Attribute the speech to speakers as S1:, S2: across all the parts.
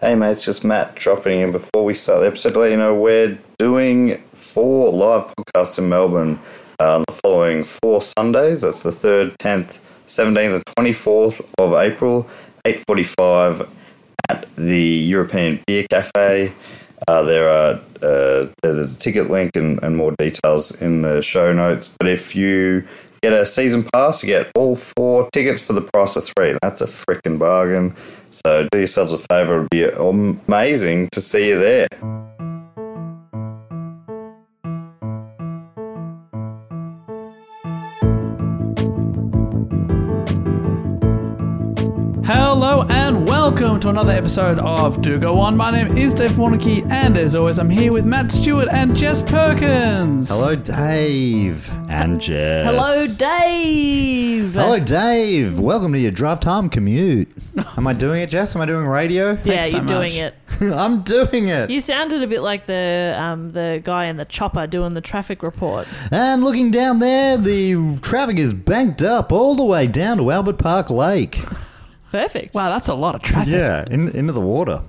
S1: hey, mate, it's just Matt dropping in before we start the episode to let you know we're doing four live podcasts in Melbourne uh, the following four Sundays. That's the 3rd, 10th, 17th, and 24th of April, 8.45 at the European Beer Cafe. Uh, there are uh, there's a ticket link and, and more details in the show notes. But if you get a season pass, you get all four tickets for the price of three. That's a freaking bargain. So do yourselves a favor. It would be amazing to see you there.
S2: Hello and welcome to another episode of Do Go On. My name is Dave Warnocky, and as always, I'm here with Matt Stewart and Jess Perkins.
S3: Hello, Dave and Jess.
S4: Hello, Dave.
S3: Hello, Dave. Welcome to your drive time commute. Am I doing it, Jess? Am I doing radio?
S4: Yeah,
S2: so
S4: you're doing
S2: much.
S4: it.
S3: I'm doing it.
S4: You sounded a bit like the um, the guy in the chopper doing the traffic report.
S3: And looking down there, the traffic is banked up all the way down to Albert Park Lake.
S4: Perfect.
S2: Wow, Ah, that's a lot of traffic.
S3: Yeah, in, into the water.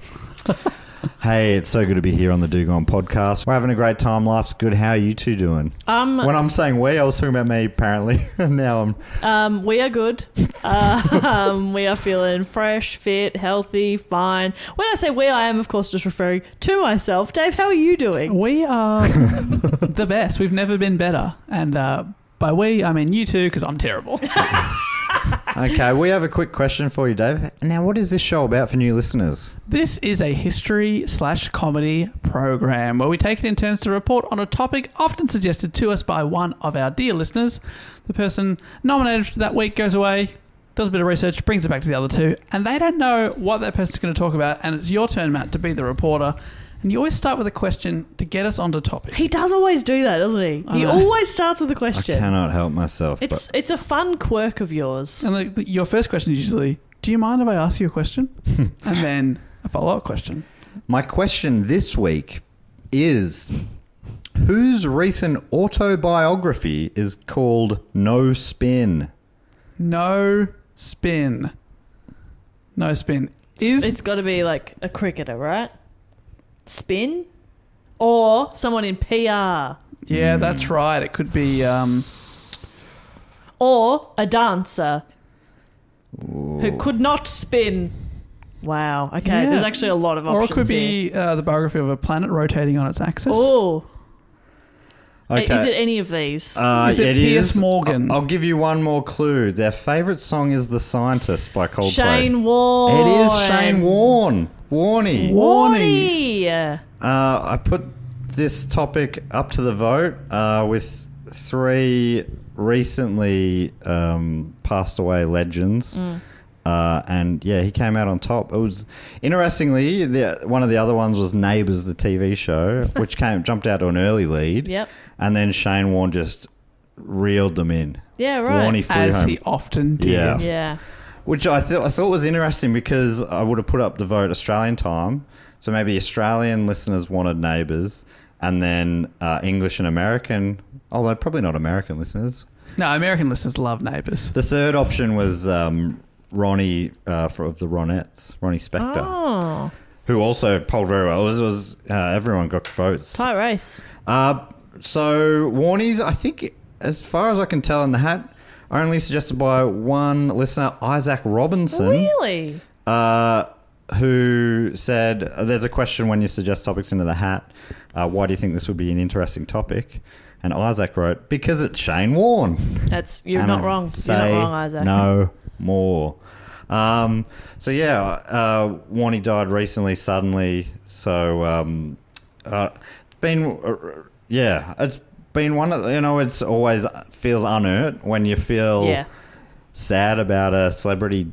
S3: hey, it's so good to be here on the Dugon podcast. We're having a great time. Life's good. How are you two doing?
S4: Um,
S3: when I'm saying we, I was talking about me, apparently. And now I'm.
S4: Um, we are good. Uh, um, we are feeling fresh, fit, healthy, fine. When I say we, I am of course just referring to myself. Dave, how are you doing?
S2: We um, are the best. We've never been better. And uh, by we, I mean you two, because I'm terrible.
S3: Okay, we have a quick question for you, Dave. Now, what is this show about for new listeners?
S2: this is a history slash comedy program where we take it in turns to report on a topic often suggested to us by one of our dear listeners. The person nominated for that week goes away. Does a bit of research, brings it back to the other two, and they don't know what that person's going to talk about. And it's your turn, Matt, to be the reporter. And you always start with a question to get us onto topic.
S4: He does always do that, doesn't he? He
S2: know.
S4: always starts with a
S1: I
S4: question.
S1: cannot help myself.
S4: It's
S1: but
S4: it's a fun quirk of yours.
S2: And the, the, your first question is usually, "Do you mind if I ask you a question?" and then a follow-up question.
S3: My question this week is whose recent autobiography is called No Spin?
S2: No spin. No spin.
S5: Is
S4: It's got to be like a cricketer, right? Spin or someone in PR
S5: yeah, that's right. It could be um,
S4: or a dancer who could not spin. Wow. Okay,
S5: Yeah.
S4: there's actually a lot of
S5: or
S4: options.
S5: it could
S4: here.
S5: be uh, the biography of a planet rotating on its axis.
S4: Oh,
S3: Okay.
S4: is it any of these?
S3: Uh,
S5: Is it Piers Morgan?
S3: I'll, I'll give you one more clue. Their favorite song is "The Scientist" by Coldplay.
S4: Shane Warne.
S3: It is Shane Warne. Warney.
S4: Warne.
S3: Uh, I put this topic up to the vote uh, with three recently um, passed away legends.
S4: Mm.
S3: Uh, and yeah, he came out on top. It was interestingly the one of the other ones was Neighbours, the TV show, which came jumped out to an early lead.
S4: Yep.
S3: and then Shane Warne just reeled them in.
S4: Yeah, right.
S3: Warney flew
S5: As
S3: home.
S5: he often did.
S3: Yeah.
S4: Yeah.
S3: Which I thought I thought was interesting because I would have put up the vote Australian time, so maybe Australian listeners wanted neighbours, and then uh, English and American, although probably not American listeners.
S5: No, American listeners love neighbours.
S3: The third option was um, Ronnie uh, for, of the Ronettes, Ronnie Spector,
S4: Oh,
S3: who also polled very well. It was, it was uh, everyone got votes.
S4: tight race.
S3: Uh, so Warnies, I think, as far as I can tell in the hat, are only suggested by one listener, Isaac Robinson.
S4: Really?
S3: uh, who said, uh, There's a question when you suggest topics into the hat. Uh, why do you think this would be an interesting topic? And Isaac wrote, Because it's Shane Warne.
S4: That's you're
S3: And
S4: not
S3: I
S4: wrong. You're
S3: say
S4: not wrong, Isaac.
S3: No more. Um, so, yeah, uh, Warney died recently, suddenly. So, um, uh, it's been, uh, yeah, it's been one of, you know, it's always feels unearned when you feel
S4: Yeah.
S3: sad about a celebrity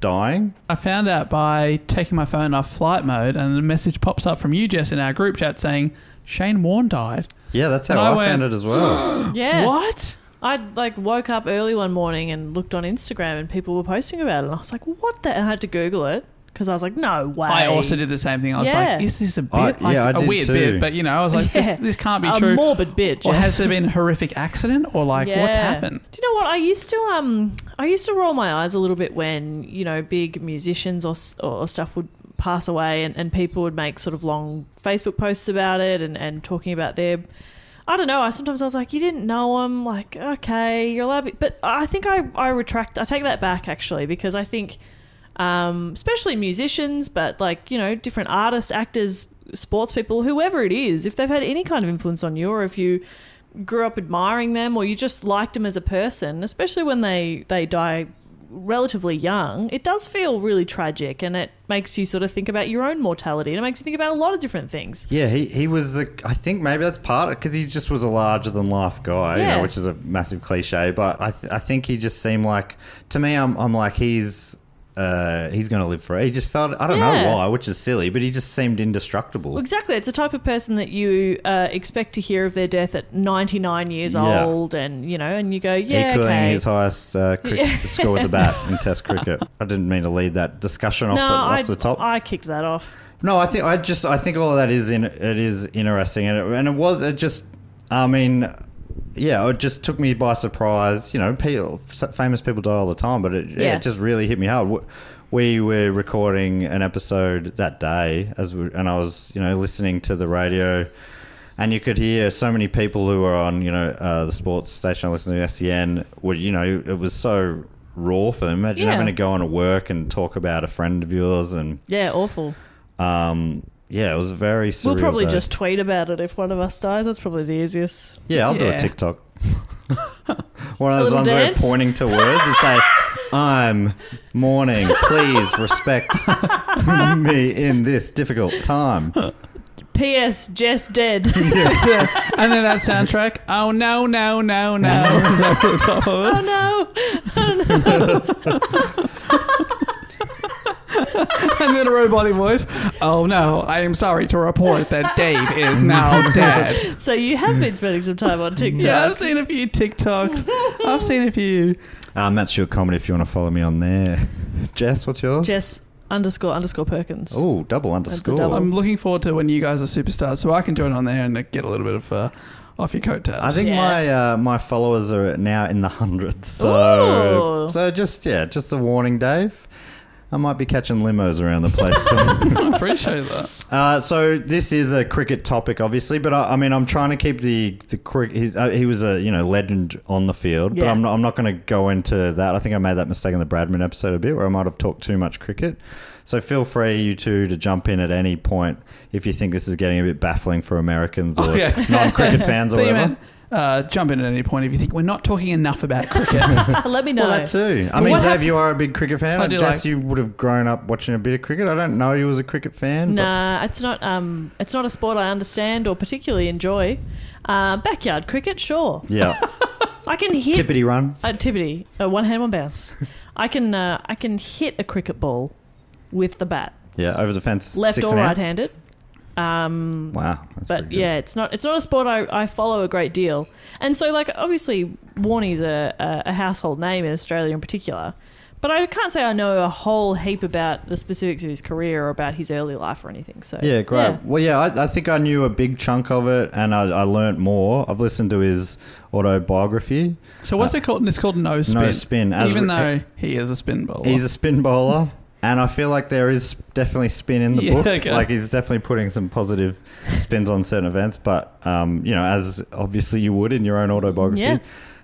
S3: dying.
S5: I found out by taking my phone off flight mode, and the message pops up from you, Jess, in our group chat saying Shane Warne died.
S3: Yeah, that's how
S5: And
S3: I,
S5: I went,
S3: found it as well.
S4: Yeah.
S5: What?
S4: I like woke up early one morning and looked on Instagram and people were posting about it and I was like, what the? And I had to Google it because I was like, no way.
S5: I also did the same thing. I was
S4: Yeah.
S5: like, "Is this a bit?
S3: I-
S5: like,
S3: yeah, I
S5: a
S3: did
S5: weird
S3: too.
S5: bit?" But you know, I was like,
S4: Yeah.
S5: this, "This can't be
S4: a
S5: true."
S4: morbid bitch.
S5: or has there been a horrific accident? Or like, what's happened?
S4: Do you know what I used to um I used to roll my eyes a little bit when you know big musicians or s- or stuff would pass away and, and people would make sort of long Facebook posts about it and and talking about their I don't know. I sometimes I was like, you didn't know them. Like, okay, you're allowed. to be-" But I think I I retract. I take that back actually because I think um, especially musicians, but like, you know, different artists, actors, sports people, whoever it is, if they've had any kind of influence on you or if you grew up admiring them or you just liked them as a person, especially when they, they die relatively young, it does feel really tragic and it makes you sort of think about your own mortality and it makes you think about a lot of different things.
S3: Yeah, he, he was the. I think maybe that's part of because he just was a larger than life guy, you
S4: Yeah.
S3: know, which is a massive cliche. But I th- I think he just seemed like to me, I'm I'm like he's. Uh, he's going to live forever. He just felt I don't
S4: Yeah.
S3: know why, which is silly, but he just seemed indestructible.
S4: Well, Exactly. It's the type of person that you uh, expect to hear of their death at 99 years
S3: Yeah.
S4: old and, you know, and you go, yeah,
S3: Equaling
S4: okay.
S3: his highest uh, cricket score with the bat in Test cricket. I didn't mean to lead that discussion off,
S4: no,
S3: the, off
S4: I,
S3: the top.
S4: I kicked that off.
S3: No, I think I just I think all of that is in it is interesting and it, and it was it just I mean yeah it just took me by surprise you know people famous people die all the time but it,
S4: Yeah.
S3: it just really hit me hard. W- We were recording an episode that day as we, and I was you know listening to the radio and you could hear so many people who were on you know uh, the sports station I listened to SEN were you know it was so raw for them. imagine
S4: Yeah.
S3: having to go on to work and talk about a friend of yours and
S4: Yeah, awful.
S3: um, yeah, it was a very surreal.
S4: We'll probably
S3: day.
S4: just tweet about it if one of us dies. That's probably the easiest.
S3: yeah. I'll do
S5: Yeah.
S3: a TikTok. One of those
S4: little
S3: ones where you're
S4: dance?
S3: pointing to words and say, "I'm mourning. Please respect me in this difficult time."
S4: P.S. Jess dead.
S5: yeah. And then that soundtrack. Oh no, no, no, no! is over the top of
S4: oh
S5: it.
S4: no!
S5: And then a robotic voice. Oh no! I am sorry to report that Dave is now dead.
S4: So you have been spending some time on TikTok.
S5: Yeah, I've seen a few TikToks. I've seen a few.
S3: Um, that's your comedy. If you want to follow me on there, Jess, what's yours?
S4: Jess underscore underscore Perkins.
S3: Oh, Um, double underscore.
S4: double.
S5: I'm looking forward to when you guys are superstars, so I can join on there and uh, get a little bit of uh, off your coattails.
S3: I think
S4: Yeah.
S3: my uh, my followers are now in the hundreds. So
S4: Ooh.
S3: so just yeah, just a warning, Dave. I might be catching limos around the place. soon.
S5: I appreciate that.
S3: uh, so this is a cricket topic, obviously, but I, I mean, I'm trying to keep the the cricket. He's, uh, he was a you know legend on the field, but
S4: Yeah.
S3: I'm not, I'm not going to go into that. I think I made that mistake in the Bradman episode a bit, where I might have talked too much cricket. So feel free, you two, to jump in at any point if you think this is getting a bit baffling for Americans or
S5: Oh, yeah.
S3: non-cricket fans or
S5: But you
S3: whatever.
S5: man, uh, jump in at any point if you think we're not talking enough about cricket.
S4: Ah, Let me know.
S3: Well, that too. I mean,
S5: uh, What
S3: Dave,
S5: hap-
S3: you are a big cricket fan.
S5: I
S3: I
S5: do
S3: guess
S5: like-
S3: you would have grown up watching a bit of cricket. I don't know you was a cricket fan. but-
S4: Nah, it's not. Um, it's not a sport I understand or particularly enjoy. Uh, backyard cricket, sure.
S3: yeah.
S4: I can hit
S3: Tippity run.
S4: Uh, tippity, uh, one hand, one bounce. I can. Uh, I can hit a cricket ball with the bat,
S3: Yeah, over the fence.
S4: left
S3: six
S4: or
S3: and out.
S4: right handed. Um,
S3: Wow. that's
S4: but
S3: pretty good.
S4: yeah, it's not it's not a sport I, I follow a great deal. And so like obviously Warnie's a, a, a household name in Australia in particular. But I can't say I know a whole heap about the specifics of his career or about his early life or anything. So
S3: Yeah, great.
S4: yeah.
S3: Well, yeah, I, I think I knew a big chunk of it and I, I learnt more. I've listened to his autobiography.
S5: so what's it called? It's called no spin.
S3: spin, as
S5: even
S3: re-
S5: though he is a spin bowler.
S3: He's a spin bowler, and I feel like there is definitely spin in the
S5: Yeah,
S3: book.
S5: okay.
S3: Like he's definitely putting some positive spins on certain events. But um, you know, as obviously you would in your own autobiography.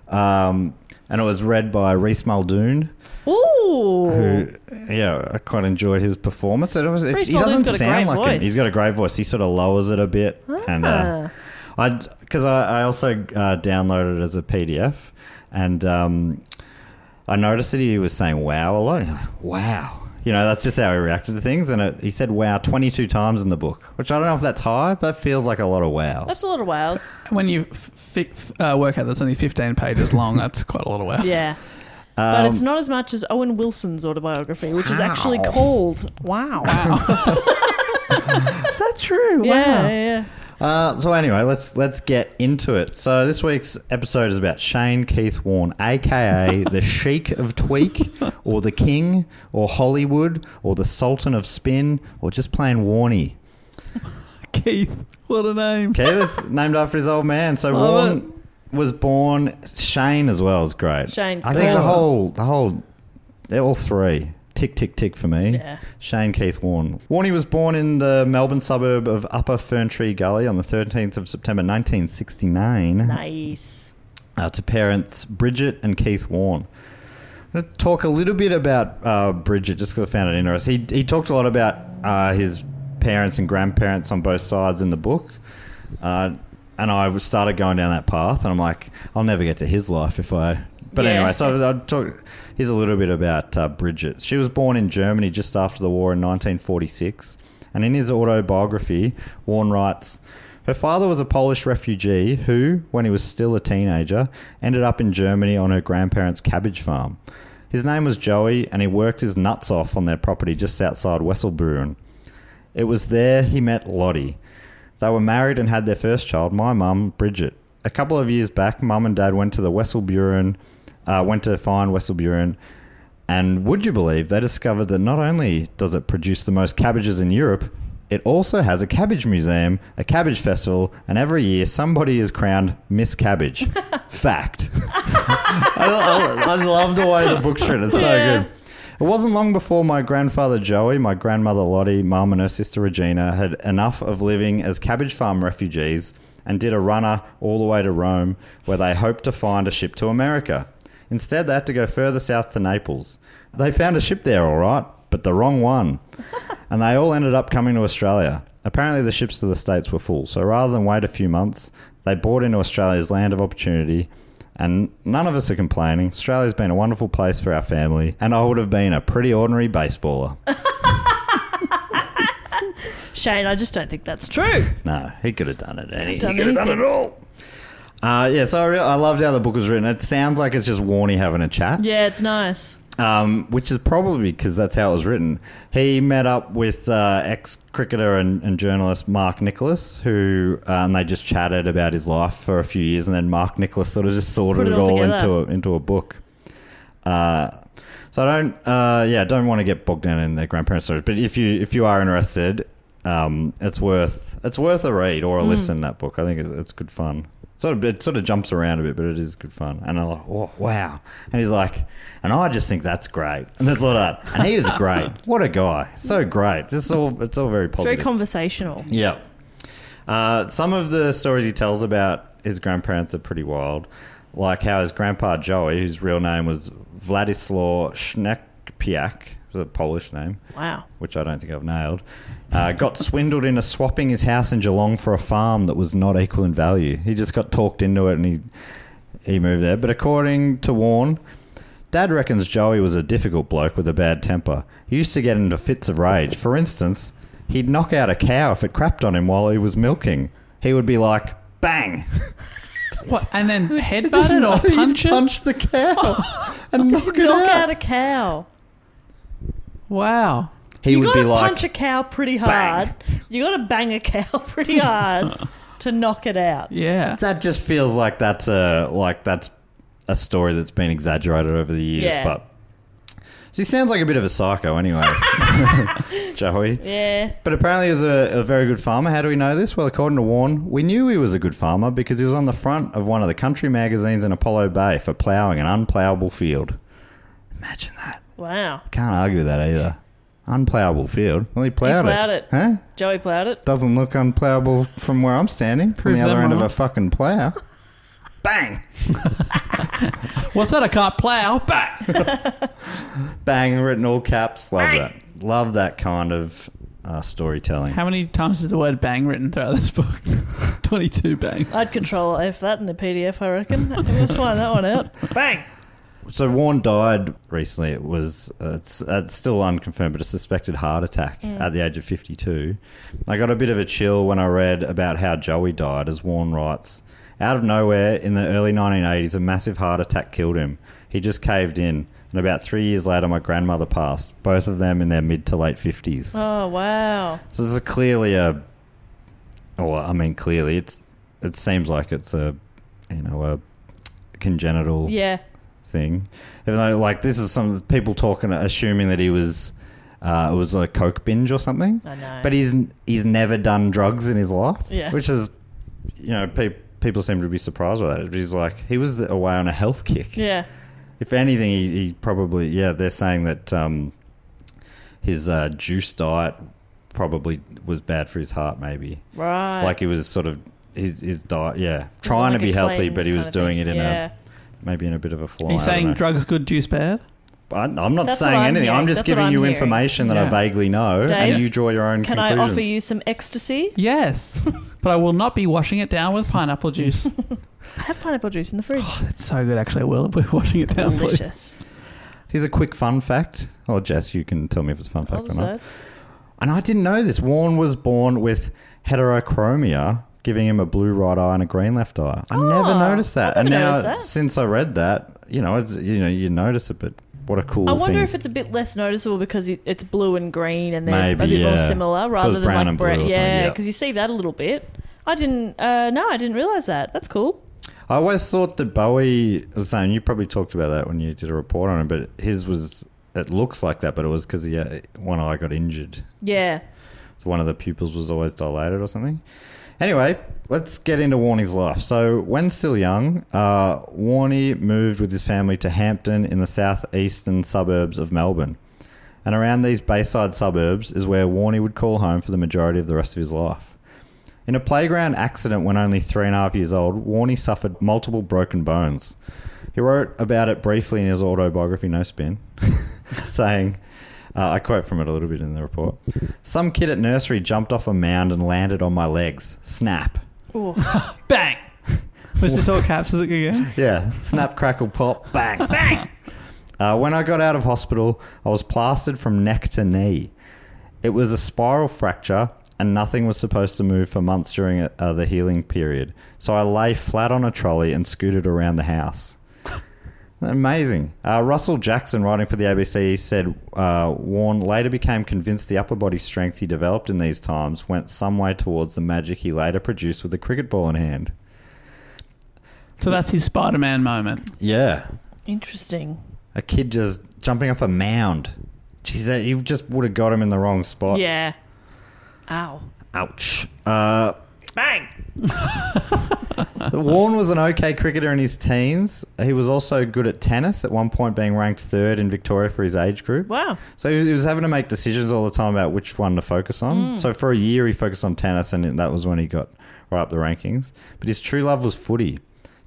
S3: Um, and it was read by Reese Muldoon,
S4: Ooh.
S3: who, yeah, I quite enjoyed his performance. And it was, if
S4: Reece
S3: he doesn't
S4: Muldoon's got a
S3: sound
S4: great
S3: like him.
S4: voice.
S3: He's got a great voice. He sort of lowers it a bit, and uh,
S4: Ah.
S3: I because I, I also uh, downloaded it as a PDF, and um, I noticed that he was saying "wow" a lot. Wow, you know that's just how he reacted to things, and it, he said "wow" twenty two times in the book, which I don't know if that's high, but that feels like a lot of wows.
S4: That's a lot of whales.
S5: when you f- f- uh, work out that's only 15 pages long, that's quite a lot of words.
S4: Yeah. But it's
S3: Um,
S4: not as much as Owen Wilson's autobiography, which is actually called Wow.
S5: Is that true?
S4: Yeah, yeah, yeah.
S3: Uh, so anyway, let's let's get into it. So this week's episode is about Shane Keith Warne, aka the Sheik of Tweak, or the King, or Hollywood, or the Sultan of Spin, or just plain Warney.
S5: Keith, what a name.
S3: Okay, that's named after his old man. So
S5: Love
S3: Warne was born Shane as well is great.
S4: Shane's
S3: I think
S4: great.
S3: the whole the whole they're all three. Tick tick tick for me.
S4: Yeah.
S3: Shane Keith Warne. Warney was born in the Melbourne suburb of Upper Fern Tree Gully on the 13th of September 1969
S4: Nice.
S3: uh, to parents Bridget and Keith Warne. I'm going to talk a little bit about uh, Bridget just because I found it interesting. He, he talked a lot about uh, his parents and grandparents on both sides in the book. Uh, and I started going down that path, and I'm like, I'll never get to his life if I. But
S4: Yeah.
S3: anyway, so I'll talk. Here's a little bit about uh, Bridget. She was born in Germany just after the war in 1946. And in his autobiography, Warren writes Her father was a Polish refugee who, when he was still a teenager, ended up in Germany on her grandparents' cabbage farm. His name was Joey, and he worked his nuts off on their property just outside Wesselbrunn. It was there he met Lottie. They were married and had their first child, my mum, Bridget. A couple of years back, mum and dad went to the Wesselburen, uh, went to find Wesselburen, and would you believe they discovered that not only does it produce the most cabbages in Europe, it also has a cabbage museum, a cabbage festival, and every year somebody is crowned Miss Cabbage. Fact. I, I, I love the way the book's written. It's so
S4: Yeah.
S3: good. It wasn't long before my grandfather Joey, my grandmother Lottie, mum, and her sister Regina had enough of living as cabbage farm refugees and did a runner all the way to Rome, where they hoped to find a ship to America. Instead, they had to go further south to Naples. They found a ship there, all right, but the wrong one. and they all ended up coming to Australia. Apparently, the ships to the States were full, so rather than wait a few months, they bought into Australia's land of opportunity and none of us are complaining. Australia's been a wonderful place for our family, and I would have been a pretty ordinary baseballer.
S4: Shane, I just don't think that's true.
S3: no, he could have done it. Any.
S4: Done anything.
S3: all. Uh, yeah, so I, re- I loved how the book was written. It sounds like it's just Warney having a chat,
S4: Yeah, it's nice.
S3: um, which is probably because that's how it was written. He met up with uh, ex cricketer and, and journalist Mark Nicholas, who uh, and they just chatted about his life for a few years, and then Mark Nicholas sort of just sorted
S4: Put
S3: it,
S4: it all
S3: all
S4: together.
S3: into a, into a book. Uh, so I don't, uh, yeah, I don't want to get bogged down in their grandparents' stories. But if you if you are interested, um, it's worth it's worth a read or a listen. That book, I think it's, it's good fun. Sort of, it sort of jumps around a bit, but it is good fun. And I'm like, oh, wow. And he's like, and I just think that's great. And there's a lot of that. And he is great. What a guy. So great. This is all, it's all very
S4: Very
S3: positive.
S4: conversational.
S3: Yeah. Uh, some of the stories he tells about his grandparents are pretty wild, like how his grandpa Joey, whose real name was Władysław Szneckpiak, was a Polish name,
S4: Wow.
S3: which I don't think I've nailed, uh, got swindled into swapping his house in Geelong for a farm that was not equal in value. He just got talked into it and he he moved there. But according to Warren, Dad reckons Joey was a difficult bloke with a bad temper. He used to get into fits of rage. For instance, he'd knock out a cow if it crapped on him while he was milking. He would be like, bang!
S2: What? And then headbutt it or
S3: He'd
S2: punch it?
S3: punch the cow and knock it
S4: Knock
S3: out.
S4: out a cow.
S2: Wow.
S3: he
S4: you
S3: would
S4: gotta
S3: be like,
S4: punch a cow pretty hard. You gotta bang a cow pretty hard to knock it out.
S2: Yeah.
S3: that just feels like that's a like that's a story that's been exaggerated over the years.
S4: Yeah.
S3: But so he sounds like a bit of a psycho, anyway, Joey.
S4: Yeah.
S3: But apparently, he was a, a very good farmer. How do we know this? Well, according to Warren, we knew he was a good farmer because he was on the front of one of the country magazines in Apollo Bay for ploughing an unploughable field. Imagine that.
S4: Wow.
S3: Can't argue with that either. Unploughable field. Well, he ploughed,
S4: ploughed it.
S3: Huh?
S4: Joey plowed it.
S3: Doesn't look unploughable from where I'm standing. From
S2: Prove
S3: the other
S2: them
S3: end of
S2: wrong.
S3: a fucking plough. Bang!
S2: What's that? I can't plow. Bang.
S3: Bang! Written all caps. Love that. Love that kind of uh, storytelling.
S2: How many times is the word bang written throughout this book? 22 bangs.
S4: I'd control F that in the PDF, I reckon. Let's find that one out. Bang!
S3: So Warren died recently. It was uh, it's, uh, it's still unconfirmed, but a suspected heart attack at the age of fifty-two. I got a bit of a chill when I read about how Joey died, as Warren writes. Out of nowhere, in the early 1980s, a massive heart attack killed him. He just caved in, and about three years later, my grandmother passed. Both of them in their mid to late fifties.
S4: Oh, wow.
S3: So this is clearly a. Well, I mean, clearly it's. It seems like it's a, you know, a congenital
S4: Yeah.
S3: thing. Even though, like, this is some people talking, assuming that he was, uh, it was a coke binge or something.
S4: I know.
S3: But he's he's never done drugs in his life.
S4: Yeah.
S3: Which is, you know, pe- people seem to be surprised by that. He's like, he was away on a health kick.
S4: Yeah.
S3: If anything, he, he probably, yeah, they're saying that um, his uh, juice diet probably was bad for his heart, maybe.
S4: Right.
S3: Like, he was sort of. His, his diet, yeah,
S4: It's
S3: trying
S4: like
S3: to be
S4: a
S3: healthy,
S4: cleanse
S3: but he was
S4: kind of
S3: doing it
S4: thing.
S3: in a
S4: yeah.
S3: maybe in a bit of a flaw.
S2: He's
S3: I don't know.
S2: saying drugs good, juice bad.
S3: I- I'm not
S4: That's
S3: saying
S4: what I'm
S3: anything.
S4: hearing.
S3: I'm just
S4: That's
S3: giving
S4: what I'm
S3: you
S4: hearing.
S3: information that I
S2: Yeah.
S3: vaguely know,
S4: Dave,
S3: and you draw your own
S4: Can I
S3: conclusions.
S4: offer you some ecstasy?
S2: Yes. but I will not be washing it down with pineapple juice.
S4: I have pineapple juice in the fridge.
S3: Oh,
S2: That's so good, actually. I will be washing it down, please.
S4: Delicious.
S3: Here's a quick fun fact. Oh, Jess, you can tell me if it's a fun
S4: I'll
S3: fact or not.
S4: decide.
S3: And I didn't know this. Warren was born with heterochromia, giving him a blue right eye and a green left eye. I never
S4: Oh,
S3: noticed that.
S4: I
S3: and
S4: never
S3: now,
S4: noticed that.
S3: since I read that, you know, it's, you know, you notice it. But what a cool
S4: I wonder
S3: thing.
S4: if it's a bit less noticeable because it- it's blue and green and they're a
S3: Maybe,
S4: bit more
S3: yeah.
S4: similar rather
S3: 'Cause
S4: than
S3: brown
S4: like
S3: and blue
S4: bre-
S3: or something,
S4: Yeah,
S3: yeah.
S4: because you see that a little bit. I didn't, uh, no, I didn't realize that. That's cool.
S3: I always thought that Bowie was saying you probably talked about that when you did a report on him, but his was it looks like that, but it was because he uh, one eye got injured.
S4: Yeah.
S3: one of the pupils was always dilated or something. Anyway, let's get into Warney's life. So, when still young, uh, Warney moved with his family to Hampton in the southeastern suburbs of Melbourne. And around these Bayside suburbs is where Warney would call home for the majority of the rest of his life. In a playground accident when only three and a half years old, Warney suffered multiple broken bones. He wrote about it briefly in his autobiography, No Spin, saying, uh, I quote from it a little bit in the report. Some kid at nursery jumped off a mound and landed on my legs. Snap.
S2: Bang! Was this all caps is it again?
S3: Yeah. Snap, crackle, pop, bang, bang. Uh, when I got out of hospital, I was plastered from neck to knee. It was a spiral fracture, and nothing was supposed to move for months during uh, the healing period. So I lay flat on a trolley and scooted around the house. Amazing. Uh, Russell Jackson, writing for the ABC, said uh, Warren later became convinced the upper body strength he developed in these times went some way towards the magic he later produced with a cricket ball in hand.
S2: So that's his Spider Man moment.
S3: Yeah.
S4: Interesting.
S3: a kid just jumping off a mound. Jeez, that, you just would have got him in the wrong spot.
S4: Yeah. Ow.
S3: Ouch. Uh,
S4: Bang!
S3: Warren was an okay cricketer in his teens. He was also good at tennis, at one point being ranked third in Victoria for his age group.
S4: Wow.
S3: So he was, he was having to make decisions all the time about which one to focus on. So for a year, he focused on tennis, and that was when he got right up the rankings. But his true love was footy.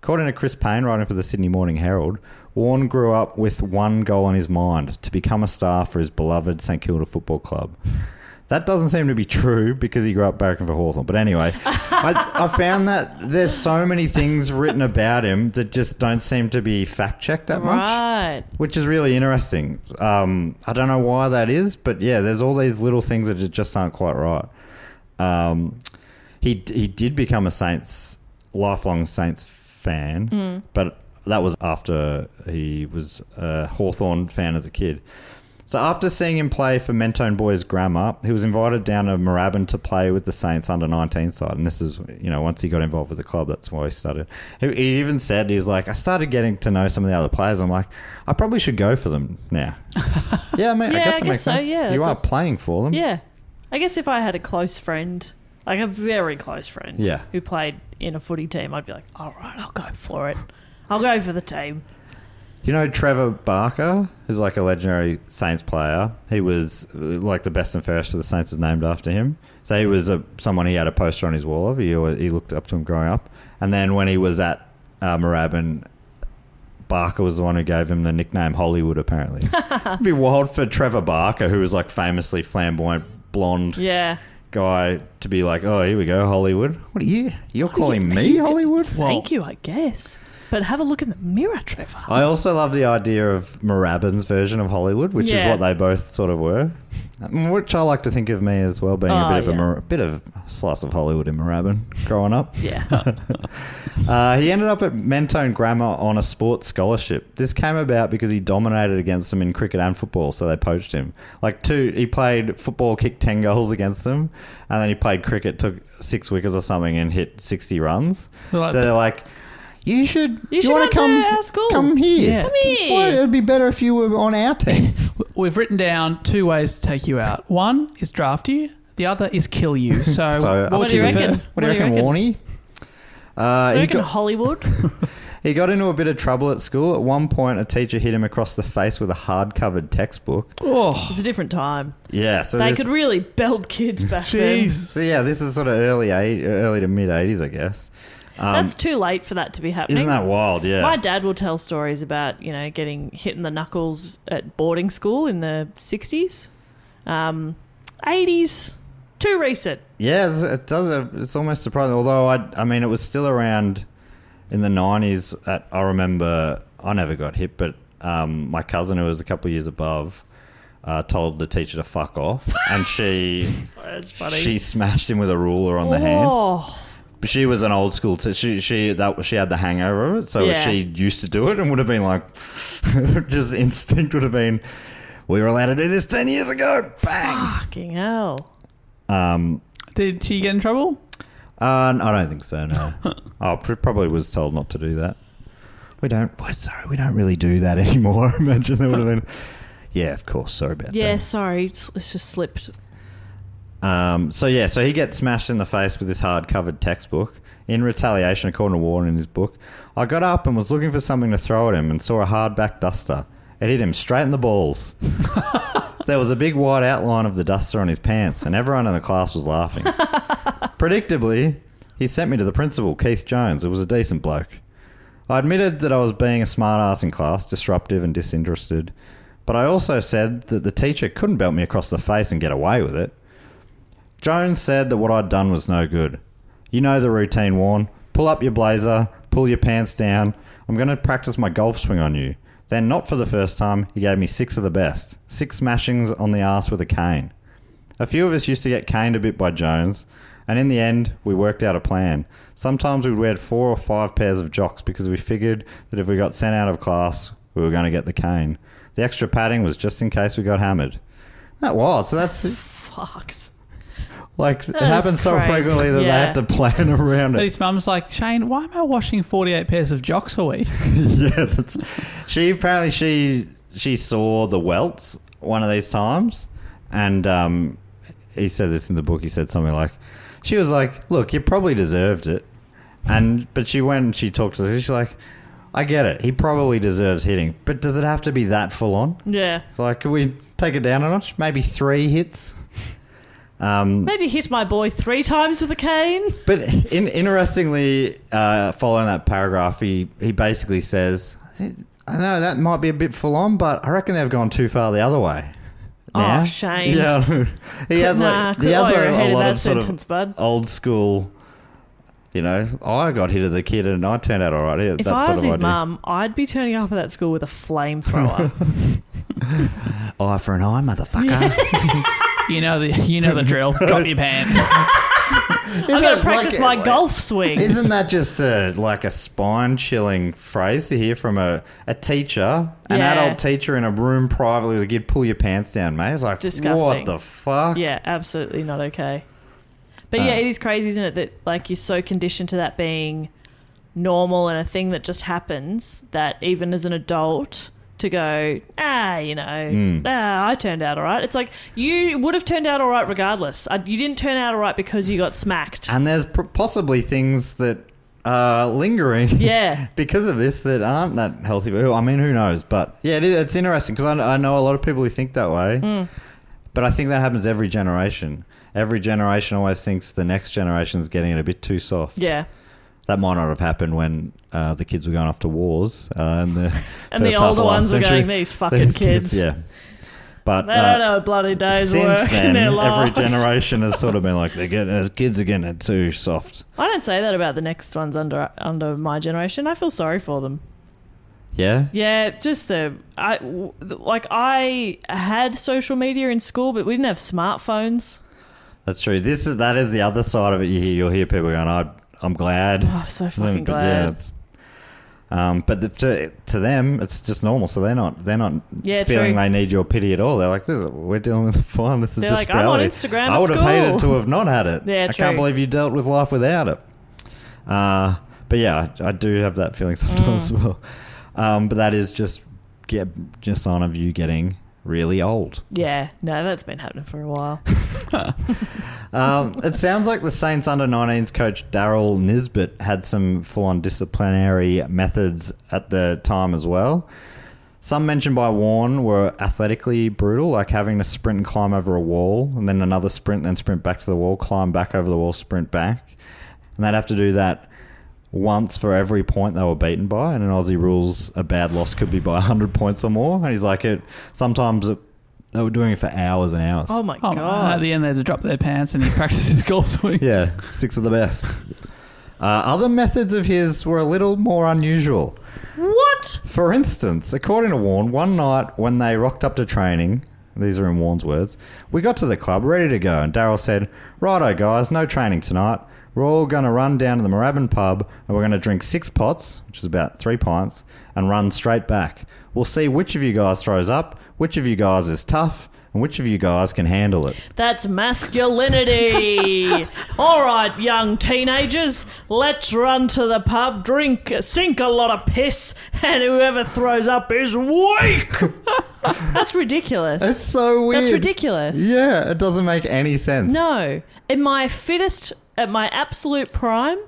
S3: According to Chris Payne, writing for the Sydney Morning Herald, Warren grew up with one goal on his mind to become a star for his beloved St Kilda Football Club. That doesn't seem to be true because he grew up barracking for Hawthorn. But anyway, I, I found that there's so many things written about him that just don't seem to be fact checked that much
S4: Right.
S3: which is really interesting. Um, I don't know why that is, but yeah, there's all these little things that just aren't quite right. Um, he he did become a Saints lifelong Saints fan,
S4: Mm.
S3: but that was after he was a Hawthorn fan as a kid. So after seeing him play for Mentone Boys Grammar, he was invited down to Moorabbin to play with the Saints under 19 side. And this is, you know, once he got involved with the club, that's why he started. He, he even said, he was like, I started getting to know some of the other players. I'm like, I probably should go for them now. yeah, I mean,
S4: Yeah,
S3: I
S4: I
S3: guess that
S4: guess
S3: makes
S4: so,
S3: sense.
S4: yeah, it
S3: you are
S4: does.
S3: playing for them.
S4: Yeah. I guess if I had a close friend, like a very close friend,
S3: Yeah.
S4: who played in a footy team, I'd be like, all right, I'll go for it. I'll go for the team.
S3: You know Trevor Barker, who's like a legendary Saints player. He was uh, like the best and fairest for the Saints is named after him. So he was a, someone he had a poster on his wall of. He always, he looked up to him growing up. And then when he was at uh, Moorabbin, Barker was the one who gave him the nickname Hollywood. Apparently, it'd be wild for Trevor Barker, who was like famously flamboyant, blonde
S4: Yeah.
S3: guy, to be like, "Oh, here we go, Hollywood. What are you? You're calling me Hollywood?
S4: Thank you, I guess. But have a look in the mirror, Trevor.
S3: I also love the idea of Moorabbin's version of Hollywood, which
S4: Yeah.
S3: is what they both sort of were. Um, Which I like to think of me as well being
S4: Oh,
S3: a bit of
S4: yeah.
S3: a Moor- bit of a slice of Hollywood in Moorabbin growing up.
S4: Yeah.
S3: Uh, he ended up at Mentone Grammar on a sports scholarship. This came about because he dominated against them in cricket and football, so they poached him. Like two, he played football, kicked ten goals against them, and then he played cricket, took six wickets or something, and hit sixty runs.
S2: Well, I
S3: so they're like, "You should, you,
S4: should
S3: want
S4: come to our school.
S3: Come here.
S2: Yeah. Come
S4: here."
S3: Well, it'd be better if you were on our team."
S2: We've written down two ways to take you out. One is draft you. The other is kill you. So,
S3: So,
S2: what, would
S4: do
S2: you
S4: you
S2: prefer?
S4: reckon?
S3: what, do you reckon, Warnie? Uh,
S4: I
S3: he
S4: reckon
S3: got-
S4: Hollywood.
S3: He got into a bit of trouble at school. At one point, a teacher hit him across the face with a hard covered textbook.
S2: Oh,
S4: It's a different time.
S3: Yeah, so
S4: They
S3: this,
S4: could really belt kids back then.
S2: jeez.
S3: so yeah, this is sort of early eight, early to mid eighties, I guess.
S4: That's too late for that to be happening.
S3: Um, Isn't that wild? Yeah,
S4: My dad will tell stories about you know getting hit in the knuckles at boarding school in the sixties, um, eighties. Too recent.
S3: yeah, it's- it does. uh, It's almost surprising. Although I, I mean, it was still around in the nineties. I remember I never got hit, but um, my cousin, who was a couple of years above, uh, told the teacher to fuck off, and she
S4: That's funny.
S3: she smashed him with a ruler on the hand.
S4: oh,
S3: But she was an old school. T- she she that she had the hangover of it, so
S4: Yeah.
S3: she used to do it and would have been like, just instinct would have been, we were allowed to do this ten years ago. Bang.
S4: fucking hell!
S3: um,
S2: Did she get in trouble?
S3: uh, no, I don't think so. No, I pr- probably was told not to do that. We don't. We're sorry, we don't really do that anymore. I imagine there would have been. Yeah, of course. Sorry about
S4: Yeah,
S3: that.
S4: sorry, it's, it's just slipped.
S3: Um, so yeah, so he gets smashed in the face with this hard covered textbook. In retaliation, according to Warren in his book, I got up and was looking for something to throw at him and saw a hardback duster. It hit him straight in the balls. there was a big white outline of the duster on his pants, and everyone in the class was laughing. Predictably, he sent me to the principal, Keith Jones, who was a decent bloke. I admitted that I was being a smartass in class, disruptive and disinterested, but I also said that the teacher couldn't belt me across the face and get away with it. Jones said that what I'd done was no good. You know the routine, Warren. Pull up your blazer, pull your pants down. I'm going to practice my golf swing on you. Then, not for the first time, he gave me six of the best. Six smashings on the ass with a cane. A few of us used to get caned a bit by Jones, and in the end, we worked out a plan. Sometimes we'd wear four or five pairs of jocks because we figured that if we got sent out of class, we were going to get the cane. The extra padding was just in case we got hammered. That wild. So that's
S4: Fucked.
S3: like it
S4: That is
S3: happens so
S4: crazy.
S3: frequently that
S4: Yeah.
S3: they had to plan around
S2: But
S3: it.
S2: his mum's like, Shane, why am I washing 48 pairs of jocks a week?
S3: yeah, that's, she apparently she she saw the welts one of these times, and um, he said this in the book. He said something like, "She was like, look, you probably deserved it."
S1: And but she when she talked to us, she's like, I get it. He probably deserves hitting, but does it have to be that full on?
S4: Yeah.
S1: It's Like, can we take it down a notch? Maybe three hits. Um,
S4: Maybe hit my boy three times with a cane.
S1: but in, interestingly, uh, following that paragraph, he, he basically says, I know that might be a bit full on, but I reckon they've gone too far the other way.
S4: Oh,
S1: Now."
S4: shame.
S1: Yeah. he had
S4: Nah,
S1: like,
S4: could-
S1: he had
S4: oh,
S1: like
S4: you're ahead
S1: a
S4: of
S1: lot
S4: that
S1: of sort
S4: sentence,
S1: of
S4: bud.
S1: old school, you know, I got hit as a kid and I turned out all right. Yeah,
S4: If
S1: that
S4: I
S1: sort
S4: was
S1: of
S4: his
S1: idea.
S4: mum, I'd be turning up at that school with a flamethrower.
S1: Eye for an eye, motherfucker.
S2: You know the you know the drill. Drop your pants.
S4: I'm going to practice my golf swing.
S1: Isn't that just a like a spine chilling phrase to hear from a, a teacher, an
S4: Yeah.
S1: adult teacher in a room privately like you'd pull your pants down, mate? It's like
S4: Disgusting.
S1: what the fuck?
S4: yeah, absolutely not okay. But
S1: Uh.
S4: yeah, it is crazy, isn't it? That like you're so conditioned to that being normal and a thing that just happens that even as an adult to go, ah, you know,
S1: Hmm.
S4: ah, I turned out all right. It's like you would have turned out all right regardless. I, you didn't turn out all right because you got smacked.
S1: And there's pr- possibly things that are lingering.
S4: Yeah.
S1: because of this that aren't that healthy. Well, I mean, who knows? But yeah, it is, it's interesting because I, I know a lot of people who think that way.
S4: Hmm.
S1: But I think that happens every generation. Every generation always thinks the next generation is getting it a bit too soft.
S4: Yeah.
S1: That might not have happened when uh, the kids were going off to wars uh, and the
S4: And the
S1: first half of
S4: older
S1: last
S4: ones were
S1: century.
S4: going, "These fucking kids."
S1: Yeah, but
S4: They
S1: uh,
S4: don't know what bloody days were
S1: since
S4: in
S1: then,
S4: their
S1: every
S4: lives.
S1: generation has sort of been like, "They're getting uh, kids are getting it too soft."
S4: I don't say that about the next ones under under my generation. I feel sorry for them.
S1: Yeah,
S4: Yeah, just the I w- the- like I had social media in school, but we didn't have smartphones.
S1: that's true. This is that is the other side of it. You hear, you'll hear people going, I, "I'm glad."
S4: Oh, I'm so fucking
S1: But Yeah,
S4: glad.
S1: it's, um, but the, to, to them, it's just normal. So they're not they're not
S4: Yeah,
S1: feeling
S4: true.
S1: they need your pity at all. They're like, this is, we're dealing with fun. This is
S4: They're
S1: just
S4: like, I'm on
S1: reality.
S4: Instagram
S1: I
S4: at
S1: would have hated
S4: school.
S1: to have not had it.
S4: Yeah,
S1: I can't
S4: true.
S1: believe you dealt with life without it. Uh, but yeah, I, I do have that feeling
S4: Mm.
S1: sometimes as well. Um, but that is just get just sign of you getting really old.
S4: Yeah, no, that's been happening for a while.
S1: Um, it sounds like the Saints under 19s coach Daryl Nisbet had some full on disciplinary methods at the time as well. Some mentioned by Warren were athletically brutal, like having to sprint and climb over a wall, and then another sprint, then sprint back to the wall, climb back over the wall, sprint back. And they'd have to do that once for every point they were beaten by. And in Aussie rules, a bad loss could be by 100 points or more. And he's like, it sometimes it, they were doing it for hours and hours.
S4: Oh my
S2: Oh, man, at
S4: god.
S2: the end, they had to drop their pants and he practiced his golf swing.
S1: Yeah, six of the best. Uh, other methods of his were a little more unusual.
S4: What?
S1: For instance, according to Warren, one night when they rocked up to training, these are in Warren's words, we got to the club ready to go, and Daryl said, Righto, guys, no training tonight. We're all going to run down to the Moorabbin pub and we're going to drink six pots, which is about three pints, and run straight back. We'll see which of you guys throws up, which of you guys is tough, and which of you guys can handle it.
S4: That's masculinity. All right, young teenagers, let's run to the pub, drink, sink a lot of piss, and whoever throws up is weak. that's ridiculous.
S1: It's so weird.
S4: that's ridiculous.
S1: Yeah, it doesn't make any sense.
S4: No. In my fittest, at my absolute prime,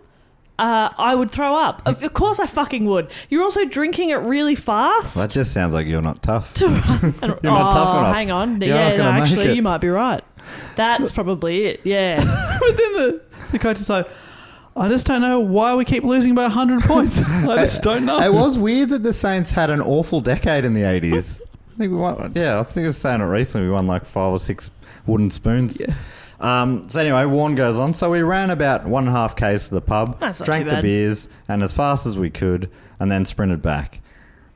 S4: uh, I would throw up. Of of course I fucking would. You're also drinking it really fast.
S1: That just sounds like you're not tough.
S4: to run.
S1: You're not tough
S4: Oh,
S1: enough.
S4: Hang on.
S1: You're
S4: yeah,
S1: not
S4: no,
S1: gonna make
S4: actually,
S1: it.
S4: you might be right. That's probably it. Yeah.
S2: But then the, the coach is like, I just don't know why we keep losing by 100 points. I just don't know.
S1: It was weird that the Saints had an awful decade in the 80s. I think we won, yeah, I think I was saying it recently. We won like five or six wooden spoons. Um, so anyway, Warren goes on. So we ran about one and a half k's to the pub,
S4: That's not
S1: drank
S4: too
S1: the
S4: bad.
S1: beers, and as fast as we could, and then sprinted back.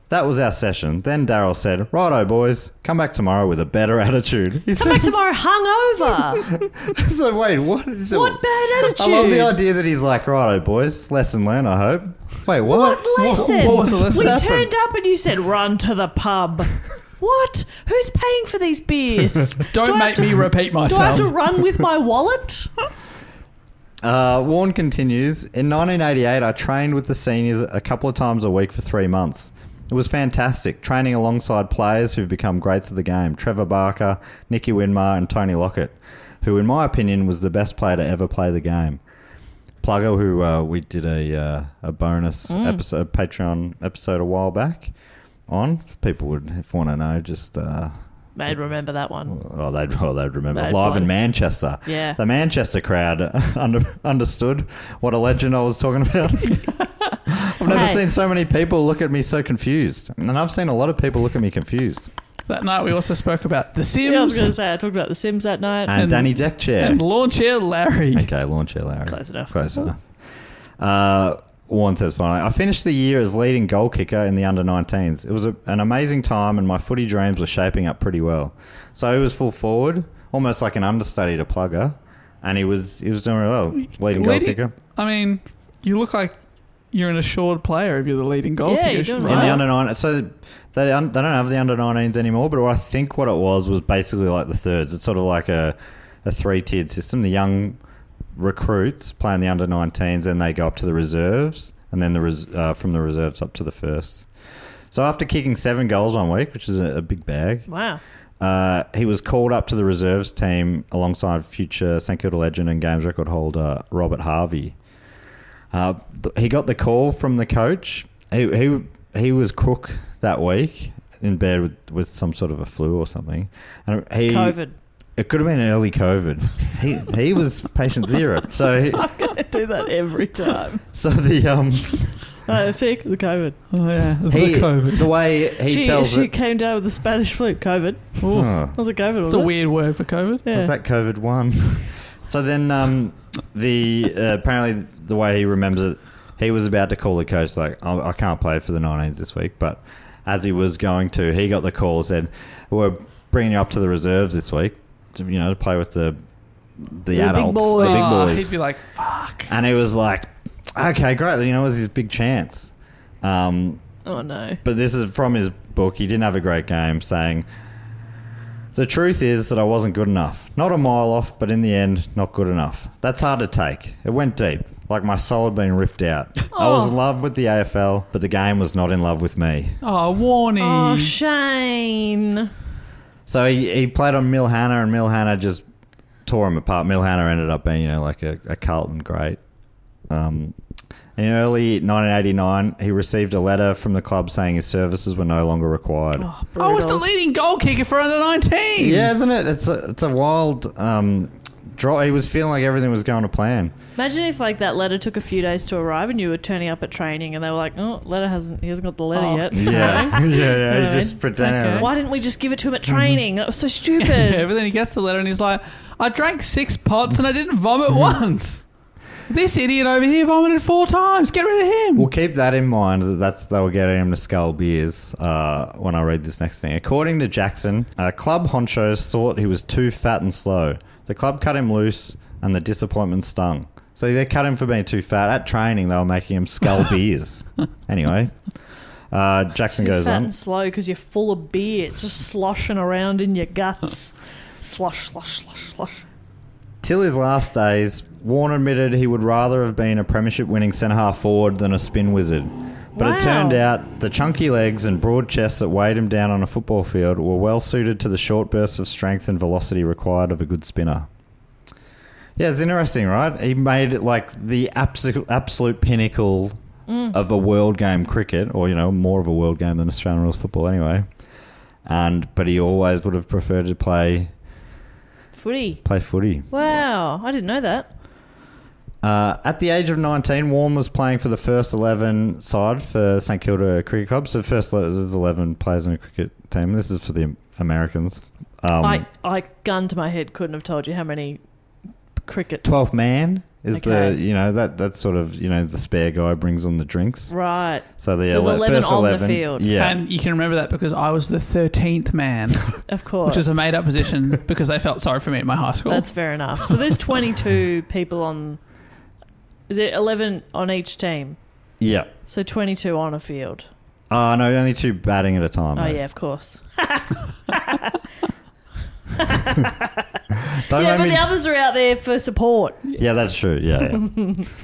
S1: That was our session. Then Daryl said, "Righto, boys, come back tomorrow with a better attitude." He
S4: Come back tomorrow hungover.
S1: So wait,
S4: What
S1: what?
S4: bad
S1: I love the
S4: attitude?
S1: idea that he's like, righto, boys, lesson learned. I hope. Wait, what?
S4: What lesson?
S1: What, what was the lesson?
S4: we
S1: that happened?
S4: turned up and you said, run to the pub. What? Who's paying for these beers?
S2: don't
S4: Do I have
S2: make
S4: to-
S2: me repeat
S4: Do I have
S2: myself.
S4: to run with my wallet?
S1: Uh, Warren continues In 1988, I trained with the seniors a couple of times a week for three months. It was fantastic, training alongside players who've become greats of the game Trevor Barker, Nicky Winmar, and Tony Lockett, who, in my opinion, was the best player to ever play the game. Plugger, who uh, we did a uh, a bonus
S4: Mm.
S1: episode, Patreon episode a while back on. If people would if want to know, just uh,
S4: They'd remember that one.
S1: oh, they'd oh, they'd remember
S4: They'd
S1: live in
S4: bloody-
S1: Manchester.
S4: Yeah.
S1: the Manchester crowd under, understood what a legend I was talking about. I've never
S4: Hey.
S1: seen so many people look at me so confused, and I've seen a lot of people look at me confused.
S2: That night we also spoke about The
S4: Yeah, I was
S2: Sims
S4: going to say, I talked about The Sims that night.
S1: And,
S2: And-
S1: Danny Deckchair.
S2: and Lawn Chair Larry.
S1: Okay, launch it, Larry.
S4: Close enough.
S1: Close enough. Uh, Warren says finally, I finished the year as leading goal kicker in the under 19s. It was a, an amazing time, and my footy dreams were shaping up pretty well. So he was full forward, almost like an understudy to Plugger, and he was he was doing really well, leading goal
S2: Leading-
S1: kicker
S2: I mean, you look like you're an assured player if you're the leading goal
S4: Yeah,
S2: kicker,
S4: you're doing
S2: right?
S1: in
S4: Wow.
S1: the under 19. So they un- they don't have the under 19s anymore, but what I think what it was was basically like the thirds. It's sort of like a a three tiered system. The young recruits playing the under 19s, and they go up to the reserves, and then the res- uh, from the reserves up to the first. So after kicking seven goals one week, which is a, a big bag,
S4: wow.
S1: uh, he was called up to the reserves team alongside future St Kilda legend and games record holder Robert Harvey. Uh, th- he got the call from the coach. He he, he was crook that week in bed with, with some sort of a flu or something. And he,
S4: COVID.
S1: It could have been early COVID. he he was patient zero. So he,
S4: I'm going to do that every time.
S1: so the um
S4: I was sick with COVID.
S2: Oh, yeah. The
S1: he,
S2: COVID.
S1: the way he
S4: she
S1: tells
S4: she
S1: it.
S4: came down with the Spanish flu. COVID.
S2: Oof.
S1: Oh.
S4: Was it COVID?
S2: It's
S4: Was
S2: a
S4: it?
S2: weird word for COVID.
S4: Yeah.
S1: Was that COVID one? so then, um, the uh, apparently the way he remembers it, he was about to call the coach like, "Oh, I, I can't play for the 19s this week, but as he was going to, he got the call said, "We're bringing you up to the reserves this week, to, you know, to play with the the,
S4: big
S1: adults, the big
S5: Ah,
S4: boys.
S1: boys."
S2: Oh, he'd be like, fuck.
S1: and he was like, "Okay, great, you know, it was his big chance." Um,
S4: Oh no.
S1: but this is from his book. He didn't have a great game, saying, The truth is that I wasn't good enough. Not a mile off, but in the end, not good enough. That's hard to take. It went deep, like my soul had been ripped out. I was
S4: Oh.
S1: in love with the AFL, but the game was not in love with me.
S2: Oh, Warnie.
S4: Oh Shane.
S1: So he, he played on Milhana, and Milhana just tore him apart. Milhana ended up being, you know, like a, a Carlton great. Um, in early 1989, he received a letter from the club saying his services were no longer required.
S4: Oh,
S2: I was the
S4: brutal.
S2: leading goal kicker for under 19.
S1: Yeah, isn't it? It's a it's a wild um, draw. He was feeling like everything was going to plan.
S4: Imagine if like that letter took a few days to arrive and you were turning up at training and they were like, "Oh, letter hasn't. He hasn't got the letter
S2: Oh,
S4: yet."
S1: yeah, yeah.
S4: Uh-huh. Right.
S1: He just pretending.
S4: Why didn't we just give it to him at training? That was so stupid.
S2: Yeah, but then he gets the letter and he's like, I drank six pots and I didn't vomit once. This idiot over here vomited four times. Get rid of him.
S1: We'll keep that in mind. That that's they were getting him to skull beers uh, when I read this next thing. According to Jackson, uh, club honchos thought he was too fat and slow. The club cut him loose, and the disappointment stung. So they cut him for being too fat. At training, they were making him skull beers. Anyway, uh, Jackson
S4: You're
S1: goes
S4: fat
S1: on.
S4: and slow because you're full of beer. It's just sloshing around in your guts. slosh, slosh, slosh, slosh.
S1: Till his last days, Warren admitted he would rather have been a premiership winning centre half forward than a spin wizard. But
S4: Wow.
S1: it turned out the chunky legs and broad chest that weighed him down on a football field were well suited to the short bursts of strength and velocity required of a good spinner. Yeah, it's interesting, right? He made it like the absolute, absolute pinnacle of a world game cricket, or you know, more of a world game than Australian rules football, anyway. And but he always would have preferred to play
S4: Footy.
S1: play footy.
S4: Wow, I didn't know that.
S1: Uh, at the age of 19, Warren was playing for the first 11 side for St Kilda Cricket Club. So, first le- there's 11 players in a cricket team. This is for the Americans. Um,
S4: I, I gun to my head couldn't have told you how many cricket.
S1: 12th man is
S4: Okay.
S1: the, you know, that that's sort of, you know, the spare guy brings on the drinks.
S4: Right.
S1: So, the
S4: So there's
S1: ele-
S4: 11
S1: first
S4: on the
S1: 11.
S4: field. Um,
S1: Yeah.
S2: And you can remember that because I was the 13th man,
S4: Of course.
S2: which is a made up position because they felt sorry for me at my high school.
S4: That's fair enough. So there's 22 people on. Is it 11 on each team?
S1: yeah.
S4: So 22 on a field.
S1: Uh, no, only two batting at a time.
S4: Oh,
S1: mate.
S4: yeah, of course.
S1: Don't
S4: yeah,
S1: make
S4: but
S1: me-
S4: the others are out there for support.
S1: yeah, that's true. Yeah.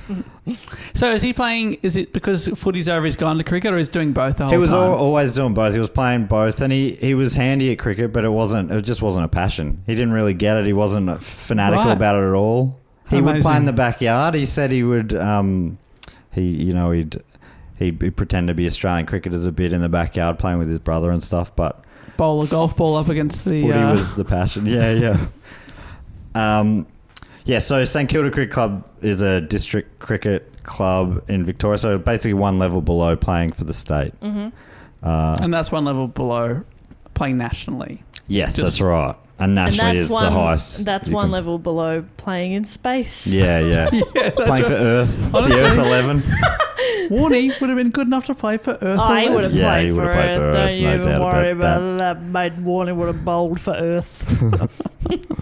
S1: yeah.
S2: so is he playing? Is it because footy's over, he's gone to cricket or he's doing both the whole
S1: he was
S2: time?
S1: al always doing both. He was playing both, and he, he was handy at cricket, but it wasn't. It just wasn't a passion. He didn't really get it. He wasn't fanatical
S2: Right.
S1: about it at all. He would play
S2: Amazing.
S1: in the backyard. He said he would. Um, he you know he'd he'd be- pretend to be Australian cricketers a bit in the backyard playing with his brother and stuff. But
S2: Bowl a golf ball up against the.
S1: footy
S2: uh,
S1: was the passion. Yeah, yeah. Um, yeah. So St Kilda Cricket Club is a district cricket club in Victoria. So basically one level below playing for the state. Uh,
S2: and that's one level below playing nationally.
S1: yes,
S2: just-
S1: that's right. And
S4: And
S1: nationally
S4: that's
S1: is
S4: one.
S1: the highest.
S4: That's
S1: you
S4: one
S1: can-
S4: level below playing in space.
S1: Yeah, yeah. playing for Earth.
S2: Honestly.
S1: The Earth Eleven.
S2: Warney would have been good enough to play for Earth.
S4: I
S2: Eleven.
S4: would have
S1: Yeah,
S4: played,
S1: he
S4: for
S1: would have played
S4: Earth.
S1: for Earth,
S4: Don't you
S1: no
S4: even
S1: doubt
S4: worry
S1: about
S4: about that. Mate Warner would have bowled for Earth.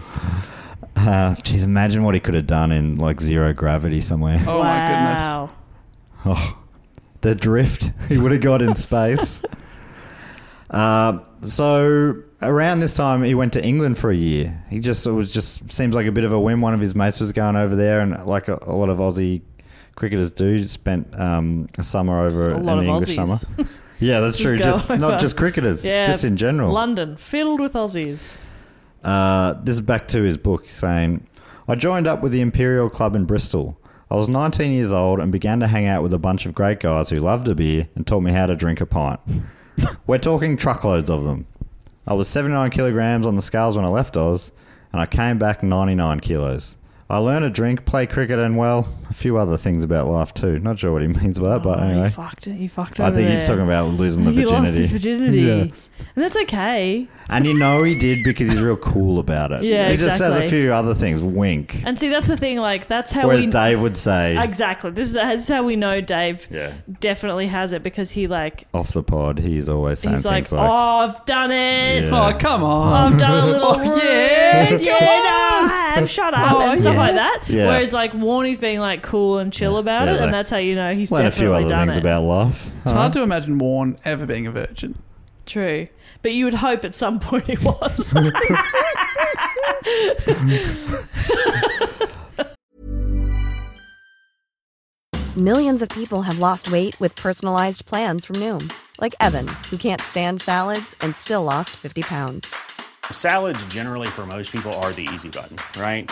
S1: Uh, geez, imagine what he could have done in like zero gravity somewhere.
S2: Oh my goodness.
S4: wow.
S1: Oh, the drift he would have got in space. Uh, so around this time, he went to England for a year. He just it was just seems like a bit of a whim. One of his mates was going over there, and like a, a lot of Aussie cricketers do, spent um, a summer
S4: Just
S1: over
S4: a
S1: in
S4: lot
S1: the
S4: of
S1: English
S4: Aussies.
S1: summer. Yeah, that's
S4: Just
S1: true.
S4: go
S1: Just
S4: over.
S1: not just cricketers,
S4: Yeah,
S1: just in general.
S4: London, filled with Aussies.
S1: Uh, this is back to his book saying, I joined up with the Imperial Club in Bristol. I was 19 years old and began to hang out with a bunch of great guys who loved a beer and taught me how to drink a pint. We're talking truckloads of them. I was 79 kilograms on the scales when I left Oz, and I came back 99 kilos. I learned to drink, play cricket, and well, a few other things about life too. Not sure what he means by that, but
S4: Oh,
S1: anyway.
S4: he fucked it. He fucked
S1: I
S4: over
S1: think
S4: there.
S1: he's talking about losing the
S4: He lost his
S1: virginity.
S4: virginity.
S1: Yeah.
S4: And that's okay.
S1: And you know he did because he's real cool about it.
S4: Yeah,
S1: he just says
S4: exactly.
S1: a few other things. Wink.
S4: And see, that's the thing. Like, that's how
S1: Whereas
S4: we.
S1: Dave would say,
S4: Exactly. This is, this is how we know Dave
S1: yeah,
S4: definitely has it because he, like,
S1: off the pod, he's always saying
S4: he's like,
S1: things
S4: oh,
S1: like,
S4: I've done it.
S1: Yeah.
S2: Oh come on.
S4: I've done a little
S2: Oh,
S4: work.
S2: yeah, come
S4: yeah, no, I have shut up
S2: Oh,
S4: and stuff
S2: yeah.
S4: like that.
S1: Yeah.
S4: Whereas like Warney's being like cool and chill about
S1: Yeah,
S4: it,
S1: like,
S4: and that's how you know he's
S1: learn a few
S4: definitely
S1: other
S4: done
S1: things
S4: it.
S1: about life.
S2: It's hard to imagine Warren ever being a virgin.
S4: True, but you would hope at some point he was.
S6: Millions of people have lost weight with personalized plans from Noom, like Evan, who can't stand salads and still lost 50 pounds.
S7: Salads, generally, for most people, are the easy button, right?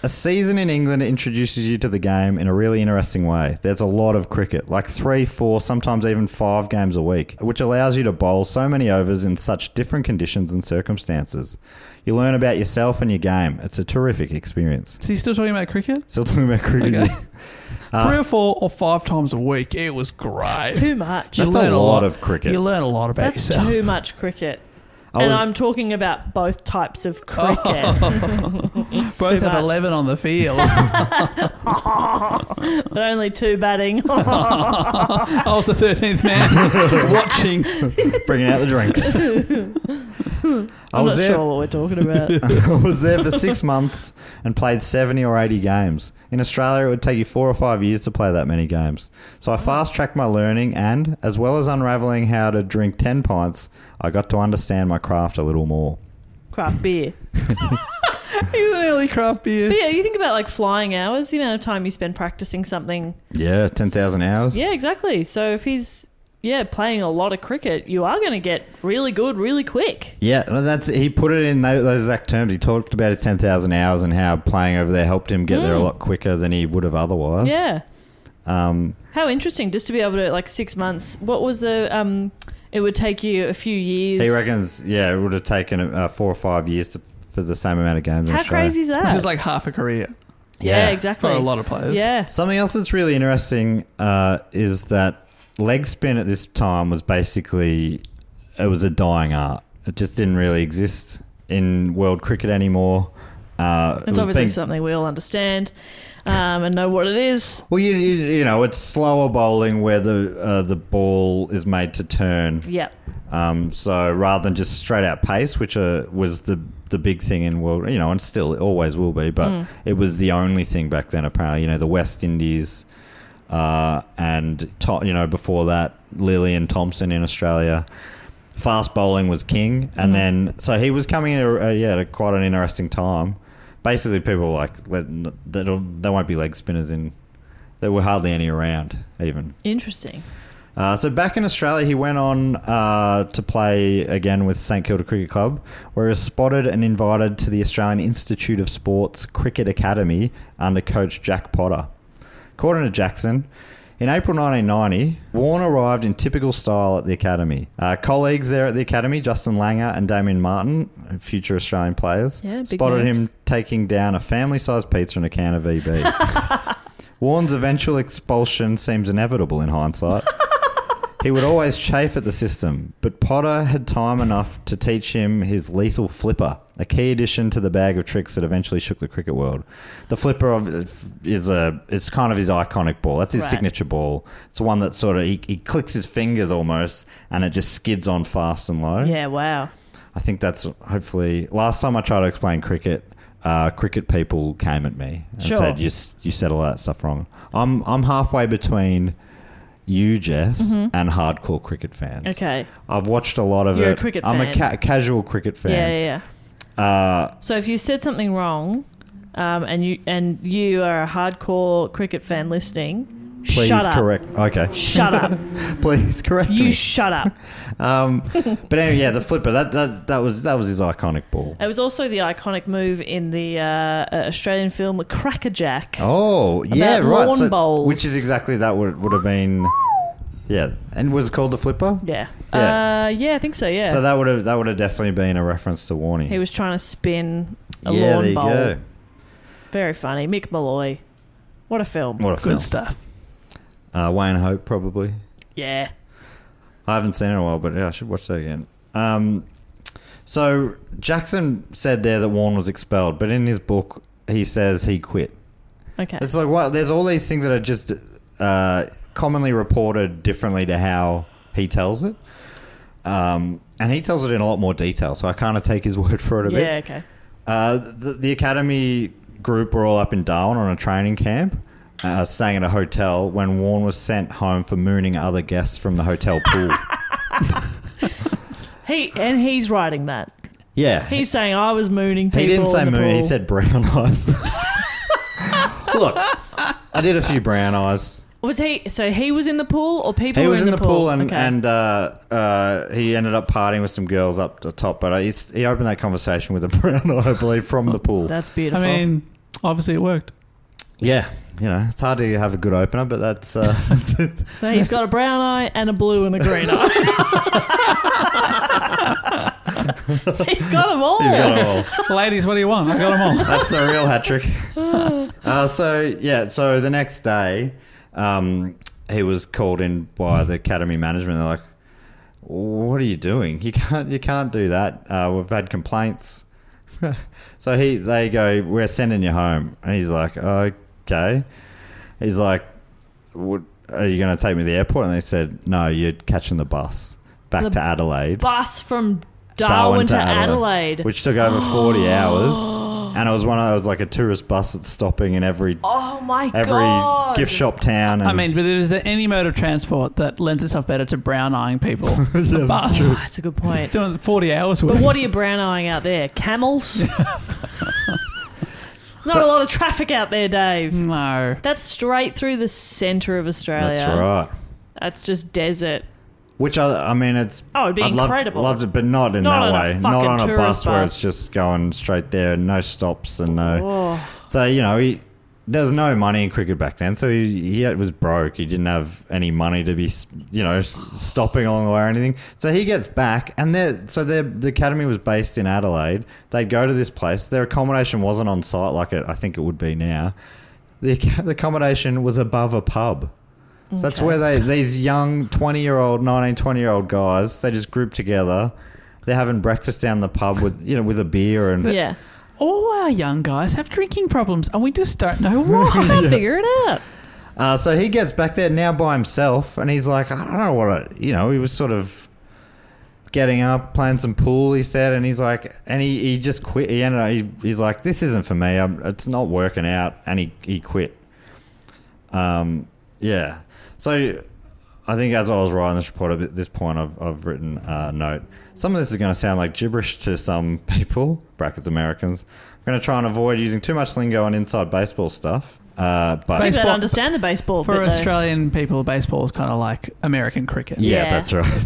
S1: A season in England introduces you to the game in a really interesting way. There's a lot of cricket, like three, four, sometimes even five games a week, which allows you to bowl so many overs in such different conditions and circumstances. You learn about yourself and your game. It's a terrific experience.
S2: Is he still talking about cricket?
S1: Still talking about cricket.
S2: Okay. Three or four or five times a week. It was great.
S4: too much.
S1: That's
S2: learn
S1: a lot of cricket.
S2: You learn a lot about
S4: That's
S2: yourself.
S4: too much cricket.
S1: I
S4: and
S1: was-
S4: I'm talking about both types of
S2: Oh.
S4: cricket.
S2: Both
S4: too
S2: have
S4: much.
S2: eleven on the field.
S4: but only two batting.
S2: I was the thirteenth man watching.
S1: Bringing out the drinks. I
S4: I'm
S1: was
S4: not
S1: there.
S4: sure what we're talking about.
S1: I was there for six months and played 70 or 80 games. In Australia, it would take you four or five years to play that many games. So I fast tracked my learning, and as well as unraveling how to drink 10 pints, I got to understand my craft a little more.
S4: Craft beer.
S2: He's an early craft beer.
S4: But yeah, you think about like flying hours, the amount of time you spend practicing something.
S1: Yeah, 10,000 hours.
S4: Yeah, exactly. So if he's yeah playing a lot of cricket, you are going to get really good really quick.
S1: Yeah, well, that's he put it in tho- those exact terms. He talked about his 10,000 hours and how playing over there helped him get there a lot quicker than he would have otherwise.
S4: Mm. Yeah.
S1: Um,
S4: How interesting just to be able to like six months. What was the um? It would take you a few years.
S1: he reckons, yeah, it would have taken uh, four or five years to, for the same amount of games. in
S4: How
S1: Australia.
S4: crazy is that?
S2: Which is like half a career
S4: yeah, exactly.
S2: for a lot of players.
S4: Yeah.
S1: Something else that's really interesting uh, is that leg spin at this time was basically it was a dying art. It just didn't really exist in world cricket anymore. Uh, it was
S4: It's obviously
S1: being-
S4: something we all understand um, and know what it is.
S1: well, you, you, you know, it's slower bowling where the uh, the ball is made to turn.
S4: Yep.
S1: Um, so rather than just straight out pace, which uh, was the the big thing in world, you know, and still it always will be, but it was the only thing back then. Apparently, you know, the West Indies, uh, and to, you know before that, Lillian Thompson in Australia. Fast bowling was king, and then so he was coming in. A, uh, yeah, at a, quite an interesting time. Basically, people were like let, they don't there won't be leg spinners in. There were hardly any around even.
S4: Interesting.
S1: Uh, so back in Australia, he went on uh, to play again with St Kilda Cricket Club, where he was spotted and invited to the Australian Institute of Sports Cricket Academy under coach Jack Potter. According to Jackson, in April 1990, Warren arrived in typical style at the academy. Uh, colleagues there at the academy, Justin Langer and Damien Martin, future Australian players,
S4: Yeah, big
S1: spotted
S4: names.
S1: him taking down a family-sized pizza and a can of E EB. Warren's eventual expulsion seems inevitable in hindsight. He would always chafe at the system, but Potter had time enough to teach him his lethal flipper, a key addition to the bag of tricks that eventually shook the cricket world. The flipper of, is a it's kind of his iconic ball. That's his
S4: Right.
S1: signature ball. It's the one that sort of he, he clicks his fingers almost, and it just skids on fast and low.
S4: Yeah. Wow.
S1: I think that's hopefully last time I tried to explain cricket. Uh, cricket people came at me and
S4: Sure.
S1: said, you, s- "You said all that stuff wrong." I'm I'm halfway between you, Jess, and hardcore cricket fans.
S4: Mm-hmm. Okay.
S1: I've watched a lot of
S4: You're a
S1: it.
S4: cricket
S1: I'm
S4: fan.
S1: a ca- casual cricket fan.
S4: Yeah. Yeah. yeah.
S1: Uh,
S4: So if you said something wrong, um, and you and you are a hardcore cricket fan listening,
S1: please
S4: shut up.
S1: correct. Okay,
S4: Shut up.
S1: please correct
S4: you
S1: me.
S4: shut up.
S1: um, but anyway, yeah, the flipper that, that that was that was his iconic ball.
S4: It was also the iconic move in the uh, uh, Australian film Crackerjack.
S1: Oh, yeah, right.
S4: lawn bowls.
S1: Which is exactly that would would have been. Yeah, and was it called the flipper.
S4: Yeah.
S1: Yeah.
S4: Uh, yeah, I think so. Yeah.
S1: So that would have that would have definitely been a reference to Warney.
S4: he was trying to spin a
S1: yeah,
S4: lawn
S1: there you
S4: bowl.
S1: go.
S4: Very funny. Mick Malloy. What a film.
S1: What a
S2: Good
S1: film.
S2: stuff.
S1: Uh, Wayne Hope probably.
S4: Yeah.
S1: I haven't seen it in a while, but yeah, I should watch that again. Um, so Jackson said there that Warren was expelled, but in his book he says he quit.
S4: Okay.
S1: It's like what? There's all these things that are just uh, commonly reported differently to how he tells it. Um, and he tells it in a lot more detail, so I kind of take his word for it a bit.
S4: Yeah, okay.
S1: Uh, the, the academy group were all up in Darwin on a training camp, uh, staying at a hotel when Warren was sent home for mooning other guests from the hotel pool.
S4: He and he's writing that.
S1: yeah.
S4: He's saying I was mooning people.
S1: he didn't say
S4: in the
S1: moon, he
S4: pool."
S1: said brown eyes. Look, I did a few brown eyes.
S4: Was he so he was in the pool or people
S1: He
S4: were
S1: was in the, pool, and,
S4: Okay.
S1: and uh, uh, he ended up partying with some girls up the top, but I, he's- he opened that conversation with a brown eye, I believe, from the pool.
S4: that's
S2: I
S4: beautiful.
S2: mean, obviously it worked.
S1: Yeah. You know, it's hard to have a good opener, but that's. Uh,
S4: so he's got a brown eye and a blue and a green eye. he's got them all.
S1: he's got it all.
S2: Oh. Ladies, what do you want? I got them all.
S1: That's the real hat trick. uh, so yeah, so the next day, um, he was called in by the academy management. They're like, "What are you doing? You can't, you can't do that. Uh, we've had complaints." so he, they go, "We're sending you home," and he's like, "Okay." He's like, "What- "Are you going to take me to the airport?" And they said, "No, you're catching the bus back
S4: The
S1: to Adelaide."
S4: Bus from Darwin to Adelaide.
S1: which took over 40 hours. And it was one of those like a tourist bus that's stopping in every
S4: Oh my
S1: every
S4: god!
S1: gift shop town. And
S2: I mean, but is there any mode of transport that lends itself better to brown eyeing people? yeah, bus.
S4: Oh, that's a good point.
S2: Doing 40 hours
S4: But
S2: worth.
S4: what are you brown eyeing out there? Camels? Not a lot of traffic out there, Dave.
S2: No.
S4: That's straight through the centre of Australia.
S1: that's right.
S4: That's just desert.
S1: Which I, I mean, it's
S4: Oh, it'd be
S1: I'd love-
S4: incredible.
S1: Loved, it, but not in
S4: Not on
S1: that
S4: a
S1: way. Not
S4: fucking
S1: on a
S4: tourist
S1: bus, where
S4: bus.
S1: it's just going straight there, no stops and no.
S4: Oh.
S1: So you know, he, there's no money in cricket back then, so he, he was broke. He didn't have any money to be, you know, s- stopping along the way or anything. So he gets back, and they so their the academy was based in Adelaide. They'd go to this place. Their accommodation wasn't on site like it, I think it would be now. The, ac- the accommodation was above a pub. So that's where they these young 20 year old 19 20 year old guys they just group together they're having breakfast down the pub with you know with a beer and
S4: Yeah.
S2: All our young guys have drinking problems, and we just don't know why.
S4: I'll figure it out.
S1: Uh, so he gets back there now by himself, and he's like, I don't know what, I, you know, he was sort of getting up, playing some pool, he said, and he's like, and he, he just quit. He ended up, he, he's like, this isn't for me. I'm, it's not working out, and he, he quit. Um, yeah. So I think as I was writing this report, at this point, I've, I've written a note. Some of this is going to sound like gibberish to some people, brackets Americans. I'm going to try and avoid using too much lingo on inside baseball stuff. Uh, but
S4: People don't
S2: Baseball-
S4: understand the baseball
S2: For
S4: bit, though.
S2: Australian people, baseball is kind of like American cricket.
S1: Yeah,
S4: Yeah.
S1: that's right.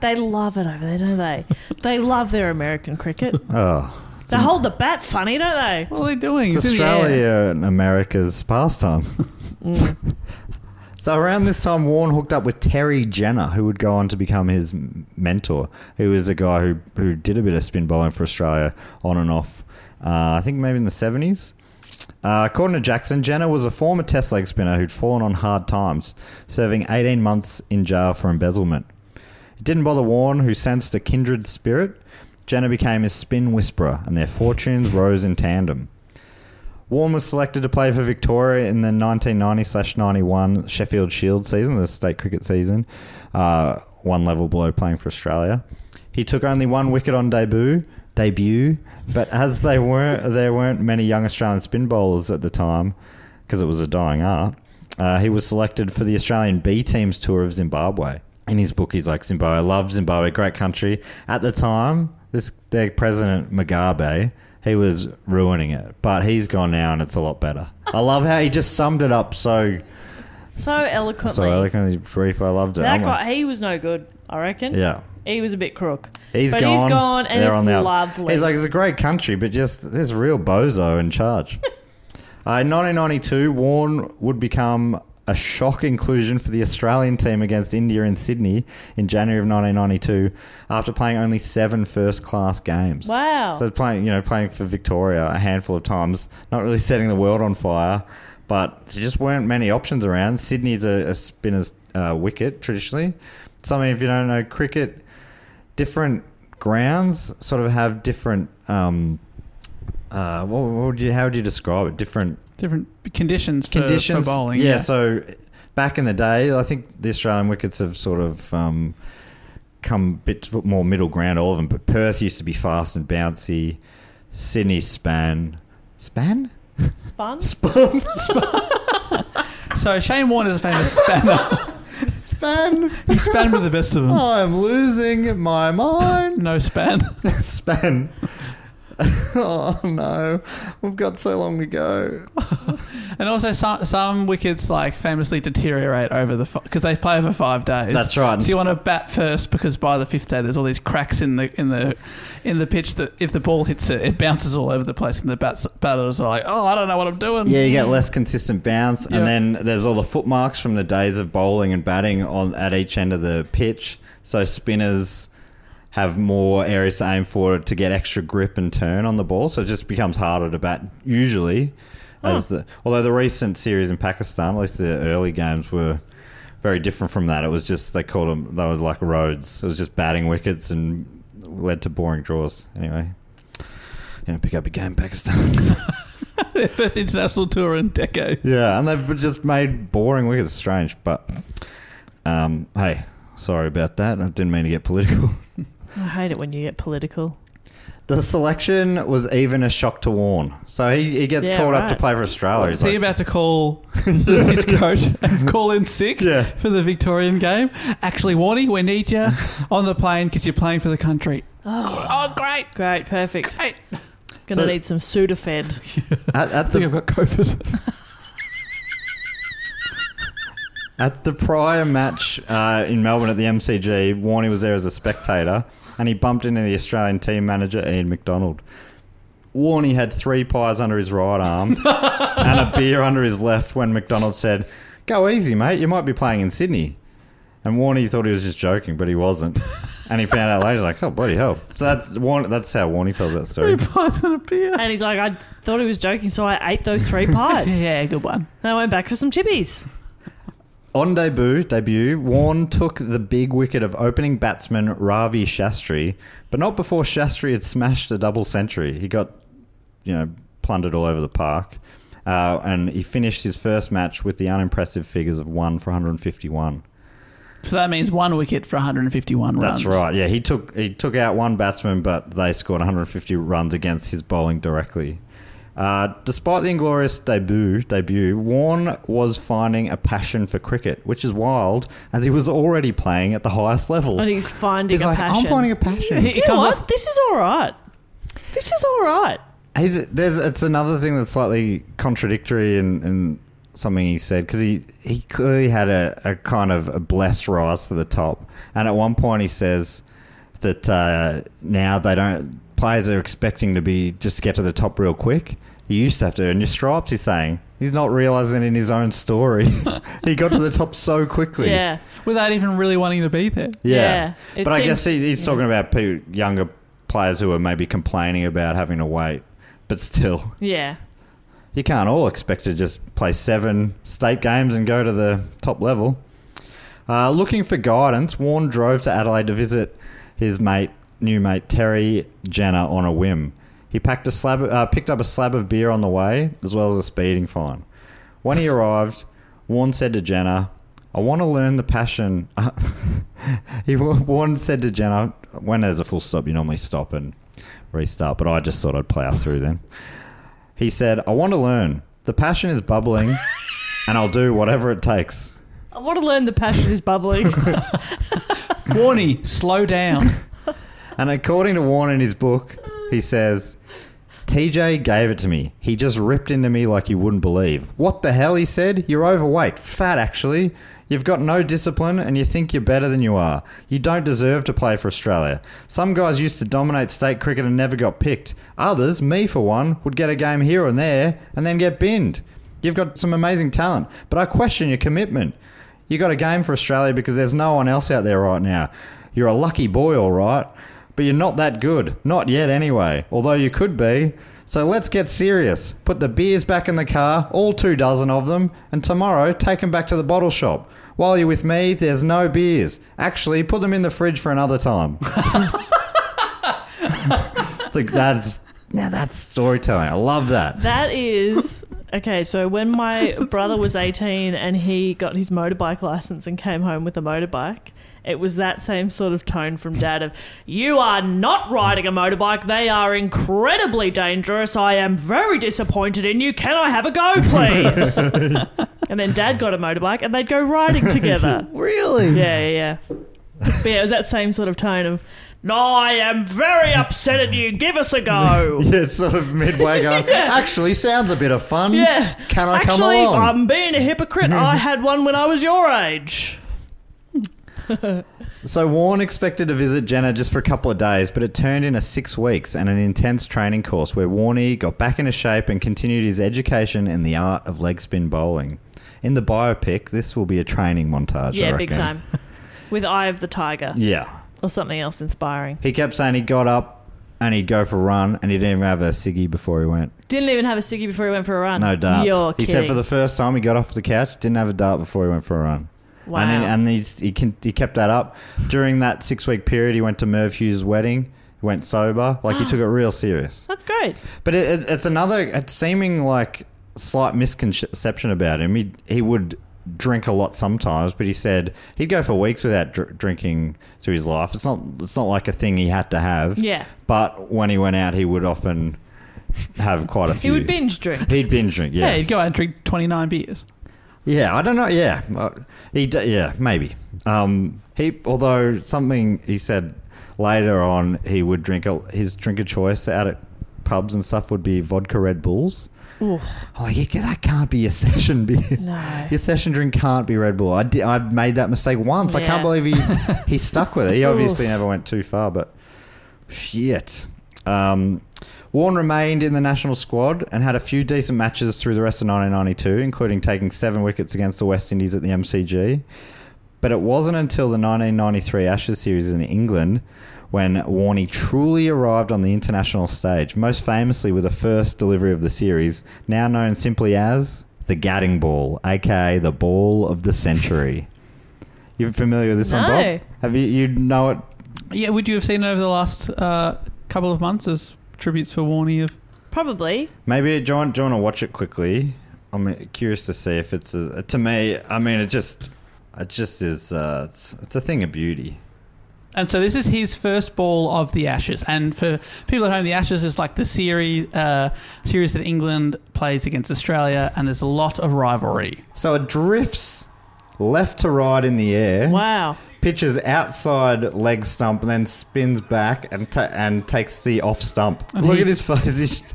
S4: They love it over there, don't they? they love their American cricket.
S1: Oh,
S4: They hold the bat funny, don't they?
S2: What are they doing?
S1: it's
S2: It's in the air.
S1: Australia and America's pastime. so around this time, Warren hooked up with Terry Jenner, who would go on to become his m- mentor. Who was a guy who who did a bit of spin bowling for Australia on and off. Uh, I think maybe in the seventies. Uh, according to Jackson, Jenner was a former test leg spinner who'd fallen on hard times, serving 18 months in jail for embezzlement. It didn't bother Warren, who sensed a kindred spirit. Jenner became his spin whisperer, and their fortunes rose in tandem. Warren was selected to play for Victoria in the 1990-91 Sheffield Shield season, the state cricket season, uh, one level below playing for Australia. He took only one wicket on debut, debut, but as they weren't there weren't many young Australian spin bowlers at the time because it was a dying art. Uh, he was selected for the Australian B team's tour of Zimbabwe. In his book, he's like Zimbabwe, I love Zimbabwe, great country. At the time, this their president Mugabe, he was ruining it, but he's gone now and it's a lot better. I love how he just summed it up so
S4: So eloquently.
S1: so eloquently brief. I loved it.
S4: That
S1: I'm like,
S4: guy, he was no good, I reckon.
S1: yeah.
S4: He was a bit crook.
S1: He's
S4: but
S1: gone.
S4: he's gone and
S1: They're
S4: it's
S1: on the up.
S4: lovely.
S1: He's like, it's a great country, but just there's a real bozo in charge. uh, in 1992, Warren would become a shock inclusion for the Australian team against India in Sydney in January of 1992 after playing only seven first class games.
S4: Wow.
S1: So playing, you know, playing for Victoria a handful of times, not really setting the world on fire, but there just weren't many options around. Sydney's a, a spinner's uh, wicket traditionally. Something if you don't know cricket, different grounds sort of have different. Um, uh, what, what would you? How would you describe it? Different
S2: Different conditions for,
S1: conditions.
S2: for bowling.
S1: yeah, So back in the day, I think the Australian wickets have sort of um, come a bit more middle ground, all of them. But Perth used to be fast and bouncy. Sydney span, span,
S4: Spun?
S1: spun,
S2: So Shane Warne is a famous spanner.
S1: span.
S2: he spanned with the best
S4: Oh.
S2: of them.
S1: I'm losing my mind.
S2: No span.
S1: span. oh no, we've got so long to go.
S2: And also, some, some wickets like famously deteriorate over the because they play over five days.
S1: That's right.
S2: So you want to bat first because by the fifth day, there's all these cracks in the in the in the pitch that if the ball hits it, it bounces all over the place, and the bats, batters are like, oh, I don't know what I'm doing.
S1: Yeah, you get less consistent bounce,
S2: Yeah.
S1: and then there's all the footmarks from the days of bowling and batting on at each end of the pitch. So spinners have more areas to aim for to get extra grip and turn on the ball. So it just becomes harder to bat usually. As the although the recent series in Pakistan, at least the early games were very different from that. It was just they called them they were like roads. It was just batting wickets and led to boring draws. Anyway, yeah, pick up a game Pakistan.
S2: Their first international tour in decades.
S1: Yeah, and they've just made boring wickets strange. But um, hey, sorry about that. I didn't mean to get political.
S4: I hate it when you get political.
S1: The selection was even a shock to Warren. So he, he gets
S4: Yeah,
S1: called up to
S4: right.
S1: play for Australia.
S2: Is
S1: Oh, He's
S2: he
S1: like,
S2: about to call his coach and call in sick
S1: Yeah.
S2: for the Victorian game? Actually, Warnie, we need you on the plane because you're playing for the country.
S4: Oh,
S2: Oh, great.
S4: great, perfect.
S2: Great.
S4: Gonna
S1: So-
S4: need some Sudafed.
S1: at, at
S2: I think I've
S1: the
S2: got COVID.
S1: at the prior match uh, in Melbourne at the MCG, Warney was there as a spectator, and he bumped into the Australian team manager Ian McDonald. Warney had three pies under his right arm and a beer under his left when McDonald said, "Go easy, mate. You might be playing in Sydney." And Warney thought he was just joking, but he wasn't. And he found out later, he's like, "Oh bloody hell!" So that, Warnie, that's how Warney tells that story.
S4: and he's like, I thought he was joking, so I ate those three pies.
S2: yeah, good one.
S4: And I went back for some chippies.
S1: On debut, debut, Warren took the big wicket of opening batsman Ravi Shastri, but not before Shastri had smashed a double century. He got, you know, plundered all over the park, uh, and he finished his first match with the unimpressive figures of one for 151.
S2: So that means one wicket for 151 runs.
S1: That's right. Yeah, he took he took out one batsman, but they scored 150 runs against his bowling directly. Uh, despite the inglorious debut, debut, Warren was finding a passion for cricket, which is wild, as he was already playing at the highest level.
S4: And he's finding
S1: He's
S4: a
S1: like,
S4: Oh, passion.
S1: I'm finding a passion.
S4: Do you know what? This is all right. This is all right.
S1: He's, there's, it's another thing that's slightly contradictory and, and something he said because he, he clearly had a, a kind of a blessed rise to the top. And at one point he says that uh, now they don't players are expecting to be just get to the top real quick. You used to have to earn your stripes. He's saying he's not realizing in his own story he got to the top so quickly.
S4: Yeah.
S2: Without even really wanting to be there.
S4: Yeah.
S1: Yeah.
S4: It
S1: But I
S4: seems-
S1: guess he, he's talking about pe- younger players who are maybe complaining about having to wait, but still,
S4: Yeah.
S1: you can't all expect to just play seven state games and go to the top level. Uh, looking for guidance, Warren drove to Adelaide to visit his mate, new mate Terry Jenner, on a whim. He packed a slab, uh, picked up a slab of beer on the way, as well as a speeding fine. When he arrived, Warren said to Jenner, "I want to learn the passion." he Warren said to Jenner, "When there's a full stop, you normally stop and restart, but I just thought I'd plow through them." He said, "I want to learn. The passion is bubbling, and I'll do whatever it takes."
S4: I want to learn the passion is bubbling.
S2: Warnie, slow down.
S1: And according to Warren in his book, he says, TJ gave it to me. He just ripped into me like you wouldn't believe. What the hell, he said? You're overweight. Fat, actually. You've got no discipline and you think you're better than you are. You don't deserve to play for Australia. Some guys used to dominate state cricket and never got picked. Others, me for one, would get a game here and there and then get binned. You've got some amazing talent, but I question your commitment. You got a game for Australia because there's no one else out there right now. You're a lucky boy, all right, but you're not that good. Not yet, anyway, although you could be. So let's get serious. Put the beers back in the car, all two dozen of them, and tomorrow take them back to the bottle shop. While you're with me, there's no beers. Actually, put them in the fridge for another time. it's like that's now that's storytelling. I love that.
S4: That is okay. So when my brother was eighteen and he got his motorbike license and came home with a motorbike, it was that same sort of tone from dad of "You are not riding a motorbike. They are incredibly dangerous. I am very disappointed in you. Can I have a go, please?" and then dad got a motorbike and they'd go riding together.
S1: Really?
S4: Yeah, yeah, yeah. But yeah, it was that same sort of tone of. No, I am very upset at you. Give us a go.
S1: Yeah, it's sort of midway going. Actually, sounds a bit of fun.
S4: Yeah.
S1: Can I
S4: Actually,
S1: come along?
S4: I'm being a hypocrite. I had one when I was your age.
S1: so Warren expected to visit Jenna just for a couple of days, but it turned into six weeks and an intense training course where Warney got back into shape and continued his education in the art of leg spin bowling. In the biopic, this will be a training montage. I
S4: yeah, big
S1: reckon.
S4: time. With Eye of the Tiger
S1: Yeah.
S4: or something else inspiring.
S1: He kept saying he got up and he'd go for a run and he didn't even have a ciggy before he went.
S4: Didn't even have a ciggy before he went for a run.
S1: No darts.
S4: You're
S1: he
S4: kidding.
S1: said for the first time he got off the couch, didn't have a dart before he went for a run.
S4: Wow.
S1: And, then, and he's, he, can, he kept that up. During that six week period, he went to Merv Hughes' wedding. He went sober. Like, he took it real serious.
S4: That's great.
S1: But it, it, it's another, it's seeming like slight misconception about him. He, he would drink a lot sometimes, but he said he'd go for weeks without dr- drinking through his life. It's not it's not like a thing he had to have.
S4: Yeah.
S1: But when he went out, he would often have quite a
S4: He
S1: few.
S4: would binge drink.
S1: He'd binge drink. Yes.
S2: Yeah, he'd go out and drink 29 beers.
S1: Yeah, I don't know. Yeah, Uh, he. d- Yeah, maybe. Um, he. Although something he said later on, he would drink a, his drink of choice out at pubs and stuff would be vodka Red Bulls. I'm Like yeah, that can't be your session beer.
S4: No.
S1: Your session drink can't be Red Bull. I did, I've made that mistake once. I
S4: Yeah.
S1: can't believe he he stuck with it. He obviously never went too far, but shit. Um, Warren remained in the national squad and had a few decent matches through the rest of 1992, including taking seven wickets against the West Indies at the MCG. But it wasn't until the 1993 Ashes series in England when Warney truly arrived on the international stage, most famously with the first delivery of the series, now known simply as the Gadding Ball, aka the Ball of the Century. you familiar with this one,
S4: No.
S1: Bob? Have you you know it?
S2: Yeah, would you have seen it over the last uh, couple of months as tributes for Warney of
S4: Probably.
S1: Maybe do you, want, do you want to watch it quickly? I'm curious to see if it's a, to me. I mean, it just it just is. Uh, it's it's a thing of beauty.
S2: And so this is his first ball of the Ashes. And for people at home, the Ashes is like the series uh, series that England plays against Australia, and there's a lot of rivalry.
S1: So it drifts left to right in the air.
S4: Wow.
S1: Pitches outside leg stump and then spins back and ta- and takes the off stump. Look
S2: he-
S1: at his face. He's-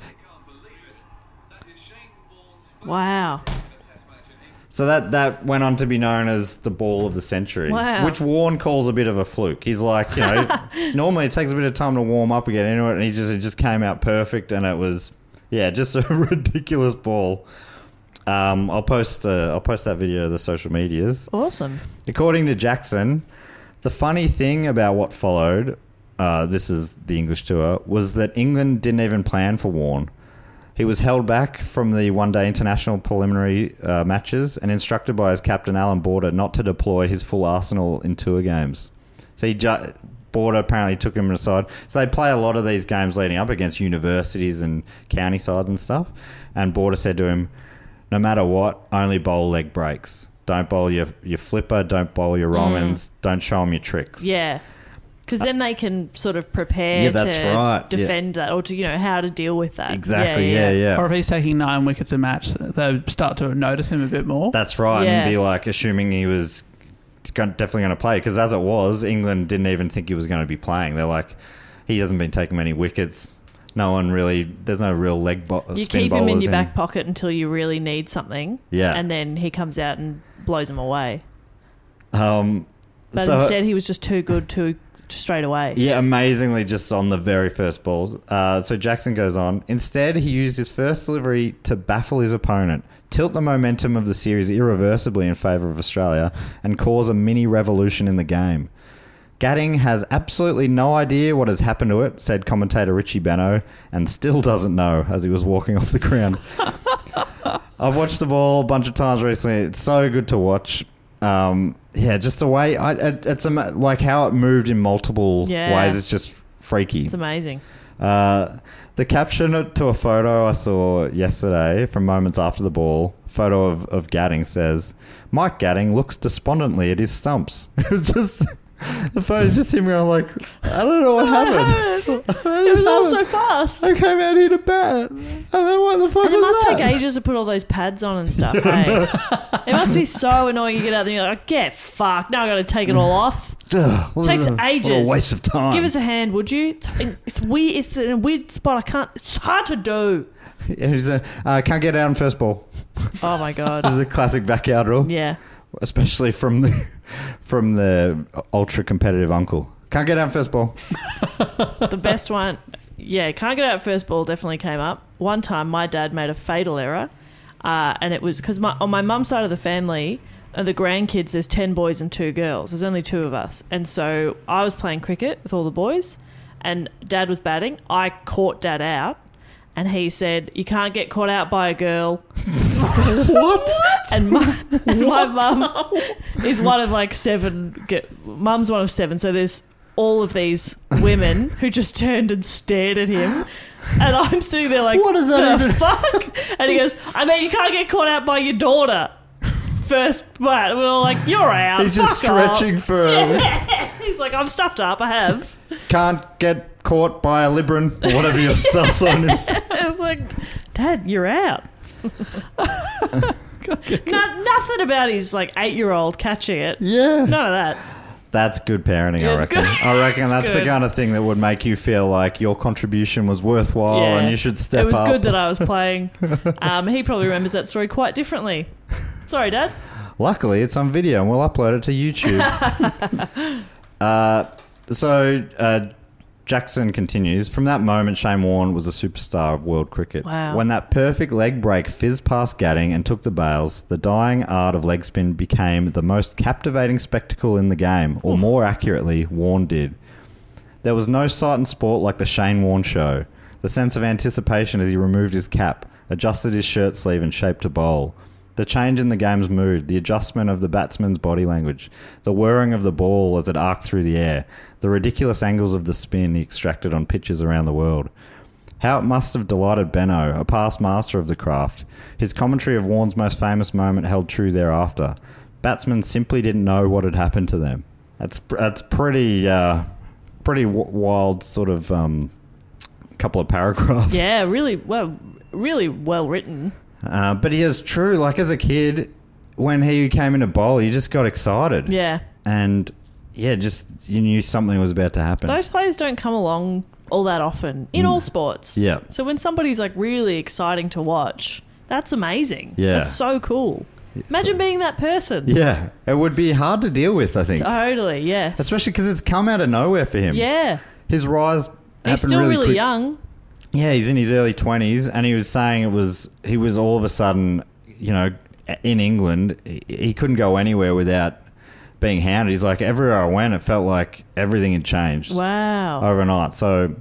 S4: Wow.
S1: So that that went on to be known as the ball of the century,
S4: Wow.
S1: which Warren calls a bit of a fluke. He's like, you know, normally it takes a bit of time to warm up and get into it, and he just it just came out perfect, and it was, yeah, just a ridiculous ball. Um, I'll post uh, I'll post that video to the social medias.
S4: Awesome.
S1: According to Jackson, the funny thing about what followed, uh, this is the English tour, was that England didn't even plan for Warren. He was held back from the one day international preliminary uh, matches and instructed by his captain, Alan Border, not to deploy his full arsenal in tour games. So he ju- Border apparently took him aside. So they play a lot of these games leading up against universities and county sides and stuff. And Border said to him, "No matter what, only bowl leg breaks. Don't bowl your your flipper. Don't bowl your Romans. Don't show them your tricks."
S4: Yeah. Because then they can sort of prepare
S1: Yeah, that's
S4: to
S1: right. Yeah.
S4: defend that or to, you know, how to deal with that.
S1: exactly. Yeah, yeah.
S2: Or if he's taking nine wickets a match, they'll start to notice him a bit more.
S1: That's right.
S4: Yeah.
S1: And be like, assuming he was gon- definitely going to play, because as it was, England didn't even think he was going to be playing. They're like, he hasn't been taking many wickets. No one really. There's no real leg bo-
S4: You
S1: spin
S4: keep him in
S1: bowlers
S4: your back pocket until you really need something.
S1: Yeah.
S4: And then he comes out and blows him away.
S1: Um,
S4: But
S1: so-
S4: instead, he was just too good to straight away.
S1: Yeah, amazingly, just on the very first balls. Uh, so Jackson goes on. Instead, he used his first delivery to baffle his opponent, tilt the momentum of the series irreversibly in favour of Australia, and cause a mini revolution in the game. Gadding has absolutely no idea what has happened to it, said commentator Richie Beno, and still doesn't know as he was walking off the ground. I've watched the ball a bunch of times recently. It's so good to watch. Um, yeah, just the way I, it, it's ama- like how it moved in multiple
S4: Yeah.
S1: ways. It's just freaky.
S4: It's amazing.
S1: Uh, the caption to a photo I saw yesterday from moments after the ball, photo of, of Gadding says, Mike Gadding looks despondently at his stumps. just, the photo's just him going like, I don't know what happened.
S4: It was all so fast.
S1: I came out here to bat. I don't know what the fuck
S4: And it
S1: was
S4: must
S1: that.
S4: take ages to put all those pads on and stuff. Hey? it must be so annoying. You get out there, and you're like, get fucked. Now I got to take it all off.
S1: Ugh, what
S4: takes
S1: a- what a
S4: ages.
S1: waste of time.
S4: Give us a hand, would you? It's- It's weird. It's in a weird spot. I can't. It's hard to do.
S1: Yeah, he's a, uh, can't get out on first ball.
S4: Oh my
S1: This
S4: god.
S1: is a classic backyard rule,
S4: Yeah.
S1: especially from the from the ultra competitive uncle. Can't get out on first ball.
S4: The best one. Yeah. Can't get out first ball definitely came up. One time, my dad made a fatal error, uh, and it was because my, on my mum's side of the family. uh the grandkids, there's 10 boys and two girls. There's only two of us. And so I was playing cricket with all the boys, and dad was batting. I caught dad out, and he said, You can't get caught out by a girl. and my, and my mum is one of like seven ge- mum's one of seven so there's all of these women who just turned and stared at him and I'm sitting there like
S1: What does that
S4: the
S1: even-
S4: fuck and he goes I mean you can't get caught out by your daughter first bite. We are like, you're out.
S1: He's just
S4: fuck off."
S1: stretching for
S4: He's like, I'm stuffed up. I have.
S1: can't get caught by a Libran or whatever your cell sign is.
S4: I was like, Dad, you're out. Not, nothing about his like eight year old catching it. None
S1: Yeah.
S4: of that.
S1: That's good parenting,
S4: Yeah,
S1: I
S4: it's
S1: reckon.
S4: good.
S1: I reckon that's the
S4: good.
S1: kind of thing that would make you feel like your contribution was worthwhile
S4: yeah.
S1: Oh, and you should step
S4: It was
S1: up.
S4: good that I was playing. um, he probably remembers that story quite differently. Sorry, Dad.
S1: Luckily, it's on video and we'll upload it to YouTube. uh, so uh, Jackson continues From that moment, Shane Warne was a superstar of world cricket.
S4: Wow.
S1: When that perfect leg break fizzed past Gadding and took the bails, the dying art of leg spin became the most captivating spectacle in the game, or more accurately, Warne did. There was no sight in sport like the Shane Warne show. The sense of anticipation as he removed his cap, adjusted his shirt sleeve, and shaped a bowl. The change in the game's mood, the adjustment of the batsman's body language, the whirring of the ball as it arced through the air, the ridiculous angles of the spin he extracted on pitches around the world. How it must have delighted Benno, a past master of the craft. His commentary of Warne's most famous moment held true thereafter. Batsmen simply didn't know what had happened to them. That's that's pretty uh, pretty w- wild sort of um, couple of paragraphs.
S4: Yeah, really well, really well written.
S1: Uh, but he is true. Like as a kid, when he came into bowl, you just got excited.
S4: Yeah.
S1: And yeah, just you knew something was about to happen.
S4: Those players don't come along all that often in all sports.
S1: Mm. Yeah.
S4: So when somebody's like really exciting to watch, that's amazing.
S1: Yeah.
S4: That's so cool. Imagine being that person.
S1: yeah, it would be hard to deal with. I think,
S4: Totally, yes.
S1: especially because it's come out of nowhere for him.
S4: uh, Yeah.
S1: his rise.
S4: He's
S1: happened
S4: still really,
S1: quick.
S4: young.
S1: Yeah, he's in his early twenties, and he was saying it was he was all of a sudden, you know, in England, he, he couldn't go anywhere without being hounded. He's like everywhere I went, it felt like everything had changed
S4: Wow.
S1: overnight. So,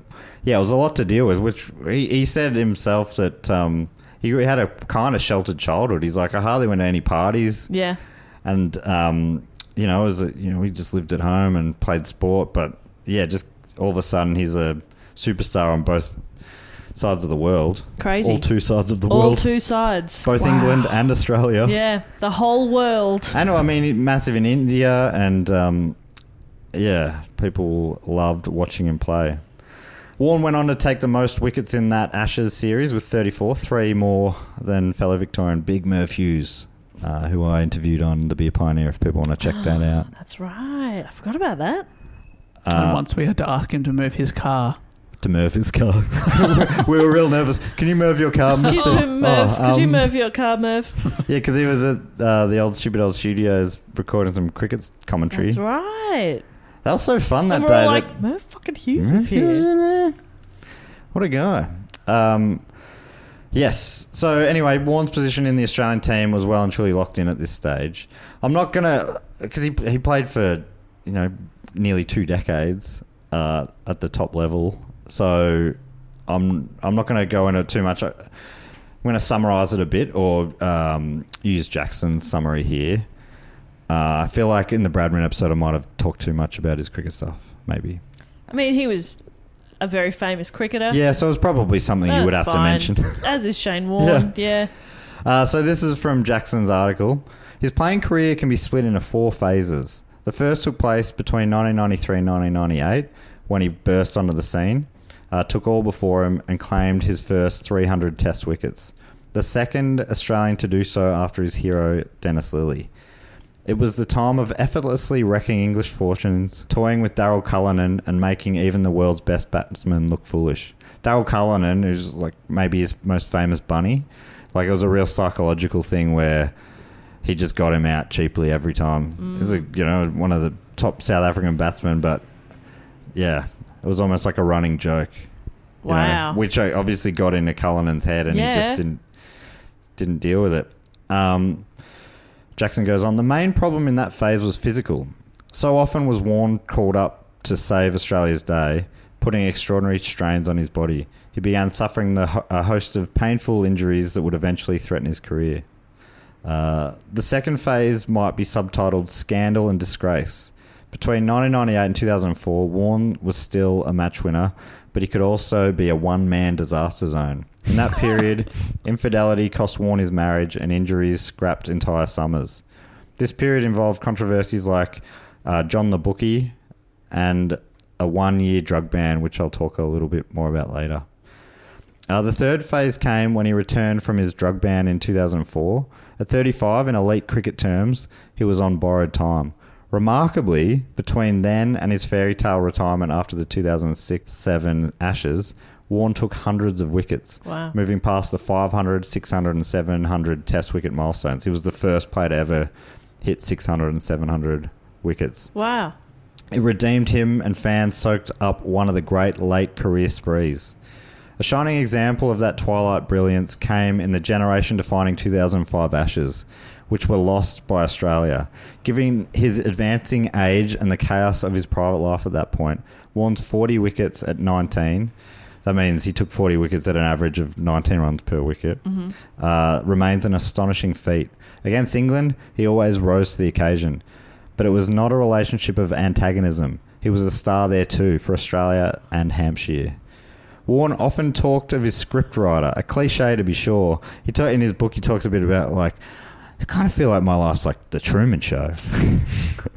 S1: yeah, it was a lot to deal with. Which he, he said himself that um, he had a kind of sheltered childhood. He's like, I hardly went to any parties,
S4: Yeah.
S1: and um, you know, it was a, you know, we just lived at home and played sport. But yeah, just all of a sudden, he's a superstar on both sides of the world.
S4: Crazy.
S1: All two sides of the
S4: All
S1: world,
S4: two sides.
S1: both England and Australia.
S4: Yeah. The whole world.
S1: And I mean, massive in India, and um, yeah, people loved watching him play. Warren went on to take the most wickets in that Ashes series with 34, three more than fellow Victorian Big Murph Hughes, uh, who I interviewed on The Beer Pioneer if people want to check that out. Um,
S4: That's right. I forgot about that.
S2: and once we had to ask him to move his car.
S1: To Murph his car. we were real nervous. Can you move your car,
S4: Could
S1: Uh, mister?
S4: you move,
S1: Oh,
S4: could you
S1: um,
S4: move your car, Merv?
S1: Yeah, because he was at uh, the old Stupid Old Studios recording some cricket commentary.
S4: That's right.
S1: That was so fun that
S4: and we're
S1: day.
S4: all
S1: that-
S4: like, Merv fucking Hughes is
S1: He's
S4: here.
S1: in there. What a guy. Um, yes. So anyway, Warren's position in the Australian team was well and truly locked in at this stage. I'm not gonna because he he played for you know nearly two decades uh, at the top level. So I'm I'm not gonna go into it too much. I, I'm going to summarize it a bit or um, use Jackson's summary here. Uh, I feel like in the Bradman episode, I might have talked too much about his cricket stuff, maybe.
S4: I mean, he was a very famous cricketer.
S1: Yeah, so it's probably something you would have
S4: That's
S1: to
S4: fine.
S1: mention.
S4: As is Shane Warne. Yeah.
S1: Uh, so this is from Jackson's article. His playing career can be split into four phases. The first took place between 1993 and 1998, when he burst onto the scene, uh, took all before him, and claimed his first 300 Test wickets. The second Australian to do so after his hero Dennis Lilly. It was the time of effortlessly wrecking English fortunes, toying with Daryl Cullinan, and making even the world's best batsmen look foolish. Daryl Cullinan, who's like maybe his most famous bunny, like it was a real psychological thing where he just got him out cheaply every time. He was a, you know one of the top South African batsmen, but yeah, it was almost like a running joke. you know,
S4: Wow.
S1: which I obviously got into Cullinan's head, and he
S4: Yeah.
S1: just didn't didn't deal with it. Um, Jackson goes on, the main problem in that phase was physical. So often was Warren called up to save Australia's day, putting extraordinary strains on his body. He began suffering the, ho- a host of painful injuries that would eventually threaten his career. Uh, the second phase might be subtitled Scandal and Disgrace. Between 1998 and 2004, Warren was still a match winner, but he could also be a one man disaster zone. In that period, infidelity cost Warren his marriage, and injuries scrapped entire summers. This period involved controversies like uh, John the Bookie and a one year drug ban, which I'll talk a little bit more about later. Uh, the third phase came when he returned from his drug ban in 2004. At 35, in elite cricket terms, he was on borrowed time. Remarkably, between then and his fairy tale retirement after the 2006 7 Ashes, Warren took hundreds of wickets,
S4: Wow.
S1: moving past the 500, 600, and 700 Test wicket milestones. He was the first player to ever hit 600 and 700 wickets.
S4: Wow.
S1: It redeemed him, and fans soaked up one of the great late career sprees. A shining example of that twilight brilliance came in the generation defining 2005 Ashes, which were lost by Australia. Given his advancing age and the chaos of his private life at that point, Warren's 40 wickets at 19. That means he took 40 wickets at an average of 19 runs per wicket. Uh, remains an astonishing feat. Against England, he always rose to the occasion but it was not a relationship of antagonism. He was a star there too for Australia and Hampshire. Warren often talked of his scriptwriter, a cliche to be sure. He ta- in his book he talks a bit about like I kind of feel like my life's like the Truman Show.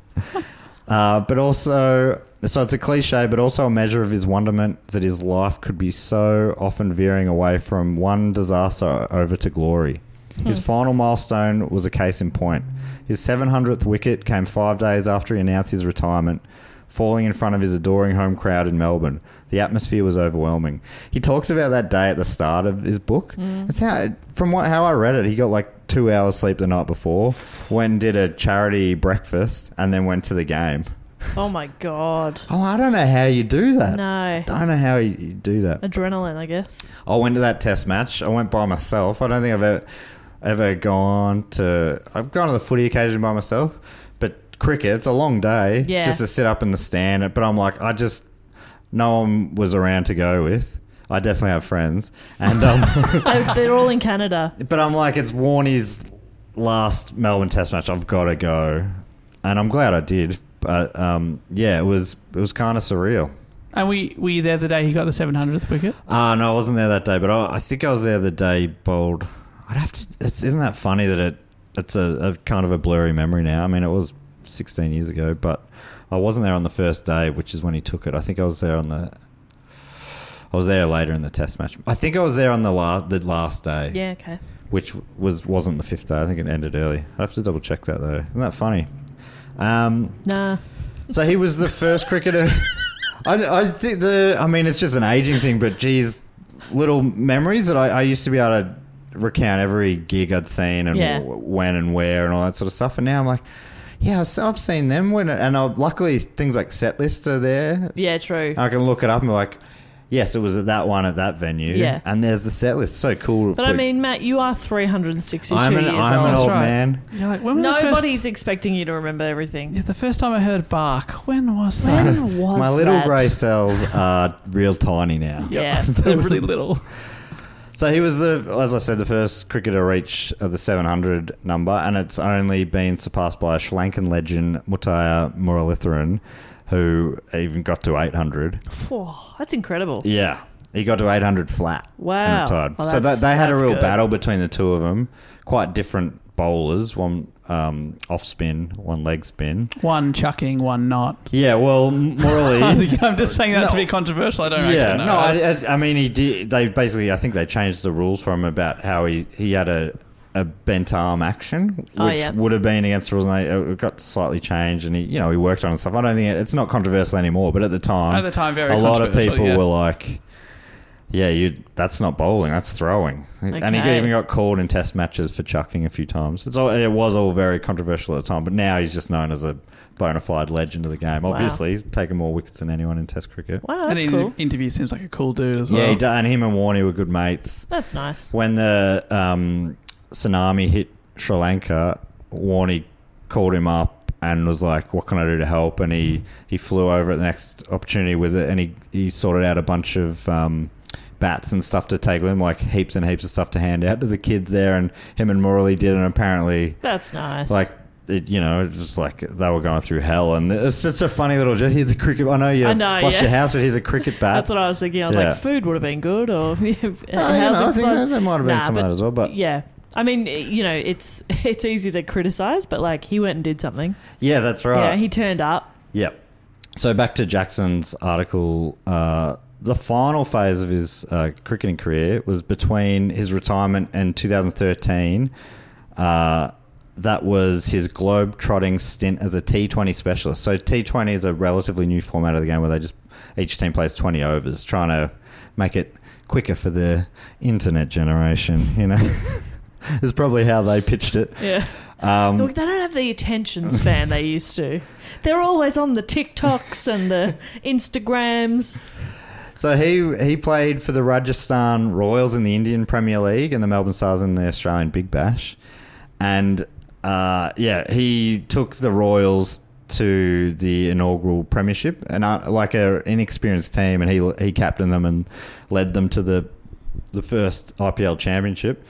S1: Uh, but also, so it's a cliche, but also a measure of his wonderment that his life could be so often veering away from one disaster over to glory. His final milestone was a case in point. His 700th wicket came five days after he announced his retirement, falling in front of his adoring home crowd in Melbourne. The atmosphere was overwhelming. He talks about that day at the start of his book. It's how, from what, how I read it, he got like two hours sleep the night before, went and did a charity breakfast, and then went to the game.
S4: Oh my god.
S1: Oh, I don't know how you do that.
S4: No.
S1: don't know how you you do that.
S4: Adrenaline, I guess.
S1: I went to that test match. I went by myself. I don't think I've ever, ever gone to. I've gone to the footy occasion by myself, but cricket, it's a long day
S4: Yeah.
S1: just to sit up in the stand. But I'm like, I just. No one was around to go with. I definitely have friends. And. Um,
S4: Oh, they're all in Canada.
S1: But I'm like, it's Warney's last Melbourne Test match. I've got to go, and I'm glad I did. But um, yeah, it was it was kind of surreal.
S2: And we were you there the day he got the 700th wicket?
S1: Uh, no, I wasn't there that day, but I, I think I was there the day bowled. I'd have to. It's, isn't that funny that it it's a, a kind of a blurry memory now. I mean, it was 16 years ago, but I wasn't there on the first day, which is when he took it. I think I was there on the. I was there later in the test match. I think I was there on the last the last day.
S4: Yeah, okay.
S1: which was wasn't the fifth day. I think it ended early. I have to double check that though. Isn't that funny? Um,
S4: Nah.
S1: so he was the first cricketer. I, I think the. I mean, it's just an aging thing, but geez, little memories that I, I used to be able to recount every gig I'd seen and
S4: Yeah.
S1: w- when and where and all that sort of stuff. And now I'm like, yeah, I've s- I've seen them when, and i luckily things like set list are there.
S4: Yeah, true.
S1: I can look it up and be like, yes, it was at that one at that venue.
S4: Yeah.
S1: and there's the set list. So cool.
S4: But I mean, Matt, you are 362
S1: I'm an,
S4: years
S1: I'm an
S4: old.
S1: old
S2: right.
S1: man.
S2: You're like, when was
S4: Nobody's
S2: the first?
S4: expecting you to remember everything.
S2: Yeah, the first time I heard bark. When was that?
S4: When was
S1: My little
S4: that?
S1: grey cells are real tiny now.
S4: Yeah.
S2: they're really little.
S1: So he was the, as I said, the first cricketer to reach uh, the 700 number, and it's only been surpassed by Sri Lankan legend Mutaya Muralitharan, who even got to 800.
S4: Whoa, that's incredible.
S1: Yeah, he got to 800 flat. and
S4: Wow.
S1: retired.
S4: Well,
S1: so
S4: that's-
S1: that, they had a
S4: that's
S1: real
S4: good.
S1: battle between the two of them. Quite different bowlers. One um, off spin, one leg spin.
S2: One chucking, one not.
S1: Yeah, well,
S2: I
S1: Morley.
S2: think I'm just saying that to be controversial. I don't
S1: yeah,
S2: actually know.
S1: no, I, I, I mean, he did. They basically, I think they changed the rules for him about how he, he had a, a bent arm action, which
S4: Oh, yeah.
S1: would have been against the rules, and they, uh, it got slightly changed. And he, you know, he worked on it and stuff. I don't think it, it's not controversial anymore, but at the time,
S2: At the time, very
S1: a lot of
S2: controversial,
S1: people
S2: yeah.
S1: were like, "Yeah, you, that's not bowling, that's throwing." And he
S4: Okay.
S1: even got called in test matches for chucking a few times. It's all, it was all very controversial at the time, but now he's just known as a bona fide legend of the game. Obviously, he's taken more wickets than anyone in test cricket.
S4: Wow,
S2: and
S4: Oh, that's
S2: in
S4: cool.
S2: interview seems like a cool dude as well.
S1: Yeah, he d- and him and Warney were good mates.
S4: That's nice.
S1: When the um, tsunami hit Sri Lanka, Warney called him up and was like, "What can I do to help?" And he, he flew over at the next opportunity with it, and he, he sorted out a bunch of um, bats and stuff to take with him, like heaps and heaps of stuff to hand out to the kids there. And him and Morley did, and apparently
S4: That's nice.
S1: like. It, you know, it's just like they were going through hell, and it's just a funny little. Here's a cricket. I know you
S4: I
S1: lost
S4: know, yeah.
S1: your house, but here's a cricket bat.
S4: that's what I was thinking. I was
S1: Yeah.
S4: like, food would have been good, or
S1: know,
S4: housing
S1: I think
S4: supplies.
S1: there might have been some of that as well, but-
S4: yeah, I mean, eh, you know, it's it's easy to criticize, but like he went and did something.
S1: Yeah, that's
S4: Yeah,
S1: right.
S4: he turned up.
S1: Yep. So back to Jackson's article. Uh, the final phase of his uh, cricketing career was between his retirement and 2013. Uh, that was his globe trotting stint as a T20 specialist. So T20 is a relatively new format of the game where they just each team plays 20 overs, trying to make it quicker for the internet generation. You know, is probably how they pitched it.
S4: Yeah.
S1: Um,
S4: Look, they don't have the attention span they used to. They're always on the TikToks and the Instagrams.
S1: So he he played for the Rajasthan Royals in the Indian Premier League and the Melbourne Stars in the Australian Big Bash, and uh, yeah, he took the Royals to the inaugural Premiership and uh, like a inexperienced team, and he he captained them and led them to the the first IPL Championship.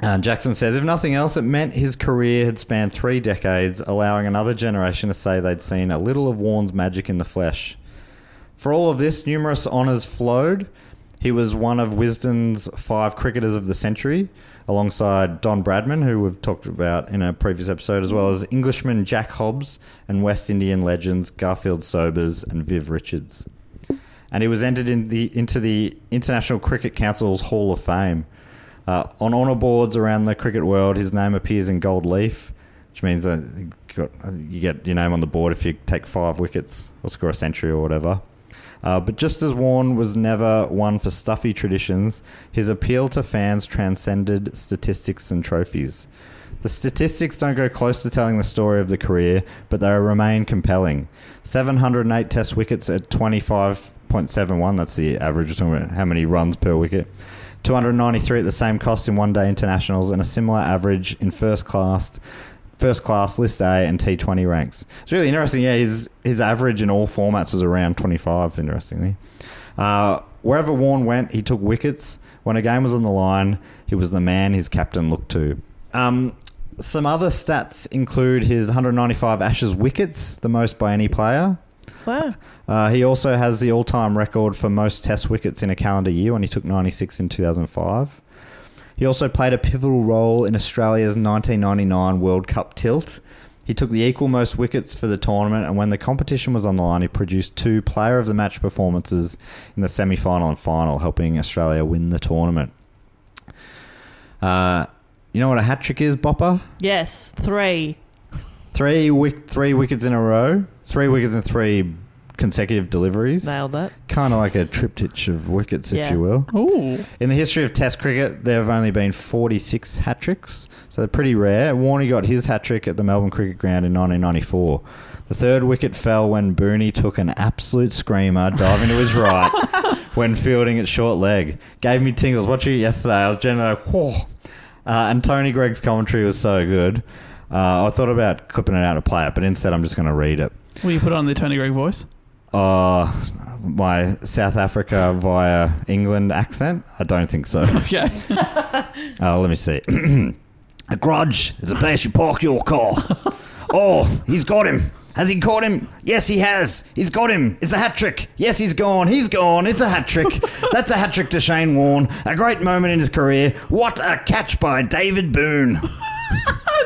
S1: And Jackson says, if nothing else, it meant his career had spanned three decades, allowing another generation to say they'd seen a little of Warren's magic in the flesh. For all of this, numerous honours flowed. He was one of Wisden's five cricketers of the century, alongside Don Bradman, who we've talked about in a previous episode, as well as Englishman Jack Hobbs and West Indian legends Garfield Sobers and Viv Richards. And he was entered in the, into the International Cricket Council's Hall of Fame. Uh, on honour boards around the cricket world, his name appears in gold leaf, which means that you got- you get your name on the board if you take five wickets or score a century or whatever. Uh, but just as Warren was never one for stuffy traditions, his appeal to fans transcended statistics and trophies. The statistics don't go close to telling the story of the career, but they remain compelling. 708 test wickets at 25.71, that's the average, we're talking about how many runs per wicket. 293 at the same cost in one day internationals, and a similar average in first class first class list A and T20 ranks. It's really interesting. Yeah, his his average in all formats is around 25. Interestingly, uh, wherever Warren went, he took wickets. When a game was on the line, he was the man his captain looked to. Um, some other stats include his 195 Ashes wickets, the most by any player.
S4: Wow.
S1: Uh, he also has the all-time record for most Test wickets in a calendar year when he took 96 in 2005. He also played a pivotal role in Australia's 1999 World Cup tilt. He took the equal most wickets for the tournament, and when the competition was on the line, he produced two player of the match performances in the semi final and final, helping Australia win the tournament. Uh, you know what a hat trick is, Bopper?
S4: Yes, three.
S1: Three, wick- three wickets in a row, three wickets and three consecutive deliveries
S4: Nailed that.
S1: kind of like a triptych of wickets, if
S4: Yeah.
S1: you will.
S2: Ooh.
S1: In the history of Test cricket, there have only been 46 hat tricks, so they're pretty rare. Warney got his hat trick at the Melbourne Cricket Ground in 1994. The third wicket fell when Booney took an absolute screamer, diving to his right when fielding at short leg. Gave me tingles. Watching it yesterday, I was generally like, whoa. Uh, and Tony Gregg's commentary was so good. Uh, I thought about clipping it out to play it, but instead I'm just going to read it
S2: Will you put on the Tony Gregg voice?
S1: uh, my South Africa via England accent? I don't think so.
S2: Okay.
S1: Uh, let me see. the garage is a place you park your car. oh, he's got him. Has he caught him? Yes, he has. He's got him. It's a hat trick. Yes, he's gone. He's gone. It's a hat trick. That's a hat trick to Shane Warne. A great moment in his career. What a catch by David Boone.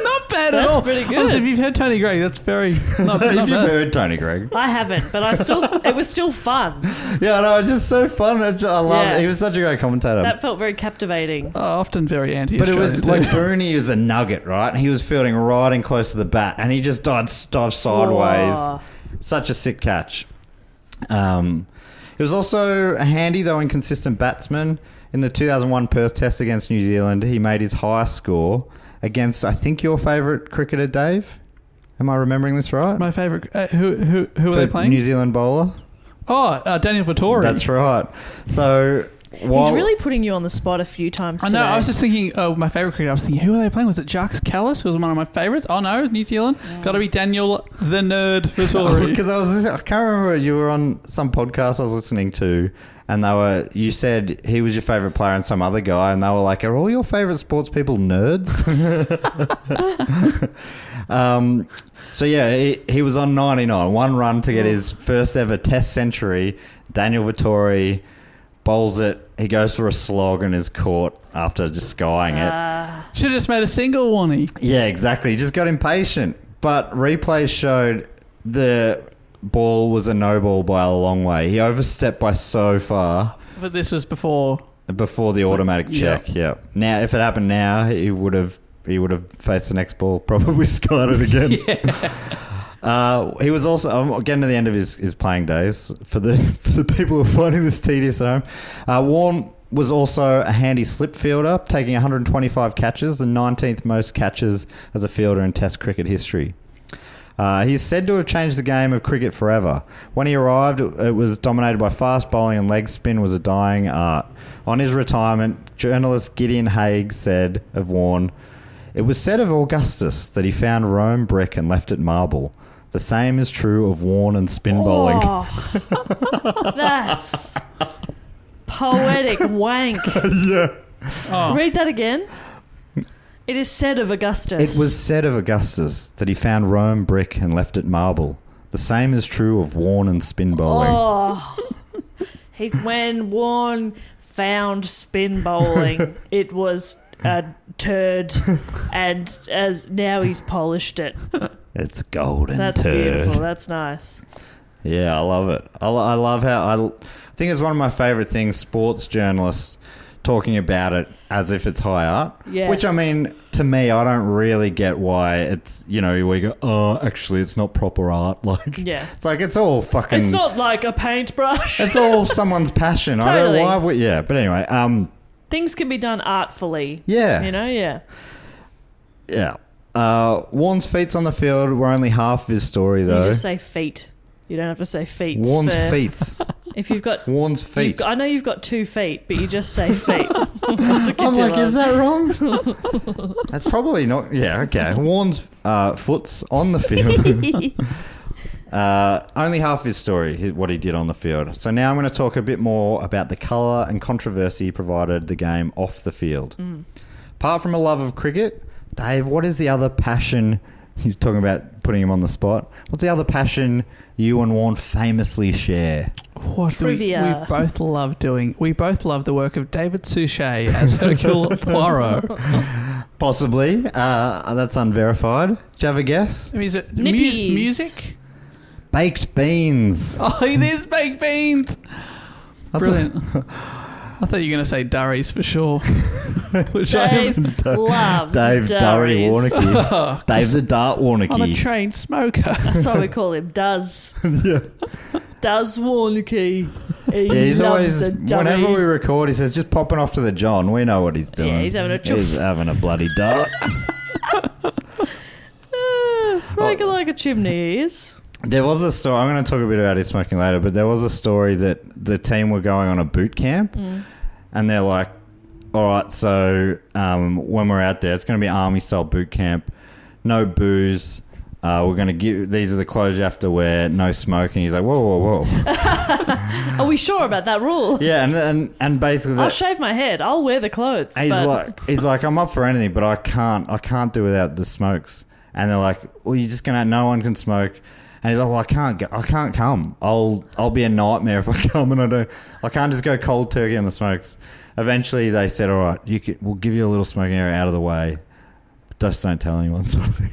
S2: not bad at
S4: That's
S2: all.
S4: pretty good.
S2: Honestly, if you've heard Tony Gregg, that's very not, not bad.
S1: heard Tony Gregg.
S4: I haven't, but I still. it was still fun.
S1: Yeah, no, it's just so fun. It's- I love
S4: Yeah.
S1: it. He was such a great commentator.
S4: That felt very captivating.
S2: Uh, often very anti.
S1: But it was like Booney is a nugget, right? He was fielding right and close to the bat, and he just dived, dived sideways.
S4: Whoa.
S1: Such a sick catch. Um, he was also a handy, though inconsistent batsman. In the 2001 Perth Test against New Zealand, he made his highest score against, I think, your favourite cricketer, Dave. Am I remembering this right?
S2: my favorite. Uh, who who who are
S1: The
S2: they playing?
S1: New Zealand bowler.
S2: oh, uh, Daniel Vittori.
S1: That's right. So, while,
S4: He's really putting you on the spot a few times.
S2: I know.
S4: today.
S2: I was just thinking. Oh, my favorite cricketer. I was thinking, who are they playing? Was it Jacques Callis? Who was one of my favorites? Oh no, New Zealand. Got to be Daniel the Nerd Vittori.
S1: Because I was, listening- I can't remember. You were on some podcast I was listening to, and they were. You said he was your favorite player and some other guy, and they were like, "Are all your favorite sports people nerds?" um, so yeah, he, he was on ninety nine, one run to get his first ever Test century. Daniel Vittori bowls it. He goes for a slog and is caught after just skying it.
S4: Ah.
S2: Should have just made a single warning.
S1: Yeah, exactly. He just got impatient. But replays showed the ball was a no ball by a long way. He overstepped by so far
S2: But this was before.
S1: before the automatic
S2: Yeah.
S1: check. Yeah. Now, if it happened now, he would have he would have faced the next ball, probably scored it again. Uh, he was also I'm getting to the end of his, his playing days for the for the people who are finding this tedious at home. Uh, Warren was also a handy slip fielder, taking 125 catches, the 19th most catches as a fielder in Test cricket history. Uh, he's said to have changed the game of cricket forever. When he arrived, it was dominated by fast bowling and leg spin was a dying art. On his retirement, journalist Gideon Haig said of Warren, It was said of Augustus that he found Rome brick and left it marble. The same is true of Warren and spin bowling.
S4: Oh, that's poetic wank.
S1: yeah.
S2: Oh.
S4: Read that again. It is said of Augustus.
S1: It was said of Augustus that he found Rome brick and left it marble. The same is true of Warren and spin bowling.
S4: Oh, he's when Warren found spin bowling, it was a turd, and as now he's polished it.
S1: It's golden
S4: That's
S1: turd.
S4: beautiful. That's nice.
S1: Yeah, I love it. I, lo- I love how I, l- I think it's one of my favorite things. Sports journalists talking about it as if it's high art.
S4: Yeah.
S1: Which I mean, to me, I don't really get why it's you know we go oh actually it's not proper art like
S4: Yeah.
S1: it's like it's all fucking
S4: It's not like a paintbrush.
S1: it's all someone's passion. I don't
S4: Totally.
S1: know why we, yeah. But anyway, um
S4: Things can be done artfully.
S1: yeah
S4: You know, yeah.
S1: yeah. Uh, Warren's feats on the field were only half of his story
S4: You
S1: though.
S4: just say feet. You don't have to say feet.
S1: Warren's
S4: for-
S1: feats.
S4: If you've got
S1: Warren's
S4: You've
S1: feet.
S4: got- I know you've got two feet, but you just say feet. To
S1: I'm like, is
S4: Dylan.
S1: that wrong? That's probably not. Yeah, okay. Warren's uh, foots on the field. uh, only half of his story, his- what he did on the field. So now I'm going to talk a bit more about the colour and controversy provided the game off the field. Apart from a love of cricket, Dave, what is the other passion? You're talking about putting him on the spot. What's the other passion you and Warren famously share?
S2: What do we- We,
S4: Trivia.
S2: both love doing. We both love the work of David Suchet as Hercule Poirot.
S1: Possibly. Uh, that's unverified. Do you have a guess?
S2: Is it mu-
S4: Nippies.
S2: music?
S1: Baked beans.
S2: Oh, it is baked beans.
S1: I thought-
S2: Brilliant. I thought you were going to say Durry's for sure. Which I am.
S4: Dave loves
S1: Dave Durry
S4: durries. Oh,
S1: Warnicky. Dave the Dart
S2: I'm a
S1: Warnicky.
S2: trained smoker.
S4: That's why we call him. Does. Does Warnicky. He
S1: yeah, he's
S4: loves
S1: always,
S4: a durry.
S1: whenever we record, he says, just popping off to the John. We know what he's doing.
S4: he's having a chuff.
S1: He's having a bloody dart.
S4: Ah,
S1: Oh.
S4: smoking like a chimney is.
S1: there was a story, I'm going to talk a bit about his smoking later, but there was a story that the team were going on a boot camp
S4: Mm.
S1: and they're like, all right, so um, when we're out there, it's going to be army style boot camp. No booze. Uh, we're going to give, these are the clothes you have to wear, no smoking. He's like, whoa, whoa, whoa.
S4: Are we sure about that rule?
S1: yeah, and, and, and basically,
S4: I'll
S1: that-
S4: shave my head. I'll wear the clothes.
S1: He's
S4: but
S1: like, he's like, I'm up for anything, but I can't, I can't do without the smokes. And they're like, well, you're just gonna, no one can smoke. And he's like, well, I can't, go, I can't come. I'll, I'll be a nightmare if I come and I do. I can't just go cold turkey on the smokes. Eventually, they said, all right, you can, we'll give you a little smoking area out of the way, but just don't tell anyone, sort of thing.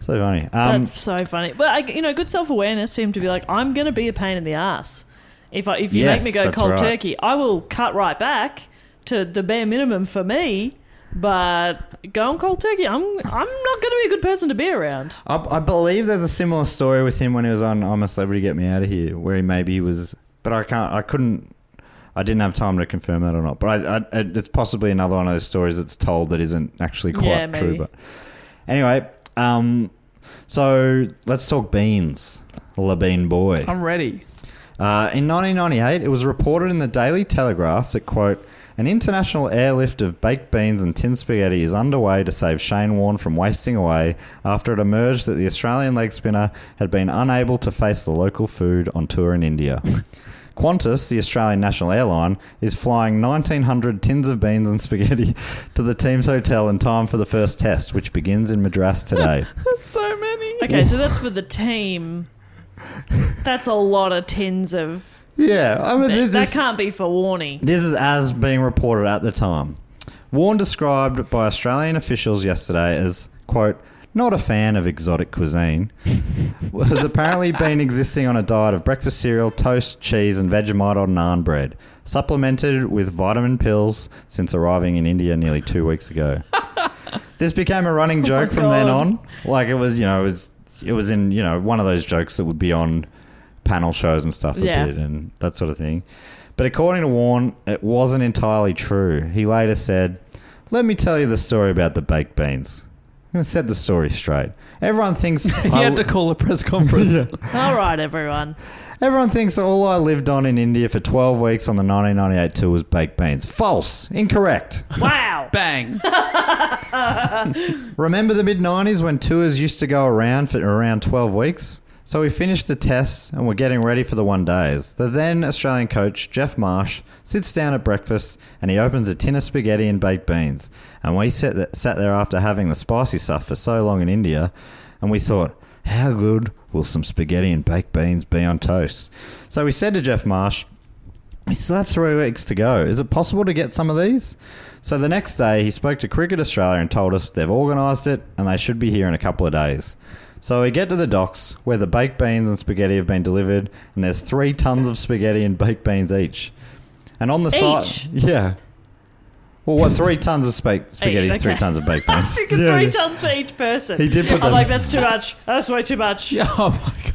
S1: so funny. Um,
S4: that's so funny. But I, you know, good self awareness for him to be like, I'm going to be a pain in the ass. If I, if you
S1: Yes,
S4: make me go
S1: that's
S4: cold
S1: right.
S4: turkey, I will cut right back to the bare minimum for me. But going cold turkey, I'm I'm not going to be a good person to be around.
S1: I, I believe there's a similar story with him when he was on I'm a Celebrity, Get Me Out of Here, where he maybe he was, but I can't, I couldn't, I didn't have time to confirm that or not. But I, I, it's possibly another one of those stories that's told that isn't actually quite
S4: Yeah,
S1: true.
S4: maybe.
S1: But anyway, um, so let's talk beans, La Bean Boy.
S2: I'm ready.
S1: Uh, in 1998, it was reported in the Daily Telegraph that, quote, an international airlift of baked beans and tin spaghetti is underway to save Shane Warne from wasting away after it emerged that the Australian leg spinner had been unable to face the local food on tour in India. Qantas, the Australian national airline, is flying 1,900 tins of beans and spaghetti to the team's hotel in time for the first test, which begins in Madras today.
S2: So many.
S4: Okay, so that's for the team. That's a lot of tins of
S1: Yeah, I mean,
S4: That,
S1: this,
S4: that can't be for warning.
S1: This is as being reported at the time. Warren described by Australian officials yesterday as, quote, not a fan of exotic cuisine, has apparently been existing on a diet of breakfast cereal, toast, cheese, and Vegemite or naan bread, supplemented with vitamin pills since arriving in India nearly two weeks ago. this became a running joke from then on. Like it was, you know, it was it was in you know one of those jokes that would be on panel shows and stuff a
S4: Yeah.
S1: bit and that sort of thing. But according to Warren, it wasn't entirely true. He later said, "Let me tell you the story about the baked beans." I'm gonna set the story straight. Everyone thinks
S2: He had to call a press conference.
S4: All right, everyone.
S1: Everyone thinks all I lived on in India for 12 weeks on the 1998 tour was baked beans. False. Incorrect.
S4: Wow.
S2: Bang.
S1: Remember the mid 90s when tours used to go around for around 12 weeks? So we finished the tests and we're getting ready for the one days. The then Australian coach, Jeff Marsh, sits down at breakfast and he opens a tin of spaghetti and baked beans. And we sat, th- sat there after having the spicy stuff for so long in India and we thought, how good will some spaghetti and baked beans be on toast? So we said to Jeff Marsh, we still have three weeks to go. Is it possible to get some of these? So the next day, he spoke to Cricket Australia and told us they've organised it and they should be here in a couple of days. So we get to the docks where the baked beans and spaghetti have been delivered, and there's three tons of spaghetti and baked beans each. And on the
S4: Each?
S1: side, yeah. Well, what three tons of spa- spaghetti?
S4: Eight,
S1: Three
S4: okay.
S1: tons of baked beans.
S4: Three
S1: Yeah.
S4: tons for each person.
S1: He did put
S4: I'm
S1: them-
S4: like, that's too much. That's way too much.
S2: Yeah, oh my God.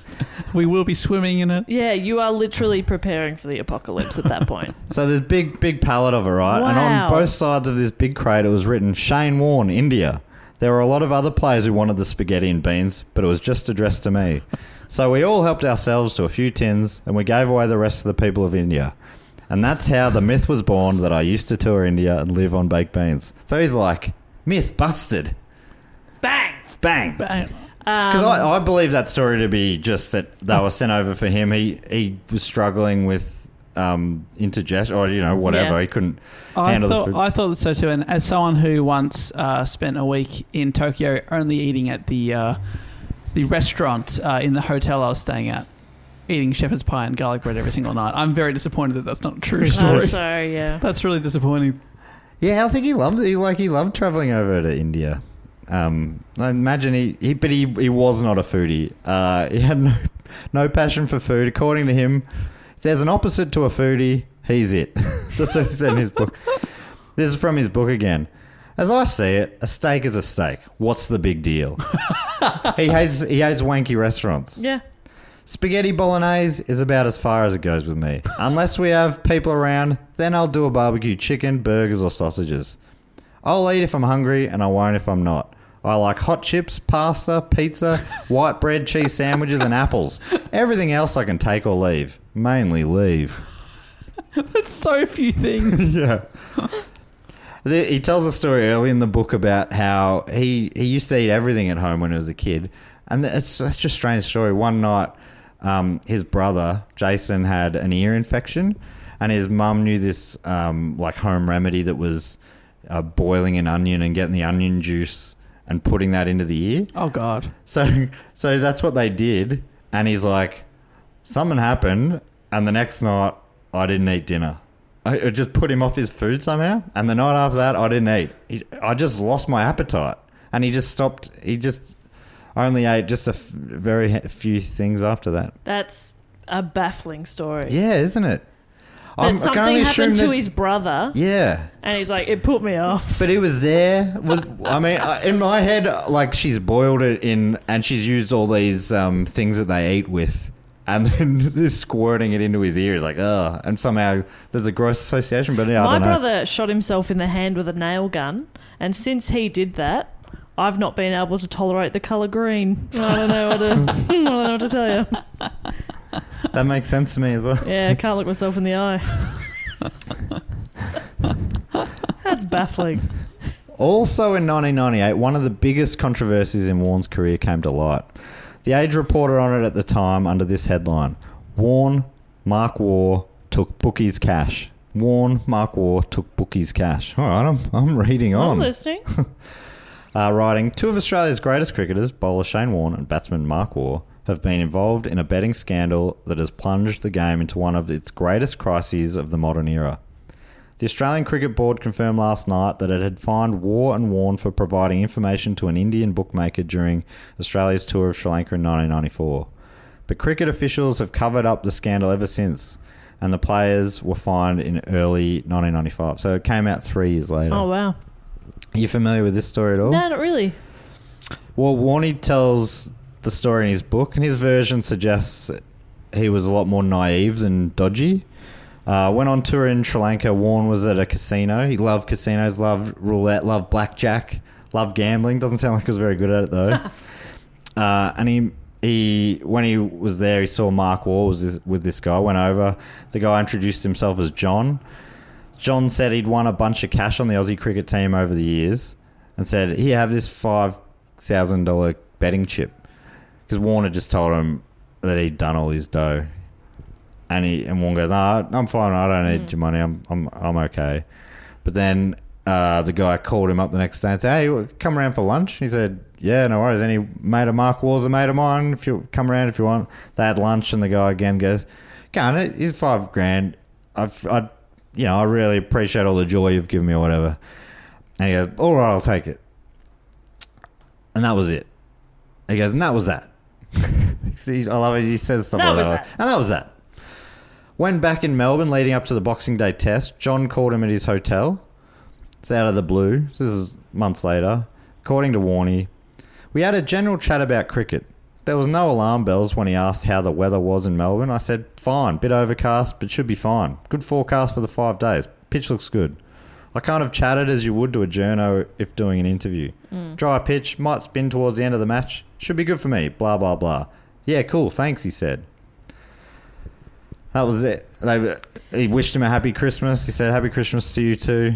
S2: We will be swimming in it.
S4: Yeah, you are literally preparing for the apocalypse at that point.
S1: So there's big, big pallet of it, right? And
S4: Wow.
S1: on both sides of this big crate, it was written Shane Warne, India. There were a lot of other players who wanted the spaghetti and beans, but it was just addressed to me. so we all helped ourselves to a few tins, and we gave away the rest of the people of India. And that's how the myth was born that I used to tour India and live on baked beans. So he's like, myth busted.
S4: Bang!
S1: Bang.
S2: Bang.
S1: Because
S2: Um,
S1: I, I believe that story to be just that they were sent over for him. He he was struggling with um, indigestion or you know whatever.
S4: Yeah.
S1: He couldn't
S2: I
S1: handle the
S2: thought,
S1: food.
S2: I thought so too. And as someone who once uh, spent a week in Tokyo only eating at the uh, the restaurant uh, in the hotel I was staying at, eating shepherd's pie and garlic bread every single night, I'm very disappointed that that's not a true
S4: I'm
S2: story.
S4: sorry, Um, yeah.
S2: That's really disappointing.
S1: yeah, I think he loved it. He, like he loved traveling over to India. Um, I imagine he, he but he he was not a foodie. Uh, he had no no passion for food. According to him, if there's an opposite to a foodie, he's it. That's what he said in his book. This is from his book again. As I see it, a steak is a steak. What's the big deal? he hates he hates wanky restaurants.
S4: Yeah.
S1: Spaghetti bolognese is about as far as it goes with me. Unless we have people around, then I'll do a barbecue chicken, burgers, or sausages. I'll eat if I'm hungry, and I won't if I'm not. I like hot chips, pasta, pizza, white bread, cheese sandwiches, and apples. Everything else I can take or leave. Mainly leave.
S2: That's so few things.
S1: yeah. The- He tells a story early in the book about how he he used to eat everything at home when he was a kid, and that's that's just a strange story. One night, um, his brother Jason had an ear infection, and his mum knew this um, like home remedy that was uh, boiling an onion and getting the onion juice and putting that into the ear.
S2: oh God.
S1: So so that's what they did, and he's like, something happened, and the next night I didn't eat dinner. I, it just put him off his food somehow, and the night after that I didn't eat. He, I just lost my appetite, and he just stopped. He just only ate just a f- very he- few things after that.
S4: That's a baffling story.
S1: Yeah, isn't it?
S4: That
S1: I'm-
S4: something happened to his brother,
S1: yeah,
S4: and he's like, it put me off.
S1: But he was there. Was I mean, I- in my head, like she's boiled it in, and she's used all these um, things that they eat with, and then this squirting it into his ears, like oh, and somehow there's a gross association. But yeah, I
S4: My
S1: don't know.
S4: brother shot himself in the hand with a nail gun, and since he did that, I've not been able to tolerate the color green. I don't know what to, I don't know what to tell you.
S1: that makes sense to me as well.
S4: Yeah, I can't look myself in the eye. That's baffling.
S1: Also in 1998, one of the biggest controversies in Warren's career came to light. The Age reported on it at the time under this headline Warren, Mark War took Bookie's cash. Warren, Mark War took Bookie's cash. All right, I'm, I'm reading
S4: I'm
S1: on.
S4: listening.
S1: uh, writing two of Australia's greatest cricketers, bowler Shane Warne and batsman Mark Waugh, have been involved in a betting scandal that has plunged the game into one of its greatest crises of the modern era. The Australian Cricket Board confirmed last night that it had fined War and Warn for providing information to an Indian bookmaker during Australia's tour of Sri Lanka in 1994. But cricket officials have covered up the scandal ever since, and the players were fined in early 1995. So it came out three years later.
S4: Oh wow.
S1: Are you familiar with this story at all?
S4: No, not really.
S1: Well, Warney tells the story in his book, and his version suggests he was a lot more naive than dodgy. Uh, when on tour in Sri Lanka, Warren was at a casino. He loved casinos, loved roulette, loved blackjack, loved gambling. Doesn't sound like he was very good at it though. uh, and he he when he was there, he saw Mark Wall was this, with this guy. Went over. The guy introduced himself as John. John said he'd won a bunch of cash on the Aussie cricket team over the years and said, Here, have this $5,000 betting chip. Because Warner just told him that he'd done all his dough. And, he, and Warner goes, nah, I'm fine. I don't need your money. I'm, I'm, I'm okay. But then uh, the guy called him up the next day and said, Hey, come around for lunch. He said, Yeah, no worries. Any mate of Mark Wall's a mate of mine. If you come around if you want. They had lunch, and the guy again goes, Go on, it is five grand. I've, I, you know, I really appreciate all the joy you've given me or whatever. And he goes, All right, I'll take it. And that was it. He goes, And that was that. See, I love it. He says stuff
S4: That
S1: like
S4: was
S1: that.
S4: that.
S1: And that was that. When back in Melbourne leading up to the Boxing Day test, John called him at his hotel. It's out of the blue. This is months later. According to Warney, we had a general chat about cricket. There was no alarm bells when he asked how the weather was in Melbourne. I said, fine, bit overcast, but should be fine. Good forecast for the five days. Pitch looks good. I kind of chatted as you would to a journo if doing an interview. Dry pitch, might spin towards the end of the match. Should be good for me, blah, blah, blah. Yeah, cool, thanks, he said. That was it. They, he wished him a happy Christmas. He said, Happy Christmas to you too.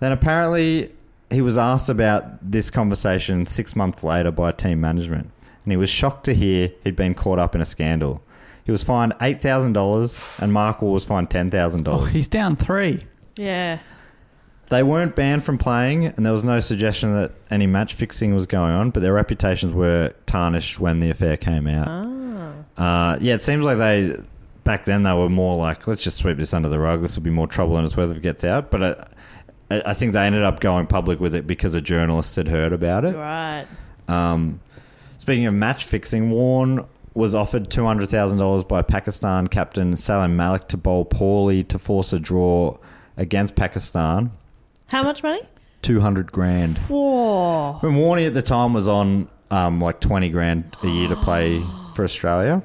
S1: Then apparently he was asked about this conversation six months later by team management, and he was shocked to hear he'd been caught up in a scandal. He was fined eight thousand dollars, and Mark Wall was fined ten thousand
S2: Oh,
S1: dollars.
S2: he's down three.
S4: Yeah.
S1: They weren't banned from playing, and there was no suggestion that any match fixing was going on, but their reputations were tarnished when the affair came out. Uh, yeah, it seems like they, back then, they were more like, let's just sweep this under the rug. This will be more trouble than it's worth if it gets out. But I, I I think they ended up going public with it because a journalist had heard about it.
S4: Right.
S1: Um, speaking of match fixing, Warren was offered two hundred thousand dollars by Pakistan captain Salim Malik to bowl poorly to force a draw against Pakistan.
S4: How much money?
S1: Two hundred grand.
S4: Four.
S1: And Warney at the time was on um, like twenty grand a year to play for Australia,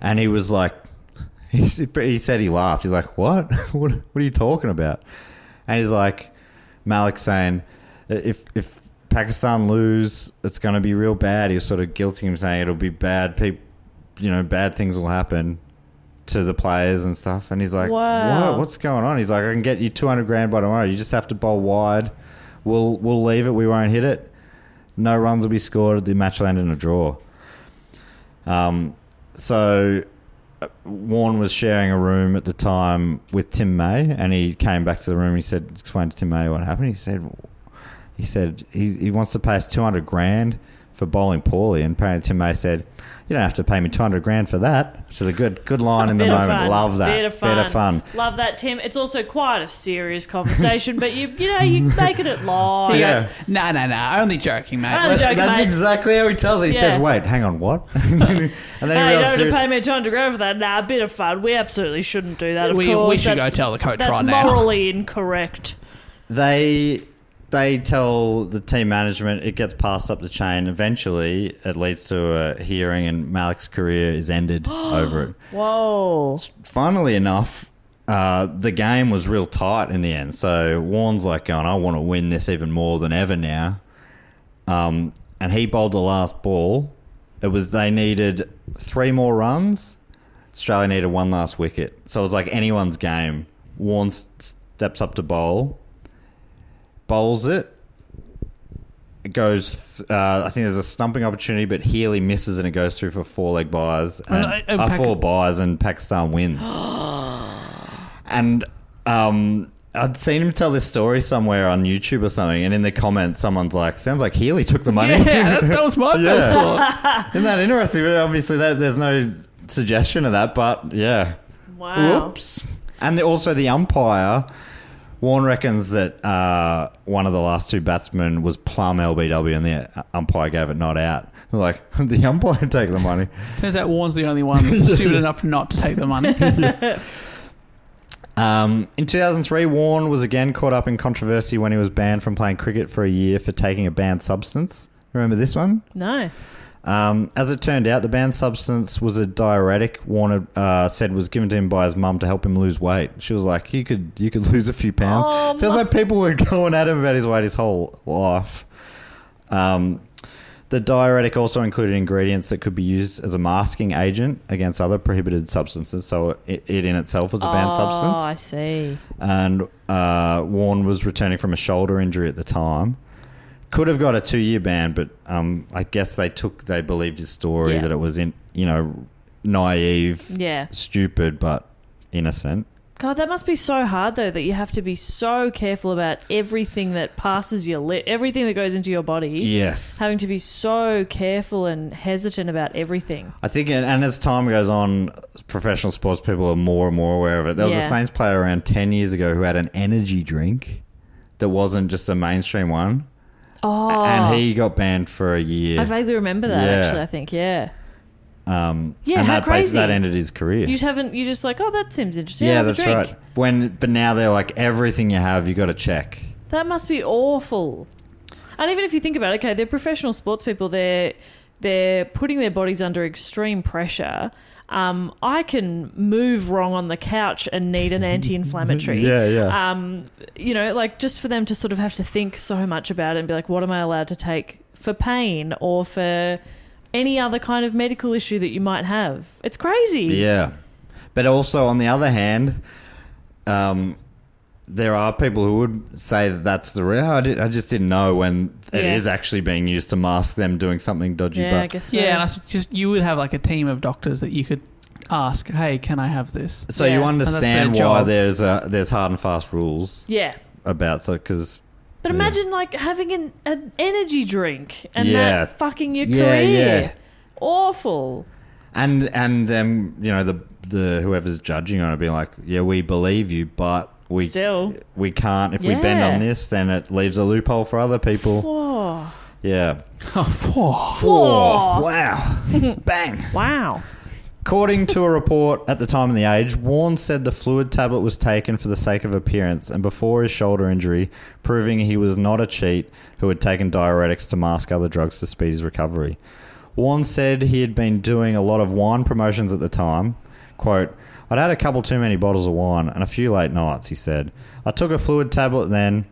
S1: and he was like, he, s- he said he laughed. He's like, "What? what? What are you talking about?" And he's like, Malik saying, "If if Pakistan lose, it's going to be real bad." He was sort of guilting him, saying it'll be bad. People, you know, bad things will happen to the players and stuff. And he's like,
S4: Wow.
S1: "What? What's going on?" He's like, "I can get you two hundred grand by tomorrow. You just have to bowl wide. We'll we'll leave it. We won't hit it. No runs will be scored. The match will end in a draw." Um, so uh, Warren was sharing a room at the time with Tim May, and he came back to the room. and He said, explained to Tim May what happened. He said, he said he, he wants to pay us two hundred grand for bowling poorly, and apparently Tim May said, you don't have to pay me two hundred grand for that, which is a good good line in the
S4: Bit of
S1: moment.
S4: fun.
S1: Love that.
S4: Bit of fun. Love that, Tim. It's also quite a serious conversation, but you you know you make it at light.
S2: He
S1: Yeah. Ah.
S2: goes, Nah, nah, nah. Only joking, mate.
S4: Only
S2: Let's-
S4: joking.
S1: That's
S4: mate.
S1: exactly how he tells it. He
S4: Yeah.
S1: says, "Wait, hang on, what?" and then he
S4: Hey,
S1: realized
S4: don't have to
S1: seriously-
S4: pay me two hundred grand for that. Nah, a bit of fun. We absolutely shouldn't do that. Of
S2: We- we
S4: course,
S2: should go
S4: That's-
S2: tell the coach
S4: That's
S2: right now.
S4: morally incorrect.
S1: they they tell the team management it gets passed up the chain eventually it leads to a hearing and malik's career is ended over it
S4: Whoa.
S1: funnily enough, uh, the game was real tight in the end. So Warren's like going, I want to win this even more than ever now. Um, and he bowled the last ball. It was they needed three more runs. Australia needed one last wicket. So it was like anyone's game. Warren s- steps up to bowl, bowls it. It goes. th- Uh, I think there's a stumping opportunity, but Healy misses and it goes through for four leg buys and
S2: Uh, uh,
S1: uh,
S2: Pak-
S1: four buys, and Pakistan wins. and um, I'd seen him tell this story somewhere on YouTube or something, and in the comments, someone's like, "Sounds like Healy took the money."
S2: Yeah, that, that was my first
S1: Yeah.
S2: thought.
S1: Isn't that interesting? But obviously, that, there's no suggestion of that. But yeah,
S4: Wow.
S1: Whoops. And the, also the umpire, Warren reckons that uh, one of the last two batsmen was plum LBW, and the uh, umpire gave it not out. I was like, the umpire take the money.
S2: Turns out Warren's the only one stupid enough not to take the money.
S1: Um, in 2003, Warren was again caught up in controversy when he was banned from playing cricket for a year for taking a banned substance. Remember this one?
S4: No.
S1: Um, as it turned out, the banned substance was a diuretic. Warner uh, said was given to him by his mum to help him lose weight. She was like, "You could, you could lose a few pounds."
S4: Oh,
S1: Feels
S4: mum.
S1: like people were going at him about his weight his whole life. Um, the diuretic also included ingredients that could be used as a masking agent against other prohibited substances. So it, it in itself was a banned
S4: oh,
S1: substance
S4: I see.
S1: and uh, Warren was returning from a shoulder injury at the time. Could have got a two-year ban, but um, I guess they took they believed his story
S4: Yeah.
S1: that it was in you know naive,
S4: Yeah.
S1: stupid, but innocent.
S4: God, that must be so hard though that you have to be so careful about everything that passes your lip, everything that goes into your body.
S1: Yes,
S4: Having to be so careful and hesitant about everything.
S1: I think, and- and as time goes on, professional sports people are more and more aware of it. There was
S4: Yeah.
S1: a Saints player around ten years ago who had an energy drink that wasn't just a mainstream one,
S4: Oh,
S1: and he got banned for a year.
S4: I vaguely remember that
S1: Yeah.
S4: actually. I think, yeah,
S1: um,
S4: Yeah,
S1: and
S4: how
S1: that basically
S4: crazy.
S1: that ended his career.
S4: you just haven't. You just like, oh, that seems interesting.
S1: Yeah,
S4: Have
S1: that's
S4: a drink.
S1: right. When but now they're like everything you have, you got to check.
S4: That must be awful. And even if you think about it, okay, they're professional sports people. They're they're putting their bodies under extreme pressure. Um, I can move wrong on the couch and need an anti-inflammatory.
S1: yeah.
S4: Um, you know, like just for them to sort of have to think so much about it and be like, what am I allowed to take for pain or for any other kind of medical issue that you might have? It's crazy.
S1: yeah. But also on the other hand, um, there are people who would say that that's the real. I, did, I just didn't know when it
S4: Yeah.
S1: is actually being used to mask them doing something dodgy.
S4: Yeah,
S1: but
S4: I guess so.
S2: yeah, and I s- just you would have like a team of doctors that you could ask, "Hey, can I have this?"
S1: so
S4: Yeah.
S1: you
S4: And
S2: that's their
S1: understand why
S2: job.
S1: there's a, there's hard and fast rules
S4: yeah.
S1: about so because
S4: But
S1: Yeah.
S4: imagine like having an, an energy drink and
S1: Yeah.
S4: that fucking your
S1: Yeah,
S4: career.
S1: yeah.
S4: Awful.
S1: and and then you know the the whoever's judging on it being like yeah we believe you but we
S4: Still.
S1: we can't if we bend
S4: Yeah.
S1: on this then it leaves a loophole for other people
S4: Whoa.
S1: yeah
S2: Oh, four.
S4: Whoa.
S1: wow bang
S4: Wow.
S1: according to a report at the time of the age warren said the fluid tablet was taken for the sake of appearance and before his shoulder injury proving he was not a cheat who had taken diuretics to mask other drugs to speed his recovery Warren said he had been doing a lot of wine promotions at the time. Quote, I'd had a couple too many bottles of wine and a few late nights, he said. I took a fluid tablet then.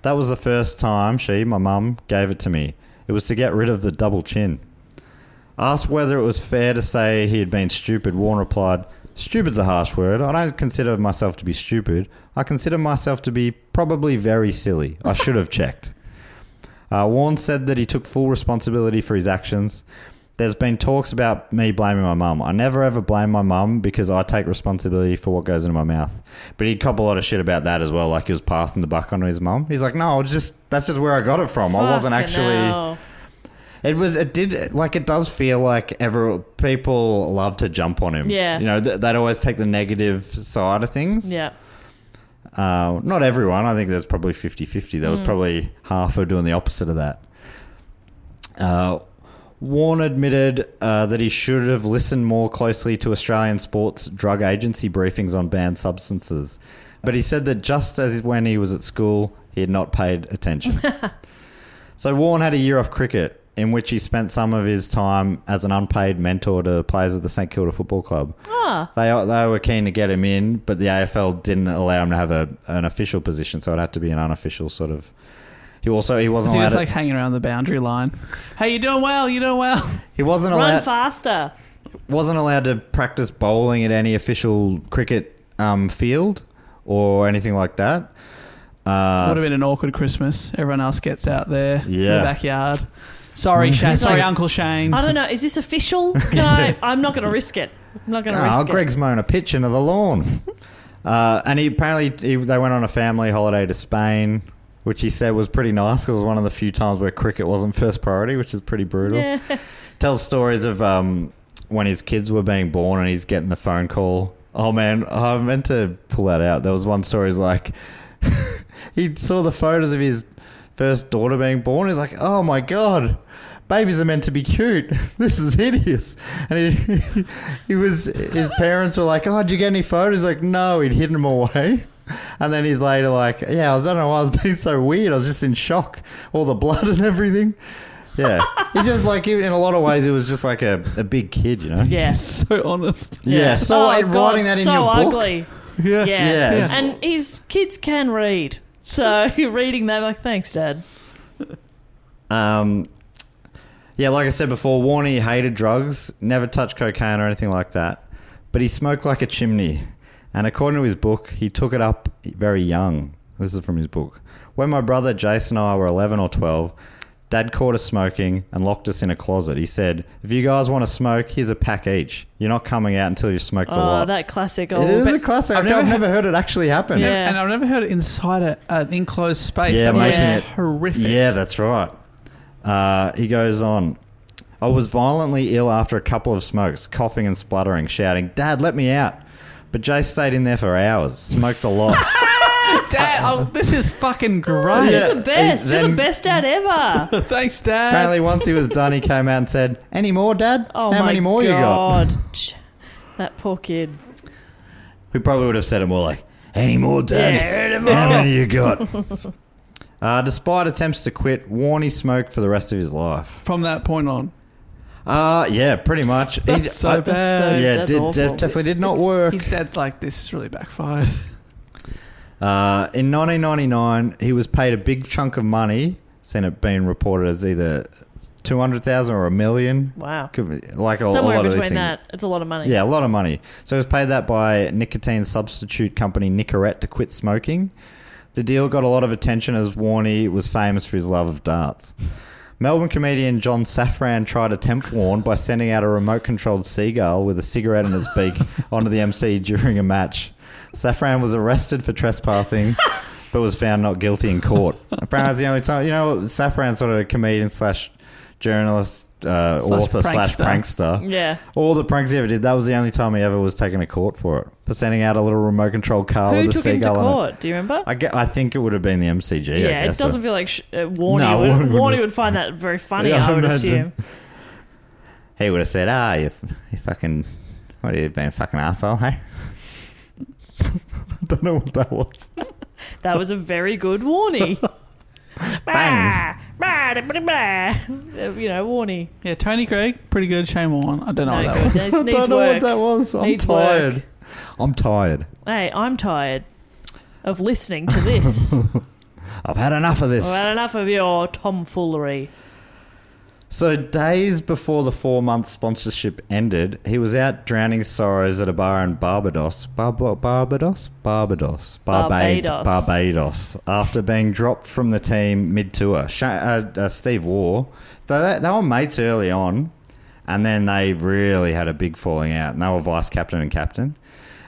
S1: That was the first time she, my mum, gave it to me. It was to get rid of the double chin. Asked whether it was fair to say he had been stupid, Warren replied, Stupid's a harsh word. I don't consider myself to be stupid. I consider myself to be probably very silly. I should have checked. Uh, Warren said that he took full responsibility for his actions. There's been talks about me blaming my mum. I never ever blame my mum because I take responsibility for what goes into my mouth. But he'd cop a lot of shit about that as well, like he was passing the buck on to his mum. He's like, no, I was just that's just where I got it from. I wasn't
S4: Fucking
S1: actually.
S4: hell.
S1: It was. It did. Like it does feel like ever people love to jump on him.
S4: Yeah.
S1: You know, th- they'd always take the negative side of things.
S4: Yeah.
S1: Uh, not everyone. I think there's probably 50 50.
S4: Mm.
S1: There was probably half who were doing the opposite of that. Uh, Warren admitted uh, that he should have listened more closely to Australian sports drug agency briefings on banned substances. But he said that just as when he was at school, he had not paid attention. so Warren had a year off cricket in which he spent some of his time as an unpaid mentor to players at the St Kilda Football Club.
S4: Ah.
S1: They they were keen to get him in, but the AFL didn't allow him to have a an official position, so it had to be an unofficial sort of. He also he wasn't
S2: So you're
S1: allowed.
S2: just
S1: to-
S2: like hanging around the boundary line. Hey, you doing well? You doing well?
S1: he wasn't
S4: Run
S1: allowed
S4: faster.
S1: wasn't allowed to practice bowling at any official cricket um, field or anything like that. Uh,
S2: Would have been an awkward Christmas. Everyone else gets out there in
S1: Yeah.
S2: the backyard. Sorry, Shane. Sorry, Uncle Shane.
S4: I don't know. Is this
S1: Ah,
S4: official? Can I? I'm not going to risk it. I'm not going to risk
S1: oh, Greg's mown a pitch into the lawn. Uh, and he apparently he, they went on a family holiday to Spain, which he said was pretty nice because it was one of the few times where cricket wasn't first priority, which is pretty brutal. Tells stories of um, when his kids were being born and he's getting the phone call. Oh man, I meant to pull that out. There was one story. He's like, he saw the photos of his first daughter being born. He's like, oh my god, babies are meant to be cute. This is hideous. And he, he was, his parents were like, oh, did you get any photos? He's like, no, he'd hidden them away. And then he's later like, yeah, I was- I don't know why I was being so weird. I was just in shock, all the blood and everything. Yeah, he just like he- in a lot of ways, it was just like a, a big kid, you know.
S4: Yeah.
S2: so honest.
S1: Yeah, so
S4: oh,
S1: like
S4: God,
S1: writing that in
S4: so
S1: your book.
S4: ugly. Yeah.
S2: Yeah.
S1: Yeah. Yeah.
S4: And his kids can read. So reading that, like, thanks, Dad.
S1: Um, yeah, like I said before, Warney hated drugs, never touched cocaine or anything like that. But he smoked like a chimney. And according to his book, he took it up very young. This is from his book. When my brother Jason and I were 11 or 12, Dad caught us smoking and locked us in a closet. He said, If you guys want to smoke, here's a pack each. You're not coming out until you've smoked a
S4: Oh,
S1: lot.
S4: that classic
S1: it
S4: old.
S1: is a classic.
S2: I've
S1: I've, never,
S2: never-
S1: heard it actually happen.
S4: Yeah.
S2: And I've never heard it inside a, an enclosed space.
S1: Yeah,
S2: That would be
S1: making it-
S2: horrific.
S1: Yeah, that's right. Uh, he goes on. I was violently ill after a couple of smokes, coughing and spluttering, shouting, "Dad, let me out!" But Jay stayed in there for hours, smoked a lot.
S2: Dad, oh, this is fucking great.
S4: Oh, This
S1: Yeah.
S4: is the best. You're the
S1: Then-
S4: best dad ever.
S2: Thanks, Dad.
S1: Apparently, once he was done, he came out and said, "Any more, Dad?
S4: Oh
S1: How
S4: my
S1: many more you got?"
S4: God. Ch- That poor kid.
S1: We probably would have said it more like, "Any more, Dad? How many you got?" uh, despite attempts to quit, Warney smoked for the rest of his life.
S2: From that point on.
S1: Uh, yeah, pretty much. He-
S2: That's so
S1: I-
S2: bad.
S1: yeah,
S4: That's
S1: did,
S4: awful.
S1: definitely did not work.
S2: His dad's like, this is really backfired.
S1: Uh, in 1999, he was paid a big chunk of money. Seen it being reported as either 200,000 or a million.
S4: Wow.
S1: Could be- Like a, a
S4: Somewhere
S1: lot of these
S4: between
S1: things.
S4: that. It's a lot of money.
S1: Yeah, a lot of money. So he was paid that by nicotine substitute company Nicorette to quit smoking. The deal got a lot of attention as Warney was famous for his love of darts. Melbourne comedian John Safran tried to tempt Warren by sending out a remote controlled seagull with a cigarette in its beak onto the MC during a match. Safran was arrested for trespassing but was found not guilty in court. Apparently, it's the only time, you know, Safran's sort of a comedian slash journalist, uh,
S2: Slash
S1: author slash
S2: prankster.
S1: prankster.
S4: Yeah.
S1: All the pranks he ever did, that was the only time he ever was taken to court for it. For sending out a little remote control car
S4: Who
S1: with a
S4: took him to
S1: seagull on it.
S4: court? Do you remember?
S1: I, ge- I think it would have been the MCG. I
S4: yeah, it
S1: guess,
S4: doesn't
S1: uh,
S4: feel like sh- uh, Warney.
S1: No,
S4: would,
S1: Warney wouldn't.
S4: Warney would find that very funny.
S1: Yeah,
S4: I
S1: I
S4: would
S1: imagine.
S4: assume.
S1: He would have said, ah, you, f- you fucking. What have you been, a fucking asshole, hey? I don't know what that was.
S4: That was a very good Warney. Bah, bah, da, ba, da, bah. Uh, You know, Warney.
S2: Yeah, Tony Gregg, pretty good. Shane Warren. I don't know
S4: No,
S2: what that
S4: good.
S2: was.
S4: Needs-
S1: I
S4: needs
S1: Oh, don't know
S4: work.
S1: what that was. I'm
S4: Needs work.
S1: tired. I'm tired.
S4: Hey, I'm tired of listening to this.
S1: I've had enough of this.
S4: I've had enough of your tomfoolery.
S1: So days before the four-month sponsorship ended, he was out drowning his sorrows at a bar in Barbados, Bar- Bar- Barbados, Barbados, Barbade-
S4: Barbados.
S1: Barbados, after being dropped from the team mid-tour. Sha uh, uh, Steve Waugh, they, they, they were mates early on, and then they really had a big falling out. And they were vice captain and captain.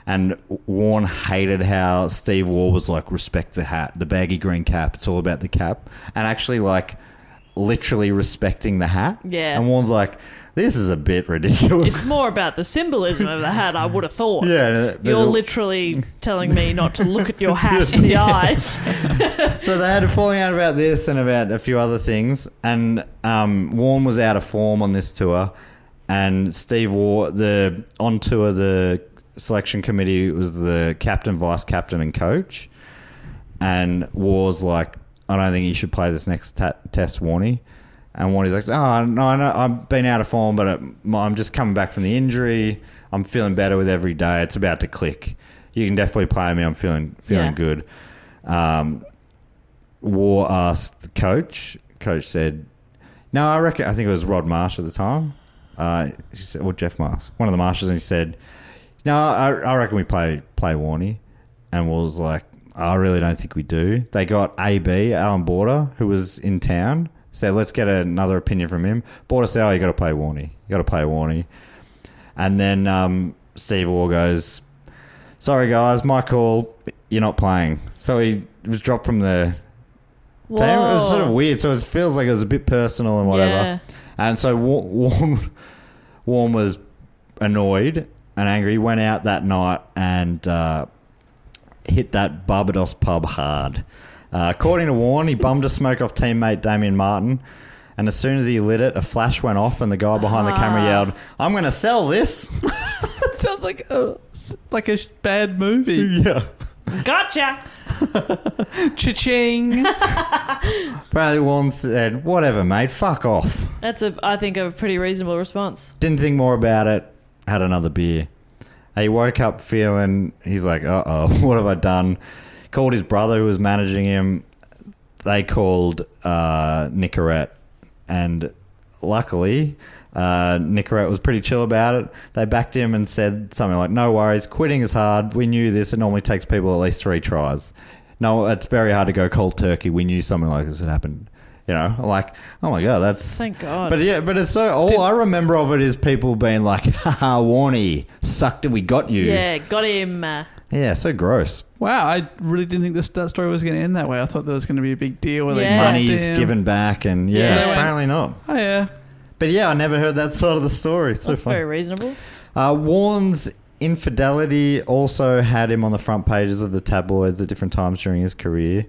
S1: And Warren hated how Steve Waugh was like, respect the hat, the baggy green cap. It's all about the cap. And actually, like, literally respecting the hat.
S4: Yeah.
S1: And Warren's like, this is a bit ridiculous.
S4: It's more about the symbolism of the hat, I would have thought.
S1: yeah. uh, but-
S4: You're literally telling me not to look at your hat in the eyes.
S1: so they had a falling out about this and about a few other things. And um, Warren was out of form on this tour. And Steve War, the on tour, the selection committee was the captain, vice captain, and coach. And War's like, I don't think you should play this next ta- test, Warney. And Warney's like, oh, no, no, I've been out of form, but it, I'm just coming back from the injury. I'm feeling better with every day. It's about to click. You can definitely play me. I'm feeling feeling
S4: Yeah.
S1: good. Um, War asked the coach. Coach said, "No, I reckon. I think it was Rod Marsh at the time. Uh, she said, or Jeff Marsh, one of the Marshes." And he said, "No, I, I reckon we play play Warney." And was like, "I really don't think we do." They got AB Alan Border, who was in town. Said, "Let's get another opinion from him." Border said, "Oh, you got to play Warney. You got to play Warney." And then um, Steve War goes, sorry guys, my call. You're not playing. So he was dropped from the team. It was sort of
S4: Whoa.
S1: weird. So it feels like it was a bit personal and whatever.
S4: Yeah.
S1: And so Wa- Warm, Warm was annoyed and angry. He went out that night and uh, hit that Barbados pub hard. Uh, according to Warren, he bummed a smoke off teammate Damien Martin. And as soon as he lit it, a flash went off, and the guy behind the
S4: Ah.
S1: camera yelled, I'm going to sell this.
S2: That sounds like a, like a sh- bad movie.
S1: yeah.
S4: Gotcha.
S2: Cha-ching.
S1: Bradley Warren said, Whatever, mate, fuck off.
S4: That's a, I think, a pretty reasonable response.
S1: Didn't think more about it. Had another beer. He woke up feeling he's like, uh oh, what have I done? Called his brother who was managing him. They called uh, Nicorette, and luckily, uh, Nicorette was pretty chill about it. They backed him and said something like, "No worries, quitting is hard. We knew this. It normally takes people at least three tries. No, it's very hard to go cold turkey. We knew something like this had happened." You know, like, oh my god, that's
S4: Thank God.
S1: but yeah, but it's so. All I remember of it is people being like, "Haha, Warnie, sucked, and we got you."
S4: yeah, got him. Uh,
S1: Yeah, so gross.
S2: wow, I really didn't think this that story was going to end that way. I thought there was going to be a big deal where
S4: Yeah.
S2: they dropped
S1: Money's
S2: him.
S1: given back, and
S4: Yeah,
S1: yeah,
S4: they went-
S1: apparently not.
S2: Oh yeah,
S1: But yeah, I never heard that side of the story. It's So
S4: that's
S1: fun.
S4: very reasonable.
S1: Uh, Warren's infidelity also had him on the front pages of the tabloids at different times during his career.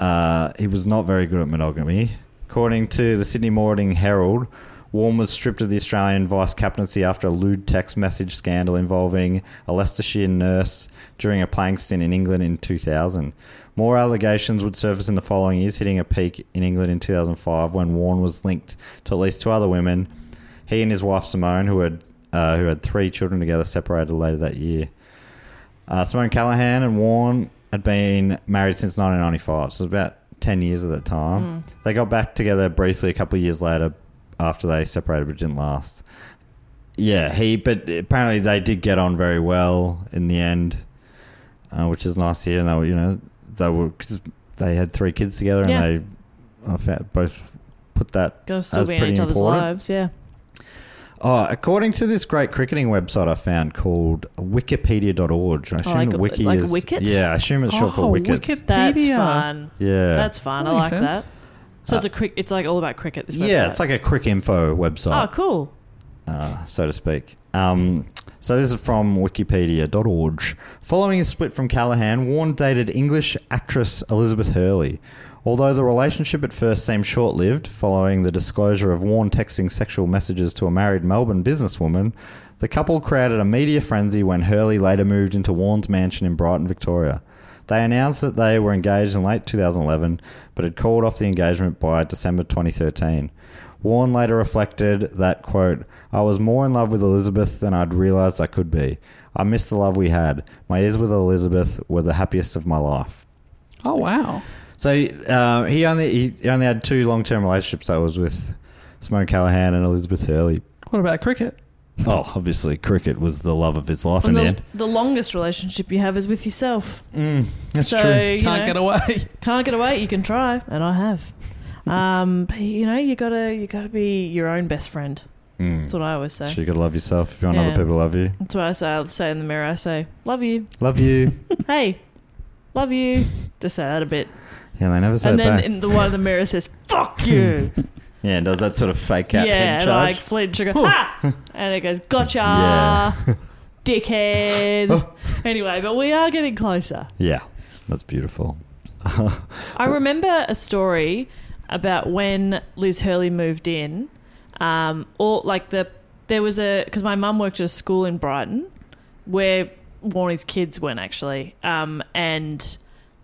S1: Uh, he was not very good at monogamy. According to the Sydney Morning Herald, Warren was stripped of the Australian vice captaincy after a lewd text message scandal involving a Leicestershire nurse during a playing stint in England in 2000. More allegations would surface in the following years, hitting a peak in England in 2005 when Warren was linked to at least two other women he and his wife Simone, who had uh, who had three children together, separated later that year. Uh, Simone Callahan and Warren had been married since 1995, so it was about 10 years at that
S4: Hmm.
S1: time. They got back together briefly a couple of years later after they separated, but it didn't last. Yeah, he. But apparently they did get on very well in the end, uh, which is nice here. And they were, you know, they were because they had three kids together,
S4: Yeah.
S1: and they uh, fa- both put that
S4: Gonna still
S1: as
S4: be in
S1: pretty
S4: each other's
S1: important.
S4: lives. Yeah.
S1: Oh, according to this great cricketing website I found called wikipedia.org. I assume
S4: Oh, like-
S1: wiki
S4: like
S1: is
S4: wicket?
S1: Yeah, I assume it's short
S2: Oh,
S1: for wickets.
S2: wicket.
S4: That's
S2: Wikipedia.
S4: fun.
S1: Yeah.
S4: That's fun.
S2: That
S4: I
S2: makes
S4: like
S2: sense.
S4: that. So it's a quick. It's like all about cricket. This
S1: yeah,
S4: website.
S1: it's like a quick info
S4: Oh,
S1: website,
S4: cool.
S1: uh, so to speak. Um, so this is from wikipedia.org. Following his split from Callahan, Warren dated English actress Elizabeth Hurley. Although the relationship at first seemed short lived, following the disclosure of Warren texting sexual messages to a married Melbourne businesswoman, The couple created a media frenzy when Hurley later moved into Warren's mansion in Brighton, Victoria. They announced that they were engaged in late 2011, but had called off the engagement by December 2013. Warren later reflected that, quote, I was more in love with Elizabeth than I'd realized I could be. I missed the love we had. My years with Elizabeth were the happiest of my life.
S2: oh wow.
S1: So uh, he only he- he only had two long term relationships. That was with Simone Callahan and Elizabeth Hurley.
S2: What about cricket?
S1: Oh, obviously, cricket was the love of his life in
S4: And
S1: the
S4: the,
S1: end.
S4: the longest relationship you have is with yourself.
S1: Mm, That's
S4: so you
S2: Can't
S4: know,
S2: get away.
S4: can't get away. You can try, and I have. Um, but you know, you gotta you gotta be your own best friend. That's what I always say.
S1: Mm. So you gotta love yourself if you want
S4: Yeah.
S1: other people to love you.
S4: That's what I say. I'll say in the mirror. I say, "Love you."
S1: Love you.
S4: Hey, love you. Just say that a bit,
S1: yeah, they never say
S4: and
S1: it
S4: then
S1: back.
S4: in the one in the mirror says, "Fuck you."
S1: yeah, and does that sort of fake out
S4: yeah,
S1: head
S4: and like
S1: charge.
S4: Fleet Trigger, ha! and it goes, "Gotcha,
S1: Yeah.
S4: dickhead." anyway, but we are getting closer.
S1: yeah, that's beautiful.
S4: I remember a story about when Liz Hurley moved in, um, or like the there was a because my mum worked at a school in Brighton where Warnie's kids went actually, um, and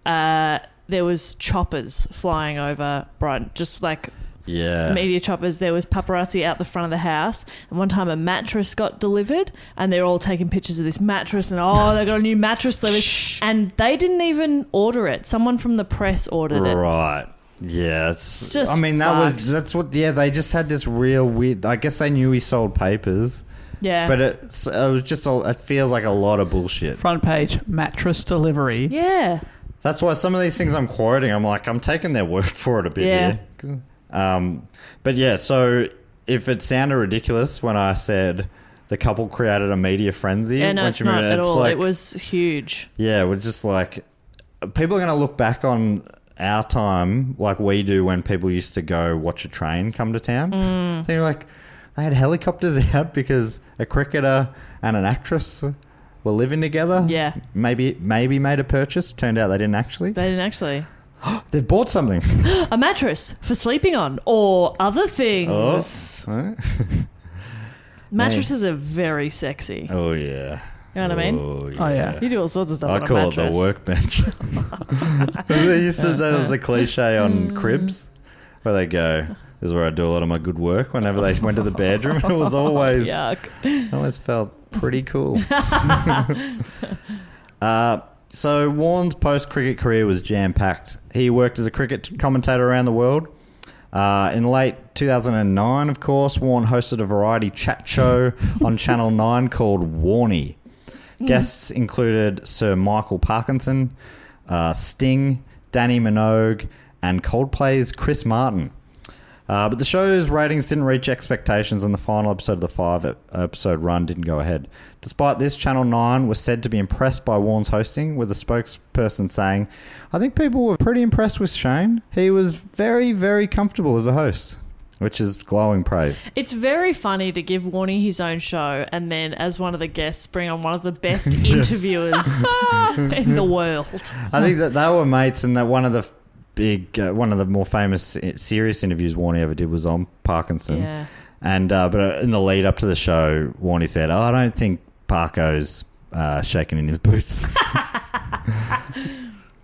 S4: uh, there was choppers flying over Brighton, just like
S1: Yeah.
S4: media choppers. There was paparazzi out the front of the house, and one time a mattress got delivered, and they're all taking pictures of this mattress, and oh, they got a new mattress delivered, and they didn't even order it. Someone from the press ordered it.
S1: Right. Yeah, it's,
S4: just
S1: I mean, that
S4: fucked.
S1: was that's what. Yeah, they just had this real weird. I guess they knew he sold papers,
S4: Yeah,
S1: but uh, it's, it was just. A, it feels like a lot of bullshit.
S2: Front page mattress delivery.
S4: yeah,
S1: That's why some of these things I'm quoting, I'm like, I'm taking their word for it a bit
S4: Yeah.
S1: here. Um, but yeah, so if it sounded ridiculous when I said the couple created a media frenzy.
S4: Yeah, no,
S1: Once
S4: it's
S1: you move
S4: not
S1: in,
S4: at all.
S1: like-
S4: it was huge.
S1: yeah, we're just like people are going to look back on our time like we do when people used to go watch a train come to town. Mm. They're like they had helicopters out because a cricketer and an actress were living together.
S4: Yeah.
S1: maybe maybe made a purchase. Turned out they didn't actually.
S4: They didn't actually.
S1: They've bought something.
S4: A mattress for sleeping on or other things.
S1: Huh?
S4: Mattresses are very sexy.
S1: oh yeah.
S4: You know what I mean?
S1: Oh yeah.
S2: Oh, yeah.
S4: You do all sorts of stuff.
S1: I
S4: on a
S1: call it the
S4: mattress.
S1: workbench. they used to, that was the cliche
S4: Hmm.
S1: on cribs, where they go, "This is where I do a lot of my good work." Whenever they went to the bedroom, it was always,
S4: Yuck.
S1: it always felt pretty cool. uh, so Warren's post-cricket career was jam-packed. He worked as a cricket commentator around the world. Uh, in late 2009, of course, Warren hosted a variety chat show on Channel 9 called Warnie. Guests included Sir Michael Parkinson, uh, Sting, Danny Minogue, and Coldplay's Chris Martin. Uh, but the show's ratings didn't reach expectations, and the final episode of the five ep- episode run didn't go ahead. Despite this, Channel 9 was said to be impressed by Warren's hosting, with a spokesperson saying, I think people were pretty impressed with Shane. He was very, very comfortable as a host, which is glowing praise.
S4: It's very funny to give Warnie his own show and then, as one of the guests, bring on one of the best interviewers in the world.
S1: I think that they were mates, and that one of the big, uh, one of the more famous uh, serious interviews Warney ever did was on Parkinson.
S4: Yeah.
S1: And uh, but in the lead up to the show, Warney said, oh, "I don't think Parko's uh, shaking in his boots."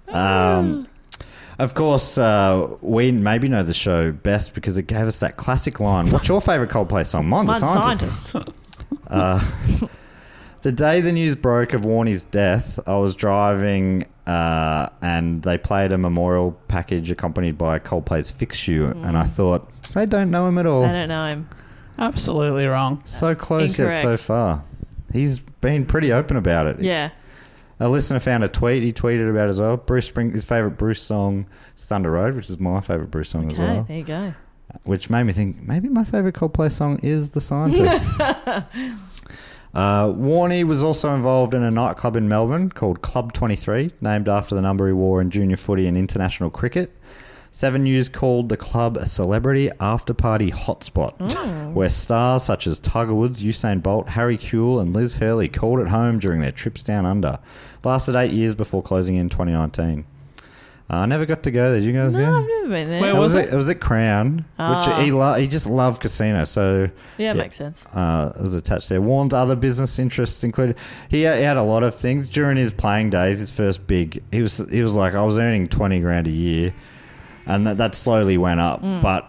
S1: um, of course, uh, we maybe know the show best because it gave us that classic line. What's your favorite Coldplay song? Mine's, a
S4: Mine's
S1: scientist. Uh,
S4: scientist.
S1: The day the news broke of Warney's death, I was driving uh, and they played a memorial package accompanied by Coldplay's Fix You, and I thought, they don't know him at all.
S4: I Mm. don't know him.
S2: Absolutely wrong.
S1: So close yet so
S4: Incorrect.
S1: far. He's been pretty open about it.
S4: Yeah.
S1: A listener found a tweet he tweeted about as well. Bruce Spring, his favorite Bruce song, is Thunder Road, which is my favorite Bruce song as
S4: Okay,
S1: well.
S4: there you go.
S1: which made me think maybe my favorite Coldplay song is "The Scientist." uh, Warney was also involved in a nightclub in Melbourne called Club Twenty Three, named after the number he wore in junior footy and international cricket. Seven News called the club a celebrity after party hotspot,
S4: Oh.
S1: where stars such as Tiger Woods, Usain Bolt, Harry Kuehl, and Liz Hurley called it home during their trips down under. Lasted eight years before closing in 2019. Uh, I never got to go there. Did you guys
S4: No,
S1: go?
S4: I've never been there.
S2: Where
S1: It was,
S2: was
S1: at, it? was at Crown,
S4: Ah.
S1: which he lo- he just loved casino, so
S4: yeah, makes sense.
S1: uh, it was attached there. Warren's other business interests included he had, he had a lot of things during his playing days. His first big, he was he was like I was earning twenty grand a year, and that that slowly went up.
S4: Mm.
S1: But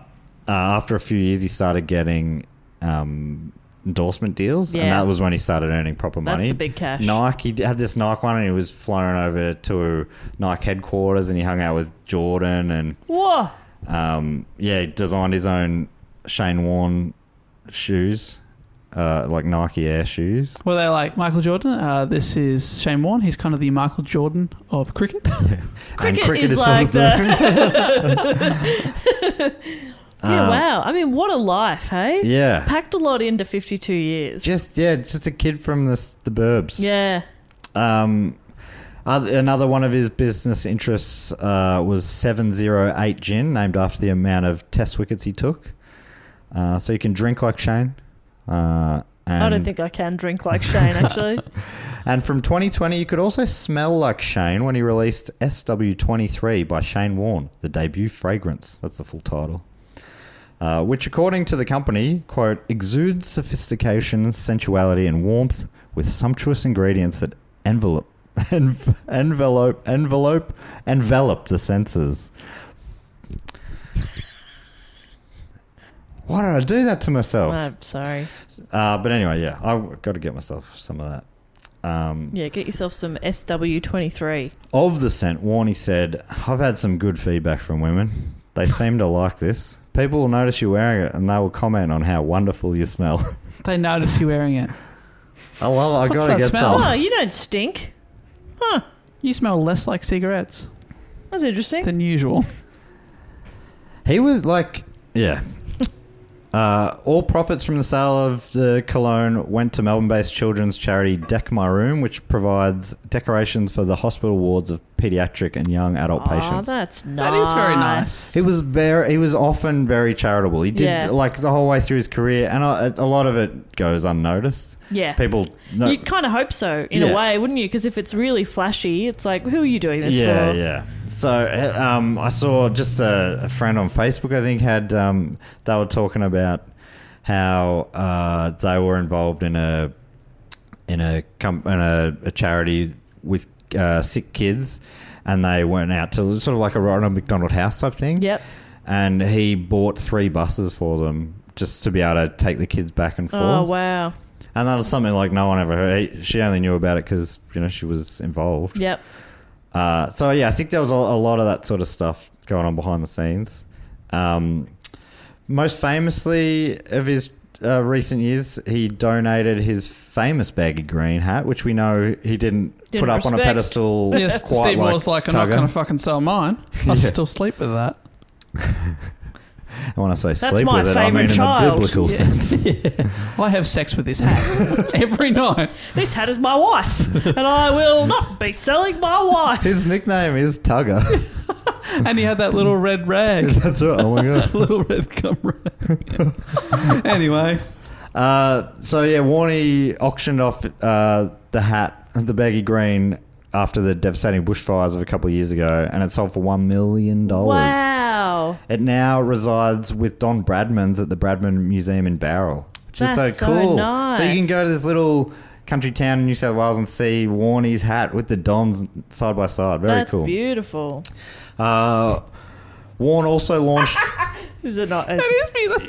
S1: uh, after a few years, he started getting. Um, endorsement deals and
S4: Yeah.
S1: that was when he started earning proper
S4: That's
S1: money
S4: the big cash.
S1: nike he had this nike one and he was flown over to nike headquarters and he hung out with jordan and
S4: Whoa.
S1: um, yeah, he designed his own Shane Warne shoes, uh, like Nike Air shoes.
S2: Were they like Michael Jordan? Uh, this is Shane Warne. He's kind of the Michael Jordan of cricket.
S4: Cricket,
S1: cricket
S4: is,
S1: is sort of
S4: like
S1: the-
S4: that. yeah, wow. I mean, what a life, hey?
S1: Um, Yeah.
S4: Packed a lot into 52 years.
S1: Just yeah, just a kid from the s- the burbs.
S4: Yeah.
S1: Um, oth- another one of his business interests uh, was seven zero eight gin, named after the amount of Test wickets he took. Uh, so you can drink like Shane. Uh, and
S4: I don't think I can drink like Shane, actually.
S1: And from 2020, you could also smell like Shane when he released SW23 by Shane Warne, the debut fragrance. That's the full title. Uh, which, according to the company, quote, exudes sophistication, sensuality, and warmth with sumptuous ingredients that envelop, env- envelope, envelope, envelop the senses. Why did I do that to myself?
S4: I'm sorry.
S1: Uh, but anyway, yeah, I've got to get myself some of that. Um,
S4: Yeah, get yourself some SW23.
S1: of the scent, Warney said, I've had some good feedback from women. They seem to like this. People will notice you wearing it and they will comment on how wonderful you smell.
S2: they notice you wearing it.
S1: I love it. i got to
S2: that
S1: get
S2: smell?
S4: Oh,
S1: some.
S4: you don't stink. Huh.
S2: You smell less like cigarettes
S4: That's interesting.
S2: than usual.
S1: He was like, yeah. Uh, all profits from the sale of the cologne went to Melbourne based children's charity Deck My Room, which provides decorations for the hospital wards of pediatric and young adult
S4: Oh,
S1: patients.
S4: that's nice.
S2: That is very nice.
S1: He was very. He was often very charitable. He did
S4: Yeah.
S1: like the whole way through his career, and a, a lot of it goes unnoticed.
S4: Yeah.
S1: people. No,
S4: You'd kind of hope so in a
S1: Yeah.
S4: way, wouldn't you? Because if it's really flashy, it's like, who are you doing this
S1: yeah,
S4: for?
S1: yeah. So uh, um, I saw just a, a friend on Facebook. I think had um, they were talking about how uh, they were involved in a in a com- in a, a charity with uh, sick kids, and they went out to sort of like a Ronald McDonald House type thing.
S4: Yep.
S1: and he bought three buses for them just to be able to take the kids back and forth.
S4: Oh wow.
S1: And that was something like no one ever heard. She only knew about it because you know she was involved.
S4: Yep.
S1: Uh, so yeah, I think there was a, a lot of that sort of stuff going on behind the scenes. Um, most famously of his uh, recent years, he donated his famous baggy green hat, which we know he didn't,
S4: Didn't
S1: put up on a
S4: respect.
S1: pedestal.
S2: Yes,
S1: quite
S2: Steve was like, I'm not
S1: Tugger."
S2: going to fucking sell mine. I
S1: Yeah.
S2: still sleep with that.
S1: And when I say
S4: That's
S1: sleep
S4: my
S1: with it, I mean
S4: favourite child.
S1: in the biblical
S4: Yeah.
S1: sense.
S2: I have sex with this hat every night.
S4: This hat is my wife, and I will not be selling my wife.
S1: His nickname is Tugger.
S2: And he had that little red rag.
S1: That's right. Oh my god.
S2: little red cum rag. anyway.
S1: Uh, so yeah, Warney auctioned off uh, the hat, the baggy green, after the devastating bushfires of a couple of years ago, and it sold for one million dollars.
S4: Wow.
S1: It now resides with Don Bradman's at the Bradman Museum in Barrel, which
S4: That's
S1: is so
S4: so
S1: cool. So you
S4: nice.
S1: can go to this little country town in New South Wales and see Warney's hat with the Don's side by side. Very
S4: That's
S1: cool.
S4: beautiful.
S1: Uh, Warren also launched.
S4: Is it not?
S2: That's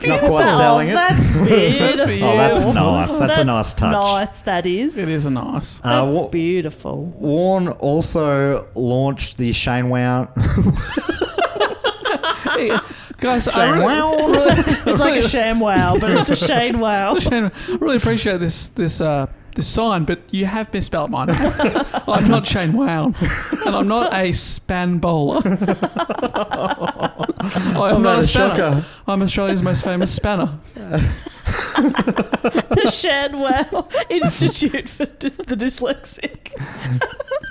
S1: not quite
S4: Oh,
S1: selling it.
S4: That's beautiful.
S1: Oh, that's nice. That's a nice touch.
S4: Nice, that is.
S2: It is a nice.
S1: Uh,
S4: That's
S1: Wa-
S4: beautiful.
S1: Warren also launched the Shane Wow.
S2: Guys, I really,
S4: It's like a sham wow, but it's a shade wow.
S2: Shane, I really appreciate this this uh, this sign, but you have misspelled mine. I'm not Shane Wow, and I'm not a span bowler. I'm, not
S1: not
S2: a
S1: a
S2: spanner.
S1: shocker.
S2: I'm Australia's most famous spanner.
S4: The Shan Wow Institute for d- the Dyslexic.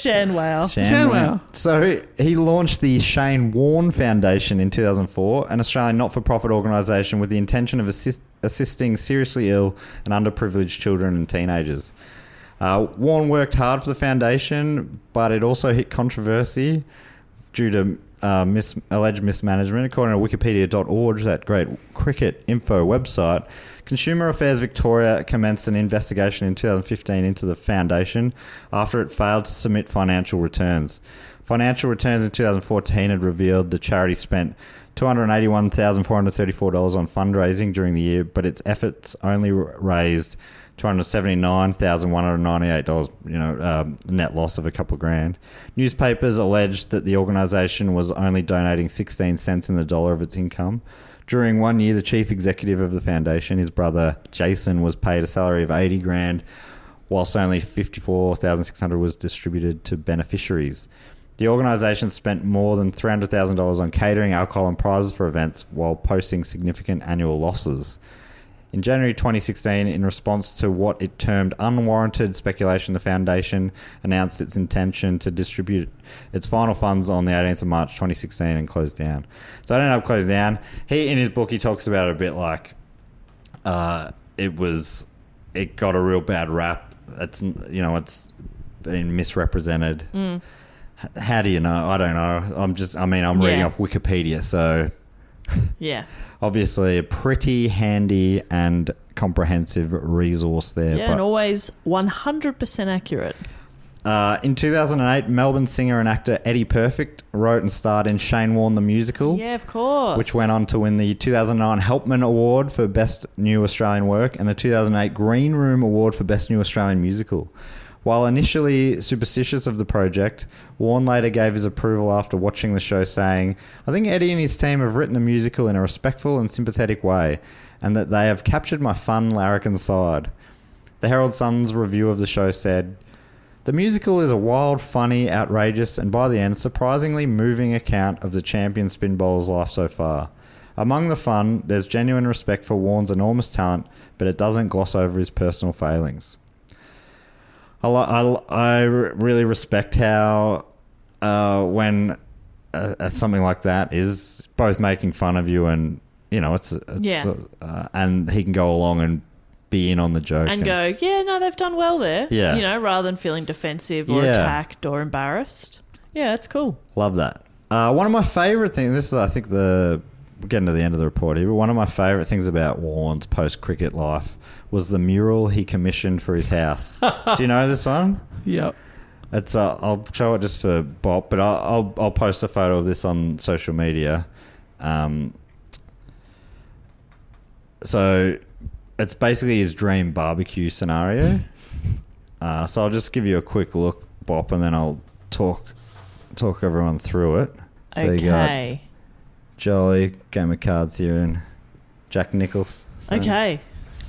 S4: Shan Wow.
S2: Oh, Shane Wow.
S1: So he launched the Shane Warne Foundation in 2004, an Australian not-for-profit organisation with the intention of assist- assisting seriously ill and underprivileged children and teenagers. Uh, Warren worked hard for the foundation, but it also hit controversy due to uh, mis- alleged mismanagement. According to Wikipedia.org, that great cricket info website, Consumer Affairs Victoria commenced an investigation in 2015 into the foundation after it failed to submit financial returns. Financial returns in 2014 had revealed the charity spent $281,434 on fundraising during the year, but its efforts only r- raised two hundred seventy nine thousand one hundred ninety eight dollars. You know, um, net loss of a couple grand. Newspapers alleged that the organisation was only donating sixteen cents in the dollar of its income. During one year, the chief executive of the foundation, his brother Jason, was paid a salary of eighty grand, whilst only fifty four thousand six hundred was distributed to beneficiaries. The organisation spent more than three hundred thousand dollars on catering, alcohol, and prizes for events, while posting significant annual losses. In January 2016, in response to what it termed unwarranted speculation, the foundation announced its intention to distribute its final funds on the 18th of March 2016 and closed down. So it ended up closed down. He, in his book, he talks about it a bit like uh, it was, it got a real bad rap. It's, you know, it's been misrepresented.
S4: Mm.
S1: H- How do you know? I don't know. I'm just, I mean, I'm reading
S4: Yeah.
S1: off Wikipedia, so
S4: Yeah.
S1: obviously a pretty handy and comprehensive resource there.
S4: Yeah, and always 100% accurate.
S1: but uh, in 2008, Melbourne singer and actor Eddie Perfect wrote and starred in Shane Warne the musical.
S4: Yeah, of course.
S1: Which went on to win the 2009 Helpman Award for Best New Australian Work and the 2008 Green Room Award for Best New Australian Musical. While initially superstitious of the project, Warren later gave his approval after watching the show, saying, I think Eddie and his team have written the musical in a respectful and sympathetic way, and that they have captured my fun larrikin side. The Herald Sun's review of the show said, the musical is a wild, funny, outrageous, and by the end, surprisingly moving account of the champion spin bowler's life so far. Among the fun, there's genuine respect for Warren's enormous talent, but it doesn't gloss over his personal failings. I, lo- I, lo- I re- really respect how uh, when uh, uh, something like that is both making fun of you and you know it's, it's
S4: Yeah.
S1: uh, and he can go along and be in on the joke
S4: and go, yeah, no, they've done well there.
S1: Yeah.
S4: You know, rather than feeling defensive or
S1: Yeah.
S4: attacked or embarrassed. Yeah, it's cool.
S1: Love that. Uh, one of my favorite things. This is, I think, the we're getting to the end of the report here. But one of my favorite things about Warren's post cricket life was the mural he commissioned for his house. Do you know this one?
S2: Yep.
S1: It's uh, I'll show it just for Bob, but I'll, I'll I'll post a photo of this on social media. Um, so it's basically his dream barbecue scenario. Uh, so I'll just give you a quick look, Bop, and then I'll talk talk everyone through it. So you got
S4: okay.
S1: Jolly, Game of Cards here, and Jack Nichols. So
S4: Okay.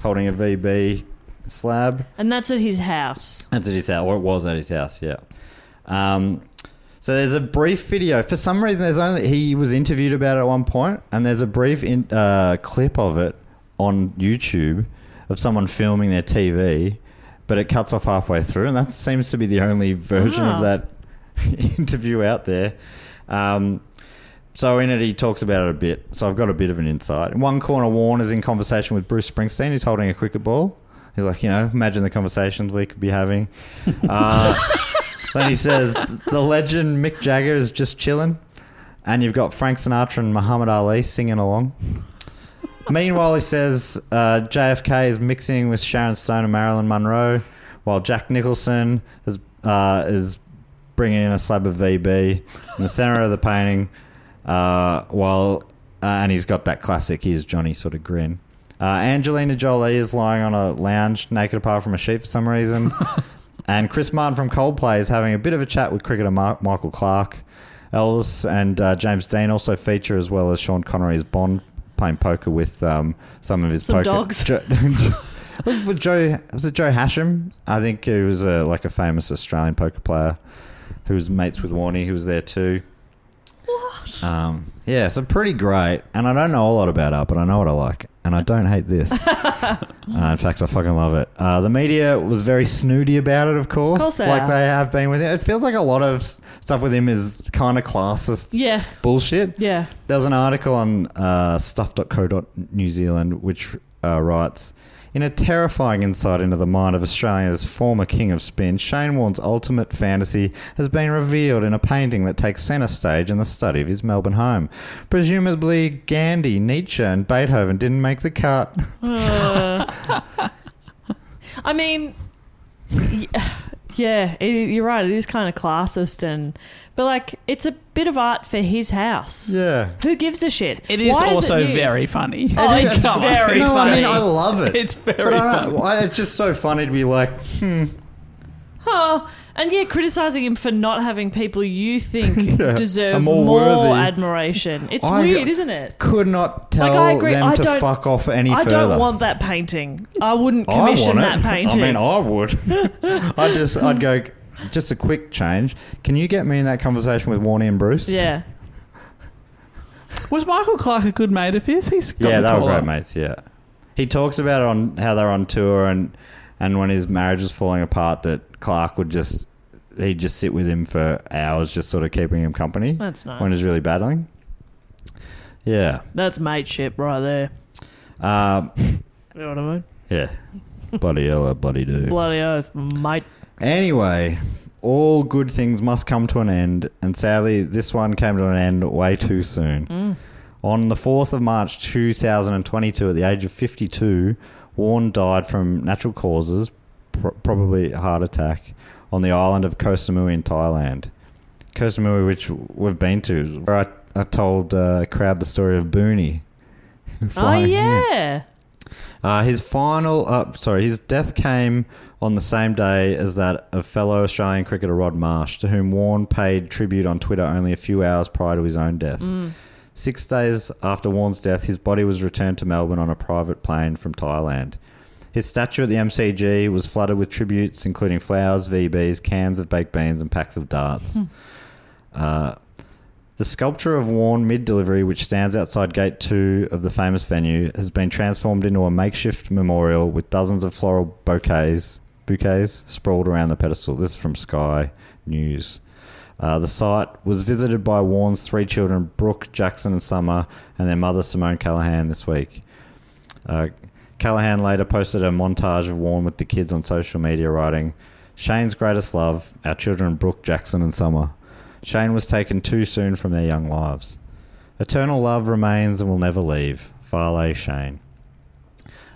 S1: Holding a VB slab.
S4: And that's at his house.
S1: That's at his house, or it was at his house, yeah. Um, so there's a brief video. For some reason, there's only he was interviewed about it at one point, and there's a brief in, uh, clip of it on YouTube of someone filming their TV, but it cuts off halfway through, and that seems to be the only version
S4: Ah.
S1: of that interview out there. Um, so in it, he talks about it a bit. So I've got a bit of an insight. In one corner, Warren is in conversation with Bruce Springsteen. He's holding a cricket ball. He's like, you know, imagine the conversations we could be having. Uh, then he says, the legend Mick Jagger is just chilling. And you've got Frank Sinatra and Muhammad Ali singing along. Meanwhile, he says uh, JFK is mixing with Sharon Stone and Marilyn Monroe, while Jack Nicholson is uh, is bringing in a slab of VB in the center of the painting. Uh, while uh, and he's got that classic "Here's Johnny" sort of grin. Uh, Angelina Jolie is lying on a lounge, naked apart from a sheet for some reason. and Chris Martin from Coldplay is having a bit of a chat with cricketer Mar- Michael Clark. Elvis and uh, James Dean also feature, as well as Sean Connery as Bond playing poker with um, some of his
S4: Some
S1: poker
S4: dogs.
S1: Jo- was it with Joe? Was it Joe Hashem? I think he was a, like a famous Australian poker player who was mates with Warney, who was there too. What? Um, yeah, so pretty great. And I don't know a lot about art, but I know what I like, and I don't hate this. uh, in fact, I fucking love it. Uh, the media was very snooty about it, of course,
S4: course they
S1: like
S4: are.
S1: they have been with it. It feels like a lot of s- stuff with him is kind of classist
S4: Yeah.
S1: bullshit.
S4: Yeah.
S1: There's an article on uh, stuff.co.new Zealand which uh, writes In a terrifying insight into the mind of Australia's former king of spin, Shane Warne's ultimate fantasy has been revealed in a painting that takes centre stage in the study of his Melbourne home. Presumably, Gandhi, Nietzsche, and Beethoven didn't make the cut.
S4: Uh. I mean, y- yeah, it, you're right. It is kind of classist and, but like, it's a bit of art for his house.
S1: yeah.
S4: Who gives a shit?
S2: It is
S4: Why
S2: also
S4: used?
S2: very funny.
S4: Oh, it's
S2: Come on.
S4: very
S1: no, I mean,
S4: funny.
S1: I love it.
S2: It's very
S1: but I don't-
S2: funny.
S1: I- It's just so funny to be like, hmm,
S4: Oh, and yeah, criticizing him for not having people you think
S1: Yeah, are
S4: deserve
S1: more
S4: more,
S1: worthy.
S4: admiration. It's
S1: I-
S4: weird, isn't it?
S1: could not tell
S4: Like, I agree.
S1: them
S4: I
S1: to
S4: don't-
S1: fuck off any
S4: I
S1: further.
S4: don't want that painting. I wouldn't commission that painting.
S1: I mean, I would. I'd just, I'd go. Just a quick change. Can you get me in that conversation with Warney and Bruce?
S4: yeah.
S2: Was Michael Clark a good mate of his? He's got
S1: yeah,
S2: the
S1: they were
S2: call
S1: great
S2: up.
S1: mates. Yeah, he talks about it on how they're on tour and and when his marriage was falling apart, that Clark would just he'd just sit with him for hours, just sort of keeping him company
S4: That's nice.
S1: when he's really battling. Yeah.
S4: That's mateship right there.
S1: Um,
S4: You know what I mean?
S1: yeah. bloody hell, I bloody do.
S4: Bloody oath, mate.
S1: Anyway, all good things must come to an end, and sadly, this one came to an end way too soon.
S4: Mm.
S1: On the 4th of March 2022, at the age of 52, Warren died from natural causes, pr- probably a heart attack, on the island of Koh Samui in Thailand. Koh Samui, which we've been to, is where I, I told uh, a crowd the story of Booney.
S4: Oh,
S1: flying here.
S4: yeah.
S1: Uh, his final, uh, sorry, his death came on the same day as that of fellow Australian cricketer Rod Marsh, to whom Warren paid tribute on Twitter only a few hours prior to his own death. Six days after Warren's death, his body was returned to Melbourne on a private plane from Thailand. His statue at the MCG was flooded with tributes, including flowers, VBs, cans of baked beans, and packs of darts. Uh, The sculpture of Warren mid delivery, which stands outside Gate 2 of the famous venue, has been transformed into a makeshift memorial with dozens of floral bouquets, bouquets sprawled around the pedestal. This is from Sky News. Uh, the site was visited by Warren's three children, Brooke, Jackson, and Summer, and their mother, Simone Callahan, this week. Uh, Callahan later posted a montage of Warren with the kids on social media, writing, Shane's greatest love, our children Brooke, Jackson, and Summer. Shane was taken too soon from their young lives. Eternal love remains and will never leave. Farley Shane.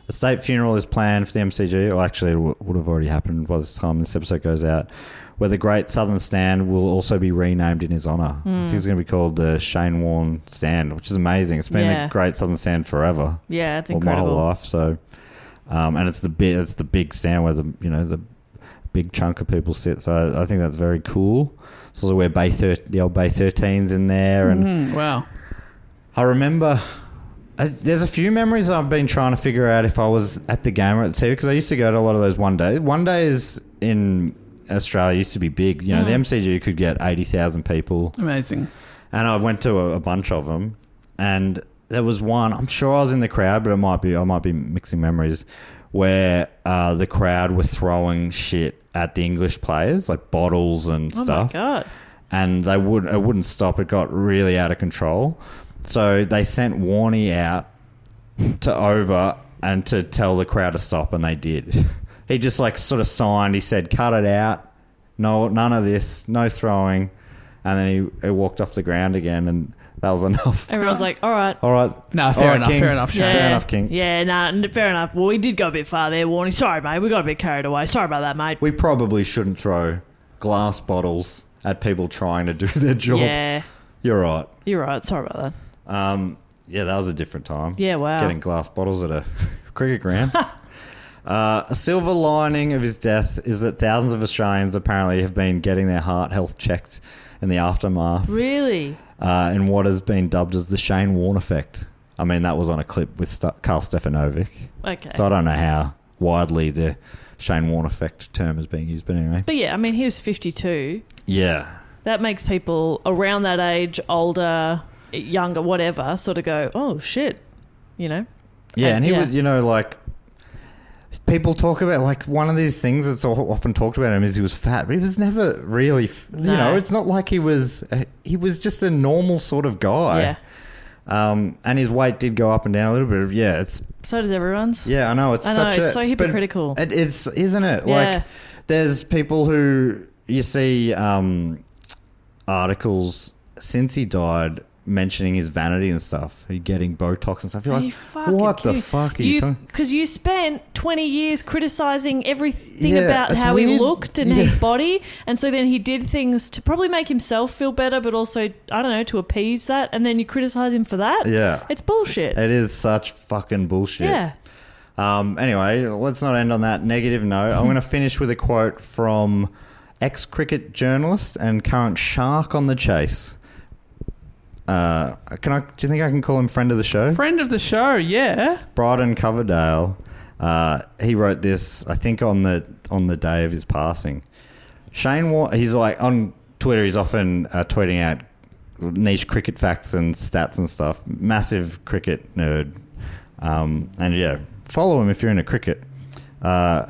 S1: A state funeral is planned for the MCG, or actually, it w- would have already happened by the time this episode goes out, where the Great Southern Stand will also be renamed in his honour. I think it's going to be called the Shane Warren Stand, which is amazing. It's been
S4: Yeah.
S1: the Great Southern Stand forever
S4: Yeah, that's
S1: all my
S4: incredible.
S1: whole life. So, um, and it's the bit, it's the big stand where the you know the big chunk of people sit. So I, I think that's very cool. It's also where Bay thir- the old Bay Thirteens in there, and
S2: Mm, wow.
S1: I remember. I, there's a few memories I've been trying to figure out if I was at the game or at the TV because I used to go to a lot of those one days. One days in Australia used to be big. You know, the MCG could get eighty thousand people
S2: Amazing.
S1: and I went to a, a bunch of them, and there was one. I'm sure I was in the crowd, but it might be I might be mixing memories, where uh, the crowd were throwing shit at the English players, like bottles and stuff,
S4: God.
S1: and they would it wouldn't stop. It got really out of control, so they sent Warney out to over and to tell the crowd to stop, and they did. He just like sort of signed. He said, "Cut it out. No, none of this. No throwing." And then he, he walked off the ground again, and that was enough.
S4: Everyone's like, all right.
S1: All right.
S2: No, fair
S1: All right,
S2: enough.
S1: King.
S2: Fair enough. Shane.
S4: Yeah.
S1: Oh, Fair enough, King.
S4: Yeah, nah, n- fair enough. Well, we did go a bit far there, Warney. Sorry, mate. We got a bit carried away. Sorry about that, mate.
S1: We probably shouldn't throw glass bottles at people trying to do their job.
S4: yeah,
S1: You're right.
S4: you're right. Sorry about that.
S1: Um, yeah, that was a different time.
S4: Yeah, wow.
S1: Getting glass bottles at a cricket ground. Uh, a silver lining of his death is that thousands of Australians apparently have been getting their heart health checked in the aftermath
S4: Really?
S1: uh, in what has been dubbed as the Shane Warne effect. I mean, that was on a clip with St- Carl Stefanovic.
S4: Okay.
S1: So I don't know how widely the Shane Warne effect term is being used, but anyway.
S4: But yeah, I mean, he was 52.
S1: Yeah.
S4: That makes people around that age, older, younger, whatever, sort of go, oh, shit. You know?
S1: Yeah, and he
S4: Yeah.
S1: would, you know, like people talk about like one of these things that's o- often talked about him is he was fat, but he was never really, f you
S4: No.
S1: know, it's not like he was. Uh, he was just a normal sort of guy.
S4: Yeah.
S1: Um, and his weight did go up and down a little bit. Yeah, it's
S4: So does everyone's.
S1: yeah, I know it's
S4: I know,
S1: such
S4: it's
S1: a,
S4: so
S1: but
S4: hypocritical.
S1: It, it's isn't it
S4: Yeah.
S1: like there's people who you see um, articles since he died mentioning his vanity and stuff, he getting Botox and stuff. You're
S4: Are
S1: like,
S4: you fucking
S1: what the
S4: kidding?
S1: fuck are you, talking?
S4: Because you spent 20 years criticizing everything
S1: Yeah,
S4: about
S1: it's
S4: how he
S1: weird.
S4: looked and
S1: Yeah.
S4: his body. And so then he did things to probably make himself feel better, but also, I don't know, to appease that. And then you criticize him for that?
S1: Yeah.
S4: It's bullshit.
S1: It is such fucking bullshit.
S4: yeah.
S1: Um, anyway, let's not end on that negative note. I'm going to finish with a quote from ex cricket journalist and current shark on the chase. Uh, can I? Do you think I can call him friend of the show?
S2: Friend of the show. Yeah.
S1: Bryden Coverdale. Uh, he wrote this, I think, on the on the day of his passing. Shane Warne, he's like on Twitter. He's often uh, tweeting out niche cricket facts and stats and stuff. Massive cricket nerd, um, and yeah, follow him if you're into cricket. Uh,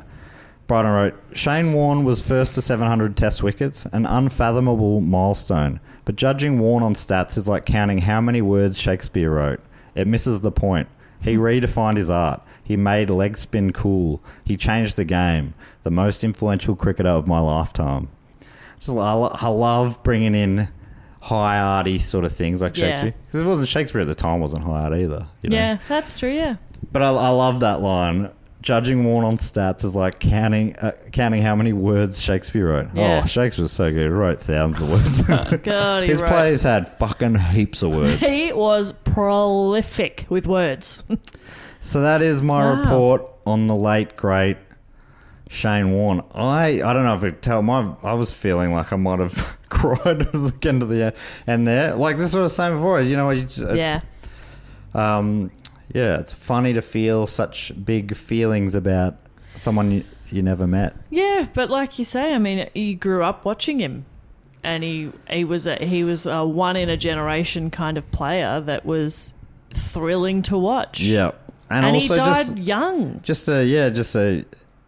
S1: Brighton wrote, Shane Warne was first to 700 test wickets, an unfathomable milestone. But judging Warne on stats is like counting how many words Shakespeare wrote. It misses the point. He
S4: Hmm.
S1: redefined his art. He made leg spin cool. He changed the game. The most influential cricketer of my lifetime. Just, I, lo- I love bringing in high arty sort of things like
S4: Yeah.
S1: Shakespeare. Because it wasn't Shakespeare at the time, wasn't high art either. You know?
S4: Yeah, that's true. Yeah.
S1: But I, I love that line. Judging Warren on stats is like counting uh, counting how many words Shakespeare wrote.
S4: Yeah.
S1: Oh, Shakespeare's so good. He wrote thousands of words.
S4: God, he
S1: His
S4: wrote-
S1: plays had fucking heaps of words.
S4: He was prolific with words.
S1: so that is my
S4: Wow.
S1: report on the late great Shane Warren. I I don't know if it tell my I was feeling like I might have cried at the end of the end there. Like this was the same before. You know, you just, it's,
S4: yeah.
S1: um, yeah, it's funny to feel such big feelings about someone you, you never met.
S4: Yeah, but like you say, I mean, you grew up watching him. and he he was a, he was a one in a generation kind of player that was thrilling to watch.
S1: Yeah. And,
S4: and,
S1: also
S4: he died
S1: just
S4: young.
S1: just a yeah, just a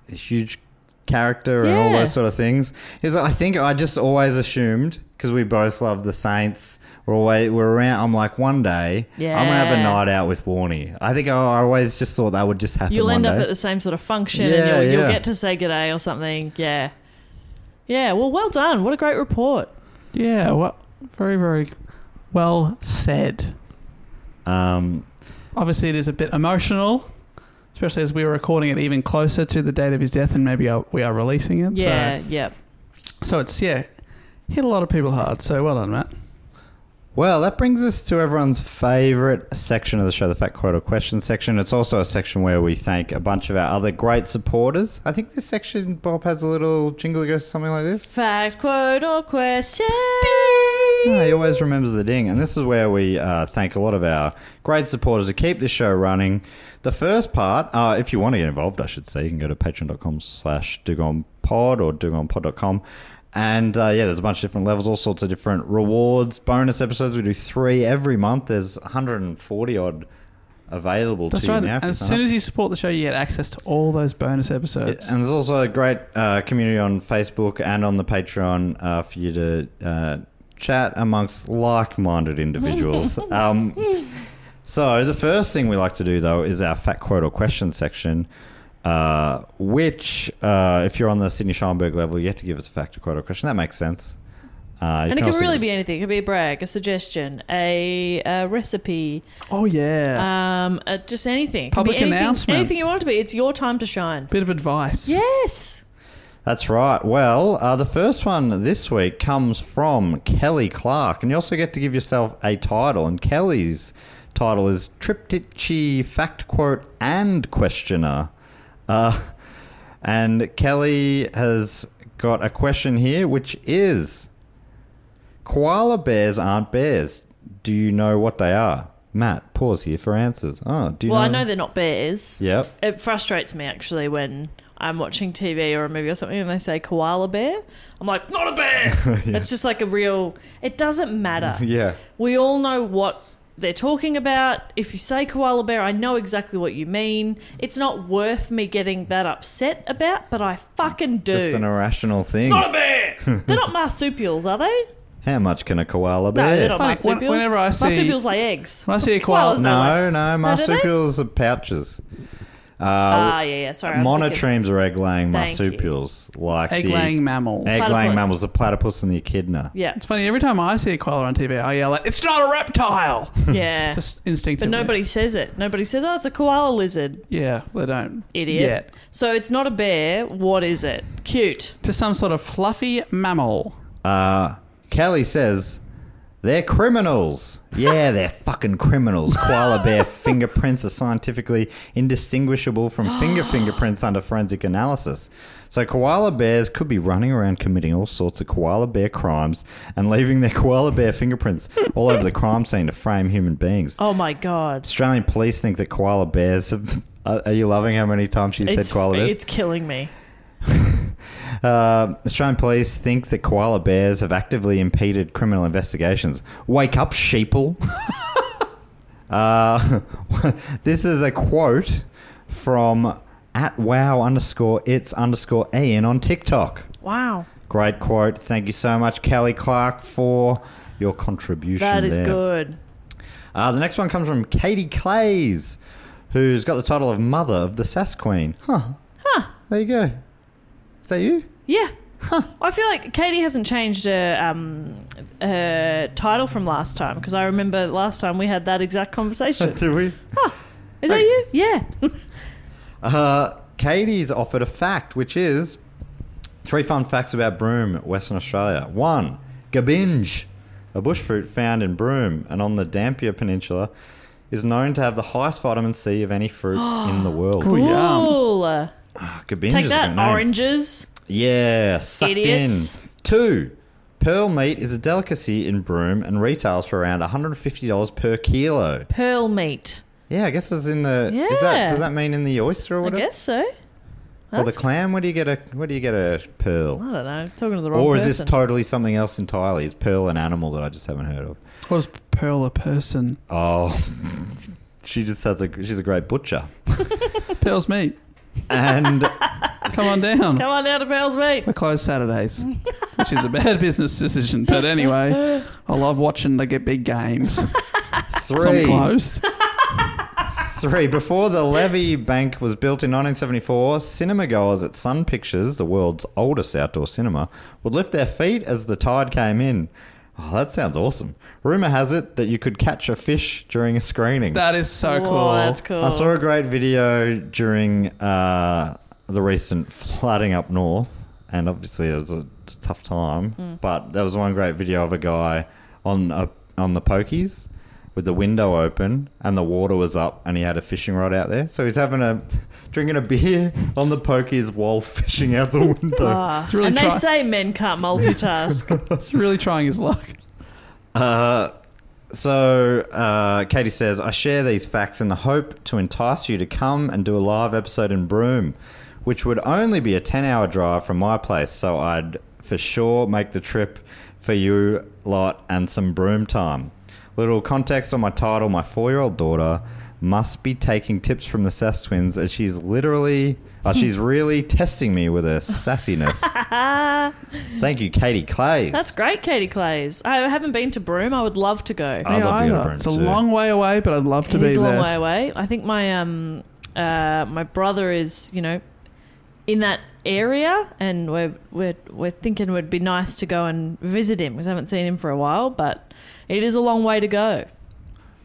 S1: huge character and all
S4: Yeah.
S1: those sort of things. Is I think I just always assumed because we both love the Saints. We're always we're around. I'm like one day I'm gonna have a
S4: Yeah.
S1: night out with Warney. I think I, I always just thought that would just happen.
S4: You'll
S1: one
S4: end up
S1: day.
S4: at the same sort of function,
S1: Yeah,
S4: and you'll,
S1: yeah.
S4: you'll get to say g'day or something. Yeah, yeah. Well, well done. What a great report.
S2: Yeah, well, very, very well said.
S1: um,
S2: Obviously, it is a bit emotional, especially as we were recording it even closer to the date of his death, and maybe uh, we are releasing it.
S4: Yeah, yep.
S2: So, so it's, yeah, hit a lot of people hard. So well done, Matt.
S1: Well, that brings us to everyone's favorite section of the show, the Fat Quote or Question section. It's also a section where we thank a bunch of our other great supporters. I think this section, Bob, has a little jingle that goes something like this.
S4: Fact, quote, or question.
S1: Yeah, Oh, he always remembers the ding. And this is where we uh, thank a lot of our great supporters to keep this show running. The first part, uh, if you want to get involved, I should say, you can go to patreon.com slash dugonpod or dugonpod.com. And uh, yeah, there's a bunch of different levels, all sorts of different rewards, bonus episodes. We do three every month. There's 140 odd available
S2: That's
S1: to
S2: right.
S1: you now. if
S2: And
S1: you
S2: as
S1: sign
S2: soon
S1: up.
S2: as you support the show, you get access to all those bonus episodes.
S1: And there's also a great uh, community on Facebook and on the Patreon uh, for you to uh, chat amongst like minded individuals. um, so, the first thing we like to do, though, is our fact quote or question section. Uh, which, uh, if you're on the Sydney Scheinberg level, you have to give us a fact or quote or question. That makes sense. Uh, you
S4: And it can
S1: also-
S4: really be anything. It could be a brag, a suggestion, a, uh recipe,
S2: oh, yeah.
S4: um, uh just anything. It could
S2: Public
S4: be anything,
S2: announcement.
S4: Anything you want it to be. It's your time to shine.
S2: bit of advice.
S4: Yes.
S1: That's right. Well, uh, the first one this week comes from Kelly Clark, and you also get to give yourself a title. And Kelly's title is Triptychi Fact Quote and Questioner. Uh, and Kelly has got a question here, which is Koala bears aren't bears. Do you know what they are? Matt, pause here for answers. Oh, do you
S4: Well, I
S1: know?
S4: know they're not bears.
S1: Yep.
S4: It frustrates me actually when I'm watching TV or a movie or something and they say koala bear. I'm like, not a bear. It's just like a real. It doesn't matter.
S1: Yeah.
S4: We all know what they're talking about. If you say koala bear, I know exactly what you mean. It's not worth me getting that upset about, but I fucking do.
S1: Just an irrational thing.
S4: they're not marsupials, are they?
S1: How much can a koala bear?
S4: No, they're not
S2: Funny, when-
S4: marsupials.
S2: whenever I see-
S4: marsupials lay eggs.
S2: When I see a
S4: Koalas
S2: koala,
S4: don't lay-
S1: No, no,
S4: No, do they?
S1: marsupials are pouches.
S4: Ah,
S1: Uh,
S4: yeah, yeah. Sorry. I'm thinking-
S1: monotremes are egg laying
S4: Thank you.
S1: marsupials, like
S2: egg laying mammals.
S1: egg laying
S4: Platypus.
S1: mammals, the platypus and the echidna.
S4: Yeah,
S2: It's funny, every time I see a koala on TV, I yell, out, It's not a reptile!
S4: yeah.
S2: Just
S4: but
S2: instinctively.
S4: nobody says it. Nobody says, "Oh, it's a koala lizard."
S2: Yeah, they don't.
S4: Idiot.
S2: Yet.
S4: So it's not a bear. What is it? Cute.
S2: To some sort of fluffy mammal.
S1: Uh, Kelly says they're criminals. Yeah, they're fucking criminals. Koala bear fingerprints are scientifically indistinguishable from finger fingerprints under forensic analysis. So koala bears could be running around committing all sorts of koala bear crimes and leaving their koala bear fingerprints all over the crime scene to frame human beings.
S4: Oh my god.
S1: Australian police think that koala bears. Have, are are you loving how many times she said
S4: It's,
S1: koala bears?
S4: it's killing me.
S1: Uh, Australian police think that koala bears have actively impeded criminal investigations. Wake up, sheeple. uh, this is a quote from at wow underscore it's underscore Ian on TikTok.
S4: Wow.
S1: Great quote. Thank you so much, Kelly Clark, for your contribution.
S4: That is
S1: there.
S4: good.
S1: Uh, the next one comes from Katie Clays, who's got the title of Mother of the Sass Queen. Huh.
S4: Huh.
S1: There you go. Is that you?
S4: Yeah. I feel like Katie hasn't changed her, um, her title from last time because I remember last time we had that exact conversation.
S1: Do we?
S4: Is that you? Yeah.
S1: Uh, Katie's offered a fact, which is three fun facts about broom, Western Australia. One, gabinge, a bush fruit found in Broome and on the Dampier Peninsula, is known to have the highest vitamin C of any fruit in the world.
S2: Oh,
S4: cool. Uh,
S1: Ah, Gabinge
S4: Take
S1: is a
S4: that,
S1: good name.
S4: oranges.
S1: Yeah, sucked
S4: Idiots.
S1: in. Two, pearl meat is a delicacy in Broome and retails for around $150 per kilo.
S4: Pearl meat.
S1: Yeah, I guess it's in the. Is that,
S4: Yeah.
S1: does that mean in the oyster or
S4: I
S1: whatever?
S4: guess so.
S1: Or the clam? Where do you get a where do you get a pearl?
S4: I don't know. Talking to the wrong
S1: Or is
S4: person.
S1: this totally something else entirely? Is pearl an animal that I just haven't heard of?
S2: Was Pearl a person?
S1: Oh, she just has a she's a great butcher.
S2: Pearl's meat.
S1: And
S2: Come on down.
S4: Come on down to Bell's Meat.
S2: We're closed Saturdays, which is a bad business decision. But anyway, I love watching the get big games. So I'm
S1: three,
S2: closed.
S1: three. Before the Levy Bank was built in 1974, cinema goers at Sun Pictures, the world's oldest outdoor cinema, would lift their feet as the tide came in. Oh, that sounds awesome. Rumor has it that you could catch a fish during a screening.
S2: That is so
S4: Whoa,
S2: cool.
S4: That's cool.
S1: I saw a great video during uh, the recent flooding up north, and obviously it was a t- tough time. But there was one great video of a guy on a, on the pokies with the window open, and the water was up, and he had a fishing rod out there. So he's having a drinking a beer on the pokies while fishing out the window.
S4: Ah,
S2: It's really
S4: and they
S2: try-
S4: say men can't multitask.
S2: He's really trying his luck.
S1: Uh, so uh, Katie says, I share these facts in the hope to entice you to come and do a live episode in Broome, which would only be a 10 hour drive from my place. So I'd for sure make the trip for you lot and some Broome time. Little context on my title my four year old daughter must be taking tips from the Sass twins as she's literally, uh, she's really testing me with her sassiness. Thank you, Katie Clays.
S4: That's great, Katie Clays. I haven't been to Broome. I would love to go.
S1: I'd love to go to Broome
S2: It's a
S1: too.
S2: long way away, but I'd love to
S4: It
S2: be
S4: is a
S2: there.
S4: long way away. I think my um uh my brother is you know in that area, and we're we're we're thinking it would be nice to go and visit him because I haven't seen him for a while. But it is a long way to go.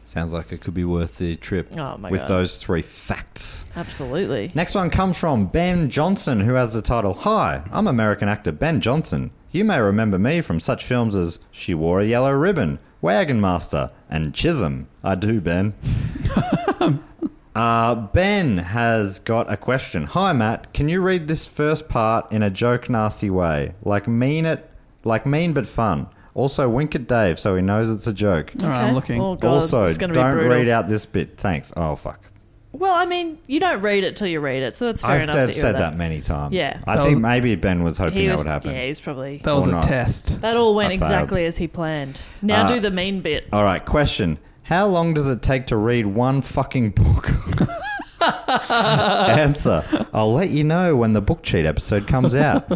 S1: Sounds like it could be worth the trip
S4: Oh, my
S1: with
S4: God.
S1: those three facts.
S4: Absolutely.
S1: Next one comes from Ben Johnson, who has the title Hi, I'm American actor Ben Johnson. You may remember me from such films as She Wore a Yellow Ribbon, Wagon Master, and Chisholm. I do, Ben. uh, ben has got a question. Hi, Matt. Can you read this first part in a joke nasty way? Like mean it, like mean but fun. Also, wink at Dave so he knows it's a joke.
S2: All right, I'm looking.
S4: Oh god,
S1: also,
S4: it's gonna
S1: don't
S4: be brutal.
S1: read out this bit. Thanks. Oh fuck!
S4: Well, I mean, you don't read it till you read it, so that's fair
S1: I've
S4: enough.
S1: said
S4: that you're
S1: said that many times.
S4: Yeah.
S1: I
S2: That
S1: think
S2: was-
S1: maybe Ben was hoping
S4: He
S1: that
S4: was,
S1: would happen.
S4: yeah, he's probably.
S2: That was
S1: Or
S2: a
S1: not.
S2: test.
S4: That all went
S1: I failed.
S4: exactly as he planned. Now
S1: Uh,
S4: do the mean bit.
S1: All right. Question: How long does it take to read one fucking book? Answer: I'll let you know when the book cheat episode comes out.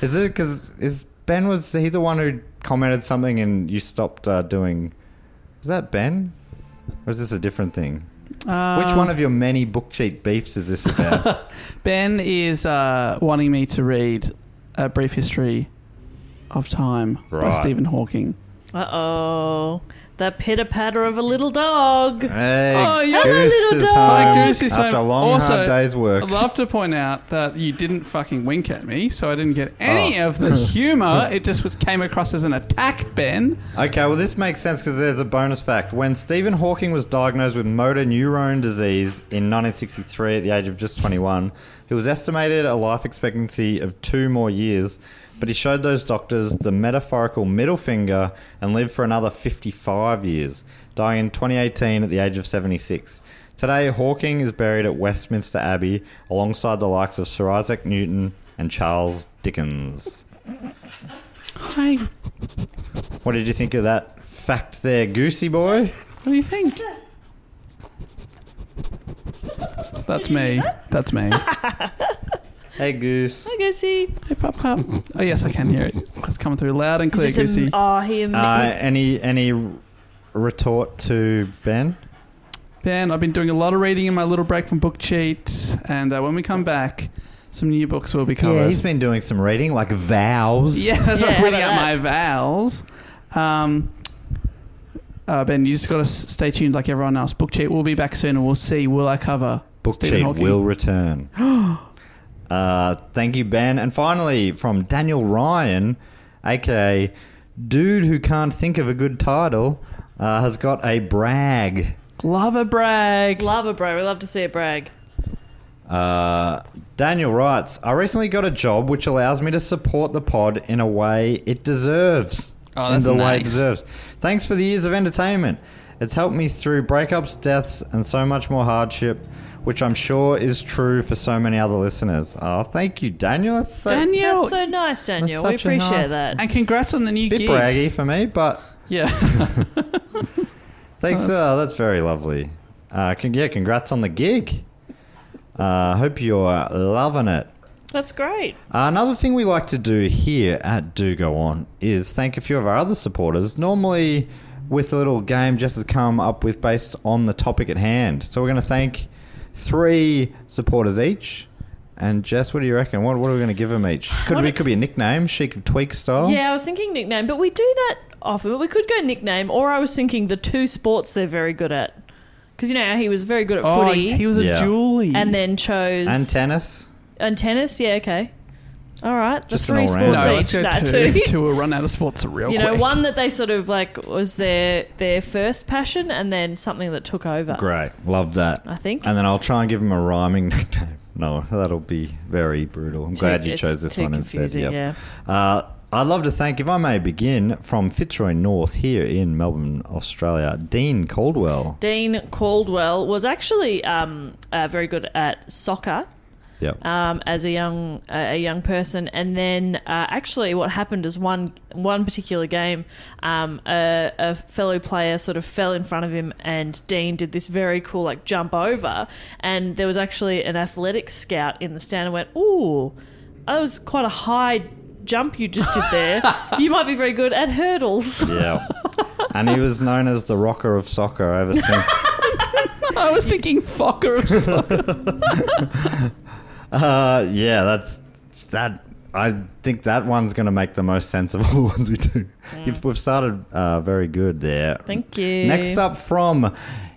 S1: is it because is Ben was he the one who commented something and you stopped uh, doing? Was that Ben? Or is this a different thing?
S2: Uh,
S1: Which one of your many book cheat beefs is this about?
S2: Ben is uh, wanting me to read A Brief History of Time by
S1: Right.
S2: Stephen Hawking.
S4: Uh oh. The pitter patter of a little dog.
S1: Hey,
S2: Oh, yeah.
S4: Hello,
S1: Goose
S4: little
S1: is
S4: dog.
S1: home
S2: Hi, Goose is
S1: Um, after
S2: home.
S1: a long
S2: Also,
S1: hard day's work.
S2: I'd love to point out that you didn't fucking wink at me, so I didn't get any
S1: Oh.
S2: of the humour. It just was, came across as an attack, Ben.
S1: Okay, well this makes sense because there's a bonus fact. When Stephen Hawking was diagnosed with motor neurone disease in 1963 at the age of just 21, he was estimated a life expectancy of two more years, but he showed those doctors the metaphorical middle finger and lived for another 55 years, dying in 2018 at the age of 76. Today, Hawking is buried at Westminster Abbey alongside the likes of Sir Isaac Newton and Charles Dickens.
S2: Hi,
S1: What did you think of that fact there, Goosey Boy?
S2: what do you think? That's me. That's me.
S1: Hey, Goose.
S4: I guess he.
S2: Hey, pop, pop. Oh yes, I can hear it. It's coming through loud and clear,
S4: Just a-
S2: Goosey.
S4: oh, he.
S1: Uh, any any retort to Ben?
S2: Ben, I've been doing a lot of reading in my little break from book cheats, and uh, when we come back, some new books will be covered.
S1: Yeah, he's been doing some reading, like vows.
S2: Yeah, that's
S4: Yeah,
S2: right.
S4: how
S2: Reading out
S4: about
S2: my vowels. Um, uh, ben, you just got to stay tuned like everyone else. Book cheat. We'll be back soon, and we'll see. Will I cover
S1: Book
S2: Stephen
S1: cheat
S2: Hawking?
S1: will return. uh, thank you, Ben. And finally, from Daniel Ryan, aka Dude Who Can't Think of a Good Title, uh, has got a brag.
S2: Love a brag.
S4: Love it, bro. We love to see it brag.
S1: Uh, Daniel writes, I recently got a job which allows me to support the pod in a way it deserves.
S2: Oh,
S1: in
S2: that's
S1: the way
S2: nice.
S1: it deserves. Thanks for the years of entertainment. It's helped me through breakups, deaths, and so much more hardship, which I'm sure is true for so many other listeners. Oh, thank you, Daniel. That's so
S2: Daniel,
S4: That's so nice, Daniel. We
S1: Oh, That's such a
S4: appreciate
S1: nice-
S4: that.
S2: and congrats on the new
S1: bit
S2: gig.
S1: braggy for me, but
S2: Yeah,
S1: thanks. Oh, that's very lovely. Uh, con- yeah, congrats on the gig. Uh, hope you're loving it.
S4: That's great.
S1: Another thing we like to do here at Do Go On is thank a few of our other supporters. Normally, with a little game Jess has come up with based on the topic at hand. So we're going to thank three supporters each. And Jess, what do you reckon? What, what are we going to give them each? Could
S4: What
S1: be
S4: a-
S1: could be a nickname, chic of tweak style.
S4: Yeah, I was thinking nickname, but we do that often. But we could go nickname, or I was thinking the two sports they're very good at. Because you know how he was very good at
S2: oh,
S4: footy,
S2: he was a
S1: Yeah.
S2: Julie.
S4: and then chose
S1: And tennis.
S4: and tennis. Yeah, okay, all right. The
S1: Just an
S4: three
S1: all-round.
S4: sports
S2: no, let's
S4: each.
S2: go
S4: Nah,
S2: two.
S4: two.
S2: Two will run out of spots real
S4: you
S2: quick.
S4: know, one that they sort of like was their their first passion, and then something that took over.
S1: Great. Love that.
S4: I think.
S1: And then I'll try and give him a rhyming nickname. No, that'll be very brutal. I'm
S4: Too-
S1: glad you
S4: it's
S1: chose this
S4: too
S1: one instead.
S4: confusing,
S1: Yeah. Uh, I'd love to thank, if I may begin, from Fitzroy North here in Melbourne, Australia, Dean Caldwell.
S4: Dean Caldwell was actually um, uh, very good at soccer.
S1: Yep.
S4: um, as a young a a young person, and then uh, actually what happened is one one particular game, um, a, a fellow player sort of fell in front of him, and Dean did this very cool like jump over, and there was actually an athletics scout in the stand and went, "Ooh, that was quite a high." Jump you just did there. you might be very good at hurdles.
S1: yeah. and he was known as the rocker of soccer ever since.
S2: I was thinking fucker of soccer.
S1: uh, yeah, that's that. I think that one's going to make the most sense of all the ones we do. You've We've started uh, very good there.
S4: Thank you.
S1: Next up from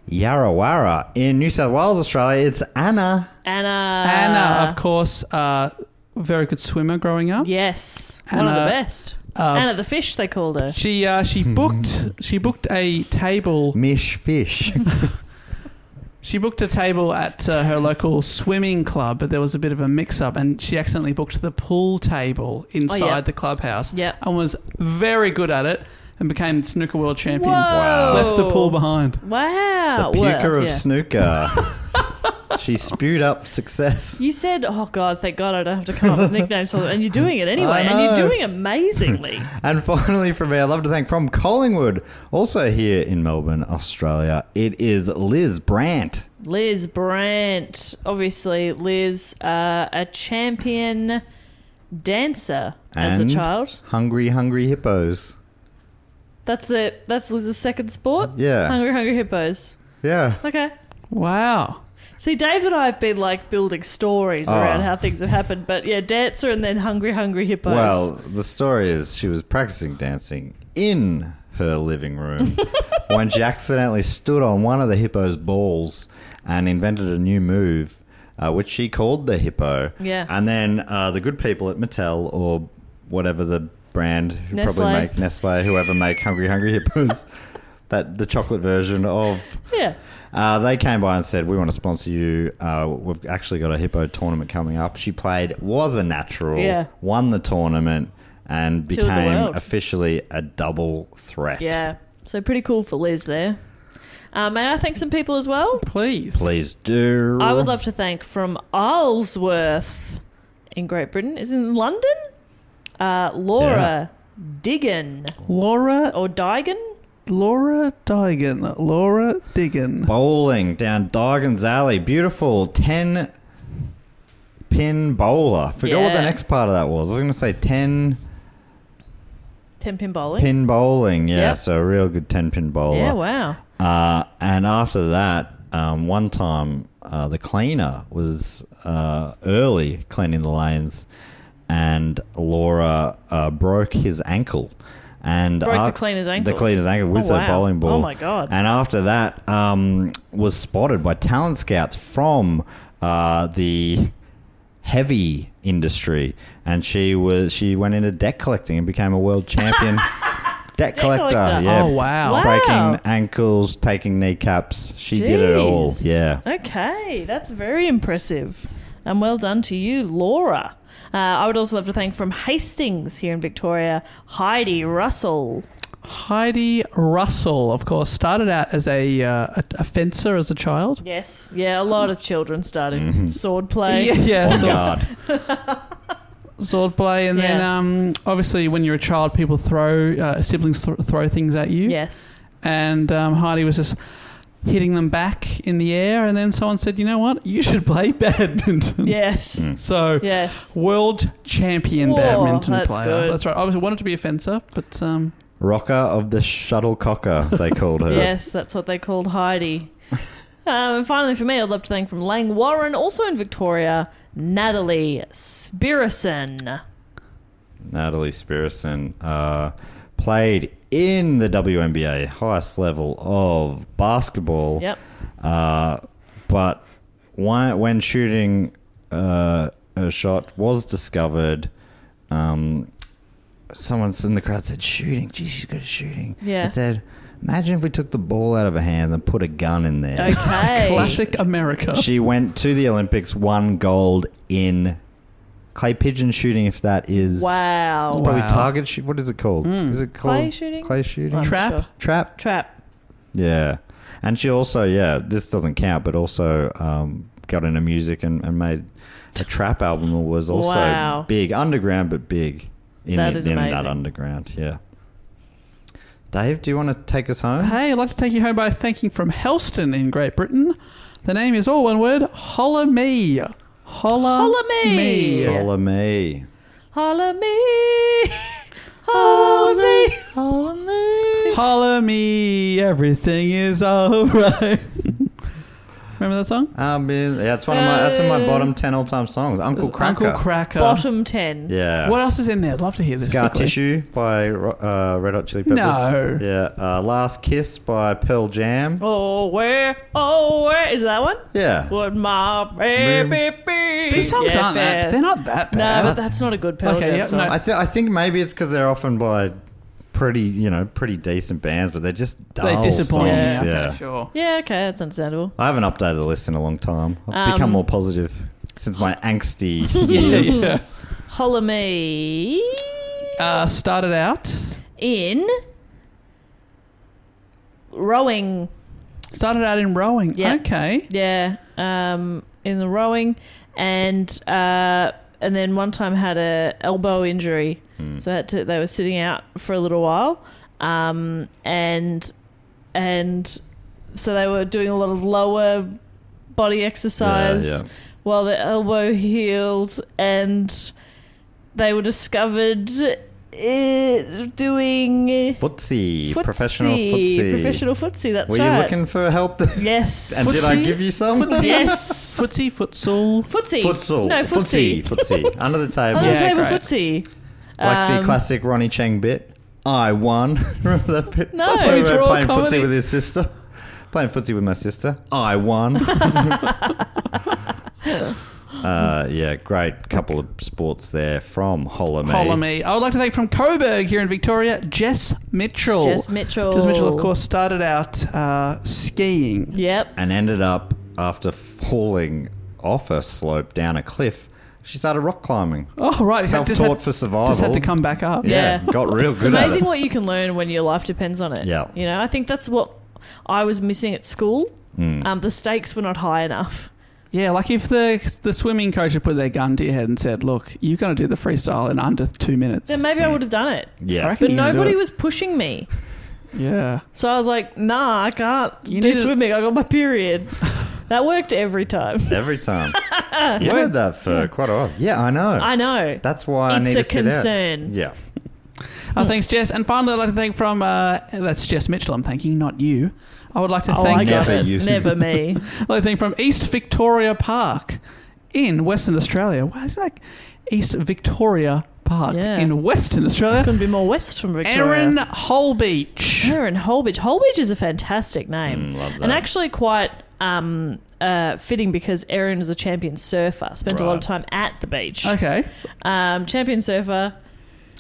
S1: Yarrawarra in New South Wales, Australia, it's Anna.
S4: Anna.
S2: Anna, of course, uh, very good swimmer growing up.
S4: Yes, one of the
S2: Anna, uh,
S4: best. Anna the fish, they called her.
S2: She uh, she booked she booked a table
S1: Mish Fish.
S2: she booked a table at uh, her local swimming club, but there was a bit of a mix up, and she accidentally booked the pool table inside
S4: Oh, yeah.
S2: the clubhouse.
S4: Yep.
S2: and was very good at it and became snooker world champion.
S4: Whoa.
S2: Left the pool behind.
S4: Wow.
S2: Ah,
S1: the puker
S4: Well,
S1: of
S4: yeah.
S1: snooker. she spewed up success.
S4: You said, "Oh God, thank God I don't have to come up with nicknames," for them." and you're doing it anyway, and you're
S1: know.
S4: doing amazingly.
S1: And finally, from me, I'd love to thank from Collingwood, also here in Melbourne, Australia, it is Liz Brandt.
S4: Liz Brandt, obviously, Liz, uh, a champion dancer as a
S1: And
S4: child.
S1: Hungry, hungry hippos.
S4: That's the that's Liz's second sport.
S1: Yeah.
S4: hungry, hungry hippos.
S1: Yeah.
S4: Okay.
S2: Wow.
S4: See, Dave and I have been like building stories
S1: Oh.
S4: around how things have happened, but yeah, dancer and then hungry, hungry hippos.
S1: Well, the story is she was practicing dancing in her living room when she accidentally stood on one of the hippo's balls and invented a new move, uh, which she called the hippo.
S4: Yeah.
S1: And then uh, the good people at Mattel or whatever the brand who
S4: Nestle.
S1: probably make Nestle, whoever make Hungry Hungry Hippos, that the chocolate version of.
S4: yeah,
S1: Uh, they came by and said, "We want to sponsor you. Uh, we've actually got a hippo tournament coming up." She played, was a natural,
S4: Yeah.
S1: won the tournament, and
S4: Toured the
S1: became
S4: world.
S1: officially a double threat.
S4: yeah. So pretty cool for Liz there. Uh, may I thank some people as well?
S2: Please.
S1: please do.
S4: I would love to thank from Islesworth in Great Britain, is in London. Uh, Laura Diggin
S2: Laura
S4: or Digan.
S2: Laura Digan. Laura Digan.
S1: bowling down Dargan's Alley. Beautiful ten pin bowler. Forgot what
S4: Yeah.
S1: the next part of that was. I was going to say ten
S4: ten pin bowling.
S1: pin bowling. Yeah,
S4: Yep.
S1: so a real good ten pin bowler.
S4: Yeah, wow.
S1: Uh, and after that, um, one time uh, the cleaner was uh, early cleaning the lanes, and Laura uh, broke his ankle. And
S4: Broke the
S1: af-
S4: cleaner's
S1: The
S4: ankle?
S1: cleaner's ankle with
S4: Oh,
S1: the
S4: wow.
S1: bowling ball.
S4: Oh, my God.
S1: And after that, um, was spotted by talent scouts from uh, the heavy industry, and she was she went into debt collecting and became a world champion. Debt collector,
S4: collector.
S1: yeah,
S2: Oh wow.
S4: Wow.
S1: breaking ankles, taking kneecaps. She did it all.
S4: Jeez.
S1: Yeah.
S4: Okay, that's very impressive. And well done to you, Laura. Uh, I would also love to thank from Hastings here in Victoria, Heidi Russell.
S2: Heidi Russell, of course, started out as a, uh, a, a fencer as a child.
S4: Yes. Yeah, a lot of children
S1: Mm-hmm.
S4: started sword play.
S2: Yeah, yeah.
S1: Oh,
S8: On
S2: sword-
S8: guard.
S2: sword play, and then
S4: Yeah.
S2: um, obviously when you're a child, people throw uh, siblings th- throw things at you.
S4: Yes.
S2: And um, Heidi was just hitting them back in the air, and then someone said, "You know what? You should play badminton."
S4: Yes.
S1: Mm.
S2: So
S4: Yes.
S2: world champion
S4: Whoa,
S2: badminton
S4: that's
S2: player.
S4: good.
S2: That's right. I Obviously wanted to be a fencer, but um,
S1: Rocker of the Shuttlecocker, they called her.
S4: Yes, that's what they called Heidi. Um, and finally, for me, I'd love to thank from Lang Warren, also in Victoria, Natalie Spirison.
S1: Natalie Spirison uh, played in the WNBA, highest level of basketball.
S4: Yep.
S1: Uh, but why, when shooting uh, a shot was discovered, um, someone in the crowd said, Shooting. Geez, she's good at shooting.
S4: Yeah.
S1: They said, Imagine if we took the ball out of her hand and put a gun in there.
S4: Okay.
S2: classic America.
S1: She went to the Olympics, won gold in clay pigeon shooting, if that is.
S4: Wow. Hmm.
S1: Probably
S2: Wow.
S1: target shoot. What is it called? Is it called
S4: Clay shooting?
S1: Clay shooting.
S4: I'm not
S2: Trap?
S4: sure.
S1: Trap.
S4: Trap.
S1: Yeah, and she also yeah. This doesn't count, but also um, got into music and, and made a trap album that was also
S4: Wow.
S1: big underground, but big in,
S4: That is
S1: in that
S4: amazing.
S1: underground. Yeah. Dave, do you want to take us home?
S2: Hey, I'd like to take you home by thanking from Helston in Great Britain. The name is all one word, Holla Me. Holla,
S4: Holla me. Yeah.
S1: Follow me.
S4: Holla me. Holla me.
S2: Holla me, everything is alright. Remember that song?
S1: Um, yeah, that's one of my. That's in
S4: Uh.
S1: my bottom ten all-time songs. Uncle Cracker.
S2: Uh, Uncle Cracker.
S4: Bottom 10.
S1: Yeah.
S2: What else is in there? I'd love to hear this.
S1: Scar
S2: quickly.
S1: Tissue by uh, Red Hot Chili Peppers.
S2: No.
S1: Yeah. Uh, Last Kiss by Pearl Jam.
S4: Oh, where? Oh, where? Is that one?
S1: Yeah.
S4: Would my baby be?
S2: These songs
S4: Yeah,
S2: aren't
S4: fair.
S2: that. They're not that
S4: No,
S2: bad.
S4: but that's not a good Pearl
S2: Okay,
S4: Jam
S2: yeah,
S4: song.
S2: no.
S1: I, th- I think maybe it's because they're often by pretty, you know, pretty decent bands, but they're just dull
S2: they disappoint.
S1: songs.
S2: Yeah,
S1: Yeah.
S2: Okay, sure.
S4: Yeah, okay, that's understandable.
S1: I haven't updated the list in a long time. I've become
S4: Um,
S1: more positive since my angsty
S2: Yeah,
S1: years.
S2: yeah.
S4: Holla me
S2: Uh, started out.
S4: in rowing.
S2: Started out in rowing.
S4: Yeah.
S2: Okay.
S4: Yeah, um, in the rowing, and uh, and then one time had a elbow injury,
S1: Hmm.
S4: so had to, they were sitting out for a little while, um, and and so they were doing a lot of lower body exercise
S1: Yeah, yeah.
S4: while the elbow healed, and they were discovered uh, doing.
S1: Footsie, professional footsie.
S4: Professional footsie, that's
S1: Were you
S4: right.
S1: looking for help? and
S4: yes.
S1: did I
S2: Footsie?
S1: give you some?
S2: Footsie?
S4: yes.
S2: Footsie, futsal.
S4: Footsie.
S1: Futsal.
S4: No,
S1: footsie.
S4: footsie. Um,
S1: Footsie. Under the table.
S4: Under the
S2: Yeah,
S4: table
S2: great.
S4: footsie.
S1: Like
S4: Um,
S1: the classic Ronnie Chang bit. I won. Remember that bit?
S4: No.
S1: That's when we
S2: Dude,
S1: were
S2: you're all
S1: playing
S2: comedy.
S1: footsie with his sister. Playing footsie with my sister. I won. uh, yeah, great couple of sports there from Holloway.
S2: Holla me. I would like to thank from Coburg here in Victoria, Jess Mitchell.
S4: Jess Mitchell.
S2: Jess Mitchell, of course, started out uh, skiing.
S4: Yep.
S1: And ended up, after falling off a slope down a cliff, she started rock climbing.
S2: Oh, right. Just had-
S1: Self-taught for survival.
S2: Just had to come back up.
S1: Yeah,
S4: Yeah.
S1: got real
S4: It's
S1: good at it.
S4: amazing what you can learn when your life depends on it.
S1: Yeah.
S4: You know, I think that's what I was missing at school. Um, the stakes were not high enough.
S2: Yeah, like if the the swimming coach had put their gun to your head and said, "Look, you're going to do the freestyle in under two minutes."
S4: Then maybe I would have done it.
S2: I
S1: Yeah.
S2: reckon
S4: But
S2: you can do
S4: nobody
S2: it.
S4: was pushing me.
S2: Yeah.
S4: So I was like, nah, I can't
S2: You
S4: do
S2: need to-
S4: swimming. I got my period. that worked every time.
S1: Every time. you heard that for quite a while. Yeah, I know.
S4: I know.
S1: That's why
S4: It's
S1: I need
S4: a
S1: to sit out.
S4: concern.
S1: Yeah.
S4: Hmm.
S2: Uh, thanks, Jess. And finally, I'd like to thank from uh, that's Jess Mitchell. I'm thanking, not you. I would like to
S4: oh, I
S2: thank.
S4: got
S1: Never
S4: it.
S1: you.
S4: Never me.
S2: I'd like to thank from East Victoria Park in Western Australia. Why is that East Victoria Park
S4: Yeah.
S2: in Western Australia?
S4: Couldn't be more west from Victoria.
S2: Erin Holbeach.
S4: Aaron Holbeach. Holbeach is a fantastic name,
S1: Mm,
S4: and actually quite um, uh, fitting because Aaron is a champion surfer. Spent a lot of time at the beach.
S2: Okay.
S4: Um, champion surfer.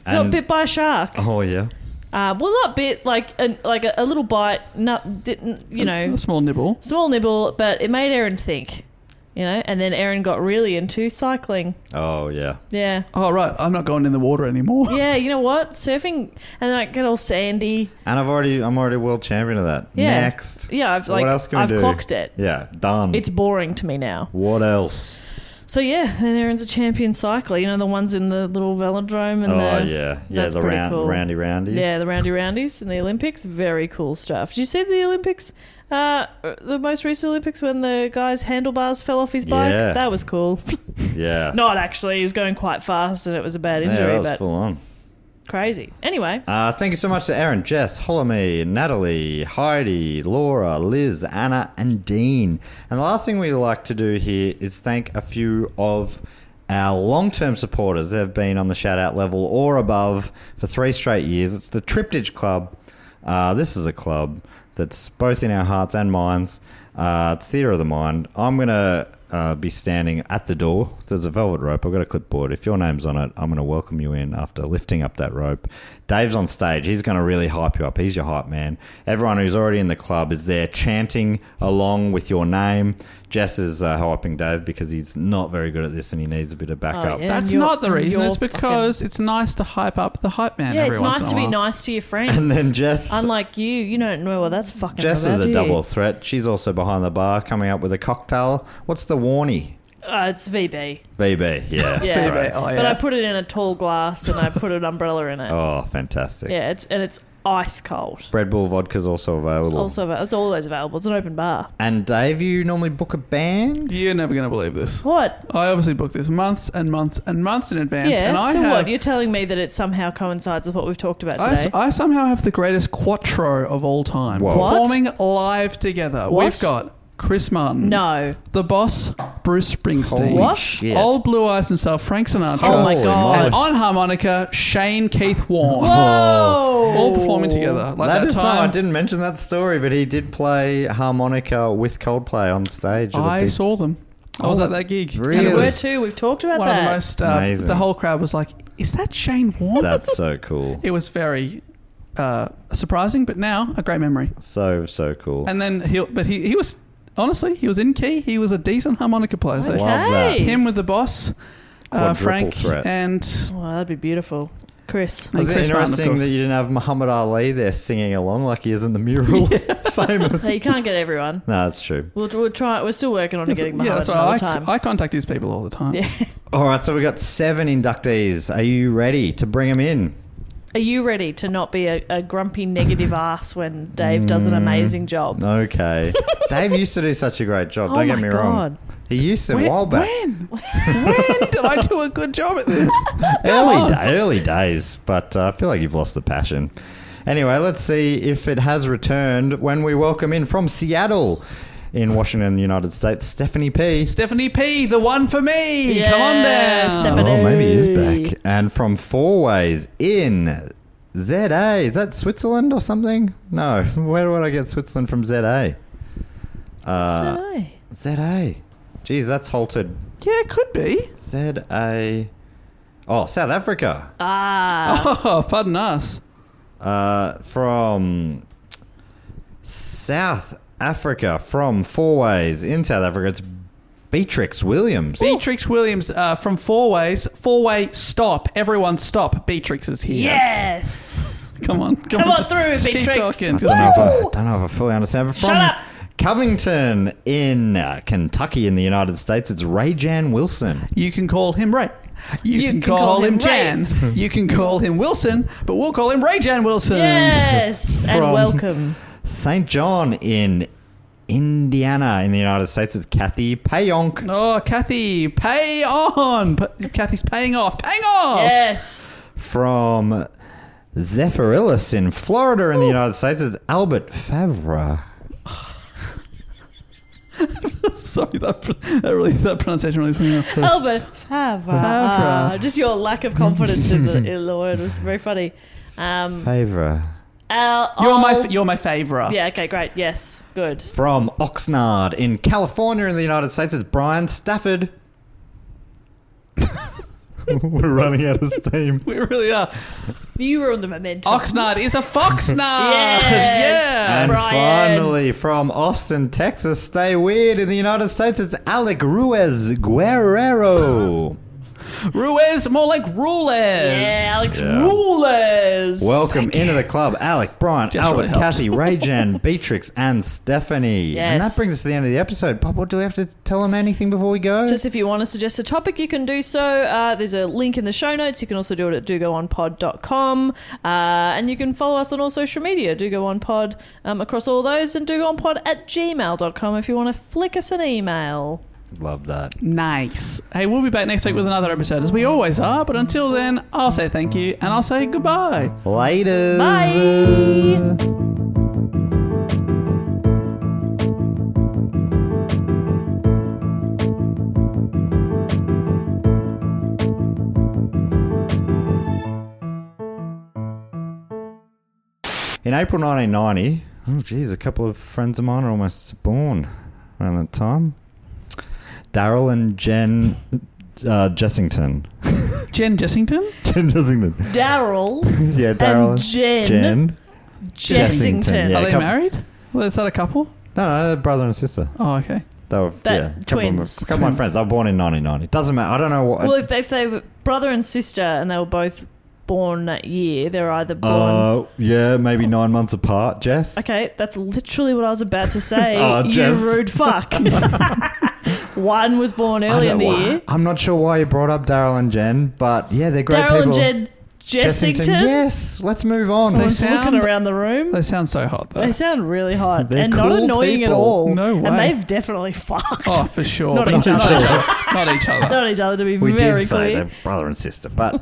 S4: got
S1: And-
S4: bit by a shark.
S1: Oh, yeah.
S4: Uh, well, not bit like an, like a, a little bite. Not didn't you know
S2: A small nibble.
S4: small nibble, but it made Aaron think. you know. And then Erin got really into cycling.
S1: Oh, yeah.
S4: Yeah.
S2: Oh, right. I'm not going in the water anymore.
S4: Yeah, you know what? Surfing and then I get all sandy.
S1: And I've already, I'm already world champion of that.
S4: Yeah.
S1: Next.
S4: Yeah, I've like
S1: what else can we
S4: I've
S1: do?
S4: clocked it.
S1: Yeah, done.
S4: It's boring to me now.
S1: what else?
S4: So yeah, and Erin's a champion cycler. You know the ones in the little velodrome and
S1: oh,
S4: the
S1: yeah. Yeah,
S4: that's
S1: the
S4: pretty
S1: round,
S4: cool.
S1: roundy roundies.
S4: yeah the roundy roundies in the Olympics. Very cool stuff. Did you see the Olympics? Uh, the most recent Olympics when the guy's handlebars fell off his bike.
S1: Yeah.
S4: That was cool.
S1: Yeah.
S4: Not actually. He was going quite fast and it was a bad
S1: yeah,
S4: injury,
S1: that was
S4: but
S1: full on.
S4: crazy. Anyway,
S1: Uh, thank you so much to Aaron, Jess, Holomee, Natalie, Heidi, Laura, Liz, Anna, and Dean. And the last thing we like to do here is thank a few of our long term supporters that have been on the shout out level or above for three straight years. It's the Triptych Club. Uh, this is a club that's both in our hearts and minds. Uh, it's theatre of the mind. I'm going to uh, be standing at the door. There's a velvet rope. I've got a clipboard. If your name's on it, I'm going to welcome you in after lifting up that rope. Dave's on stage. He's going to really hype you up. He's your hype man. Everyone who's already in the club is there chanting along with your name. Jess is uh, hyping Dave because he's not very good at this and he needs a bit of backup.
S4: Oh, yeah.
S2: That's
S4: And you're-
S2: not the reason.
S4: you're
S2: It's because it's nice to hype up the hype man.
S4: yeah,
S2: every
S4: it's
S2: once
S4: nice
S2: in
S4: to
S2: a
S4: be
S2: while.
S4: nice to your friends.
S1: And then Jess.
S4: Unlike you, you don't know what that's fucking
S1: Jess is
S4: about,
S1: a
S4: do you?
S1: double threat. She's also behind the bar coming up with a cocktail. What's the warnie?
S4: Uh, it's VB.
S1: VB, yeah.
S4: Yeah.
S2: Fair bit, oh,
S4: But I
S2: yeah.
S4: put it in a tall glass and I put an umbrella in it.
S1: Oh, fantastic.
S4: Yeah, it's and it's ice cold.
S1: Red Bull vodka's also available.
S4: Also, ava- it's always available. It's an open bar.
S1: And Dave, you normally book a band?
S2: You're never going to believe this.
S4: What?
S2: I obviously booked this months and months and months in advance.
S4: yeah.
S2: and I
S4: so
S2: have,
S4: what? You're telling me that it somehow coincides with what we've talked about
S2: I, s-
S4: today?
S2: I somehow have the greatest quattro of all time.
S1: Whoa.
S4: What?
S2: Performing live together.
S4: What?
S2: We've got Chris Martin.
S4: no.
S2: The Boss, Bruce Springsteen.
S4: Holy What?
S1: shit.
S2: Old Blue Eyes himself, Frank Sinatra.
S4: Oh my
S1: Holy
S4: God.
S2: And
S1: moly.
S2: on harmonica, Shane Keith Warne.
S4: Whoa.
S2: All performing together. Like
S1: that
S2: that,
S1: is not- I
S2: time.
S1: didn't mention that story, but he did play harmonica with Coldplay on stage. at a
S2: I
S1: big-
S2: saw them. I was
S1: Oh,
S2: at that gig.
S1: really?
S2: And it
S4: There were
S2: was
S4: two. We've talked about
S2: one of
S4: that.
S2: the most. Uh,
S1: Amazing.
S2: the whole crowd was like, "Is that Shane Warne?"
S1: That's so cool.
S2: it was very uh, surprising, but now a great memory.
S1: So, so cool.
S2: And then he, but he, he was honestly, he was in key. He was a decent harmonica player. So
S1: Love
S4: Okay.
S1: that.
S2: him with the boss, uh,
S1: Quadruple
S2: Frank,
S1: threat.
S2: and,
S4: Wow, that'd be beautiful, Chris.
S2: and
S1: Was it
S2: Chris Martin, of
S1: interesting
S2: course.
S1: that you didn't have Muhammad Ali there singing along like he is in the mural? Famous.
S4: Hey, you can't get everyone.
S1: No, that's true.
S4: We'll, we'll try. We're still working on getting
S2: yeah,
S4: Muhammad
S2: that's
S4: yeah, another
S2: right. I,
S4: time.
S2: I contact these people all the time.
S4: yeah.
S1: All right, so we got seven inductees. Are you ready to bring them in?
S4: Are you ready to not be a, a grumpy, negative ass when Dave does an
S1: Mm.
S4: amazing job?
S1: Okay. Dave used to do such a great job.
S4: Oh
S1: Don't get
S4: my
S1: me
S4: God.
S1: wrong. He used to a
S2: When,
S1: while back.
S2: when? when did I do a good job at this?
S1: early,
S2: Come on.
S1: da- early days, but uh, I feel like you've lost the passion. Anyway, let's see if it has returned when we welcome in from Seattle in Washington, United States, Stephanie P.
S2: Stephanie P, the one for me. Come on
S4: Yeah,
S2: down.
S4: Stephanie.
S1: Oh, maybe he is back. And from Four Ways in ZA. Is that Switzerland or something? No. Where would I get Switzerland from ZA? Uh,
S4: So, hey.
S1: ZA. Geez, that's halted.
S2: Yeah, it could be.
S1: ZA. Oh, South Africa.
S4: ah,
S2: Oh, pardon us.
S1: uh, from South Africa, from Four Ways in South Africa. It's Beatrix Williams.
S2: Beatrix Williams uh, from Four Ways. Four Way, stop. Everyone stop. Beatrix is here.
S4: yes.
S2: Come on. Come,
S4: Come on
S2: just-
S4: through,
S2: just
S4: Beatrix.
S2: Keep talking.
S1: don't,
S2: Just
S1: know if
S2: keep
S1: I, don't know if I fully understand. But from
S4: Shut up.
S1: Covington in uh, Kentucky in the United States, it's Ray Jan Wilson.
S2: You can call him Ray. You, can, call, him,
S4: Ray.
S2: Jan. you can call him Wilson, but we'll call him Ray Jan Wilson.
S4: Yes, and
S1: From-
S4: welcome.
S1: St. John in Indiana in the United States, it's Kathy Payonk.
S2: Oh, Kathy, pay on. P- Kathy's paying off. Paying off.
S4: Yes,
S1: From Zephyrillis in Florida in the United States, it's Albert Favre.
S2: Sorry, that, pr- that really that pronunciation really threw me off.
S4: Albert Favre.
S2: Favre.
S4: Just your lack of confidence in the, in the word was very funny. Um,
S1: Favre.
S4: Al,
S2: You're my
S4: Al-
S2: f- you're my favorite.
S4: oh. yeah. Okay, great. Yes, good.
S1: From Oxnard in California in the United States, it's Brian Stafford. We're running out of steam.
S2: We really are.
S4: You were on the momentum.
S2: Oxnard is a foxnard.
S4: Yes.
S2: Yeah.
S1: And
S4: Brian.
S1: finally, from Austin, Texas, stay weird in the United States, it's Alec Ruiz Guerrero.
S2: Ruiz, more like Rules.
S4: Yeah, Alex Rulers.
S1: Welcome into the club, Alec, Brian,
S2: Just
S1: Albert,
S2: really helped.
S1: Cassie, Rayjan, Beatrix, and Stephanie.
S4: Yes.
S1: And that brings us to the end of the episode. Pop, what do we have to tell them anything before we go?
S4: Just if you want to suggest a topic, you can do so. Uh, there's a link in the show notes. You can also do it at dogoonpod.com. Uh, and you can follow us on all social media, Do Go On Pod, um, across all those, and dogoonpod at gmail.com if you want to flick us an email.
S1: Love that.
S2: Nice. Hey, we'll be back next week with another episode, as we always are. But until then, I'll say thank you and I'll say goodbye.
S1: Later.
S4: Bye.
S1: In April 1990, oh geez, a couple of friends of mine are almost born around that time. Daryl and Jen uh, Jessington.
S2: Jen Jessington?
S1: Jen Jessington.
S4: Daryl
S1: Yeah, Daryl.
S4: and Jen,
S1: Jen.
S4: Jessington.
S1: Yeah,
S2: Are they
S1: couple-
S2: married? Well, is that a couple?
S1: No, no, they're brother and sister.
S2: Oh, okay.
S1: They were
S4: That-
S1: yeah, couple of my-
S4: twins.
S1: couple of my friends. I was born in 1990. Doesn't matter. I don't know what.
S4: Well, if they, if they were brother and sister and they were both born that year, they're either born.
S1: uh, yeah, maybe nine months apart. Jess.
S4: Okay, that's literally what I was about to say.
S1: Oh,
S4: you
S1: Jess.
S4: rude fuck. One was born
S1: I
S4: early in
S1: don't-
S4: the
S1: why-
S4: year.
S1: I'm not sure why you brought up Daryl and Jen, but yeah, they're great
S4: Daryl and
S1: people.
S4: Jed Jessington.
S1: Yes, let's move on.
S2: They
S1: They-
S2: sound,
S4: Looking around the room.
S2: they sound so hot, though.
S4: They sound really hot
S1: They're
S4: and
S1: cool
S4: not annoying at
S1: people.
S4: all.
S2: No way.
S4: And they've definitely fucked.
S2: oh, for sure.
S4: Not
S2: But
S4: each
S2: not
S4: other.
S2: Not each other.
S4: Not each other, to be
S1: we
S4: very
S1: did say
S4: clear.
S1: they're brother and sister, but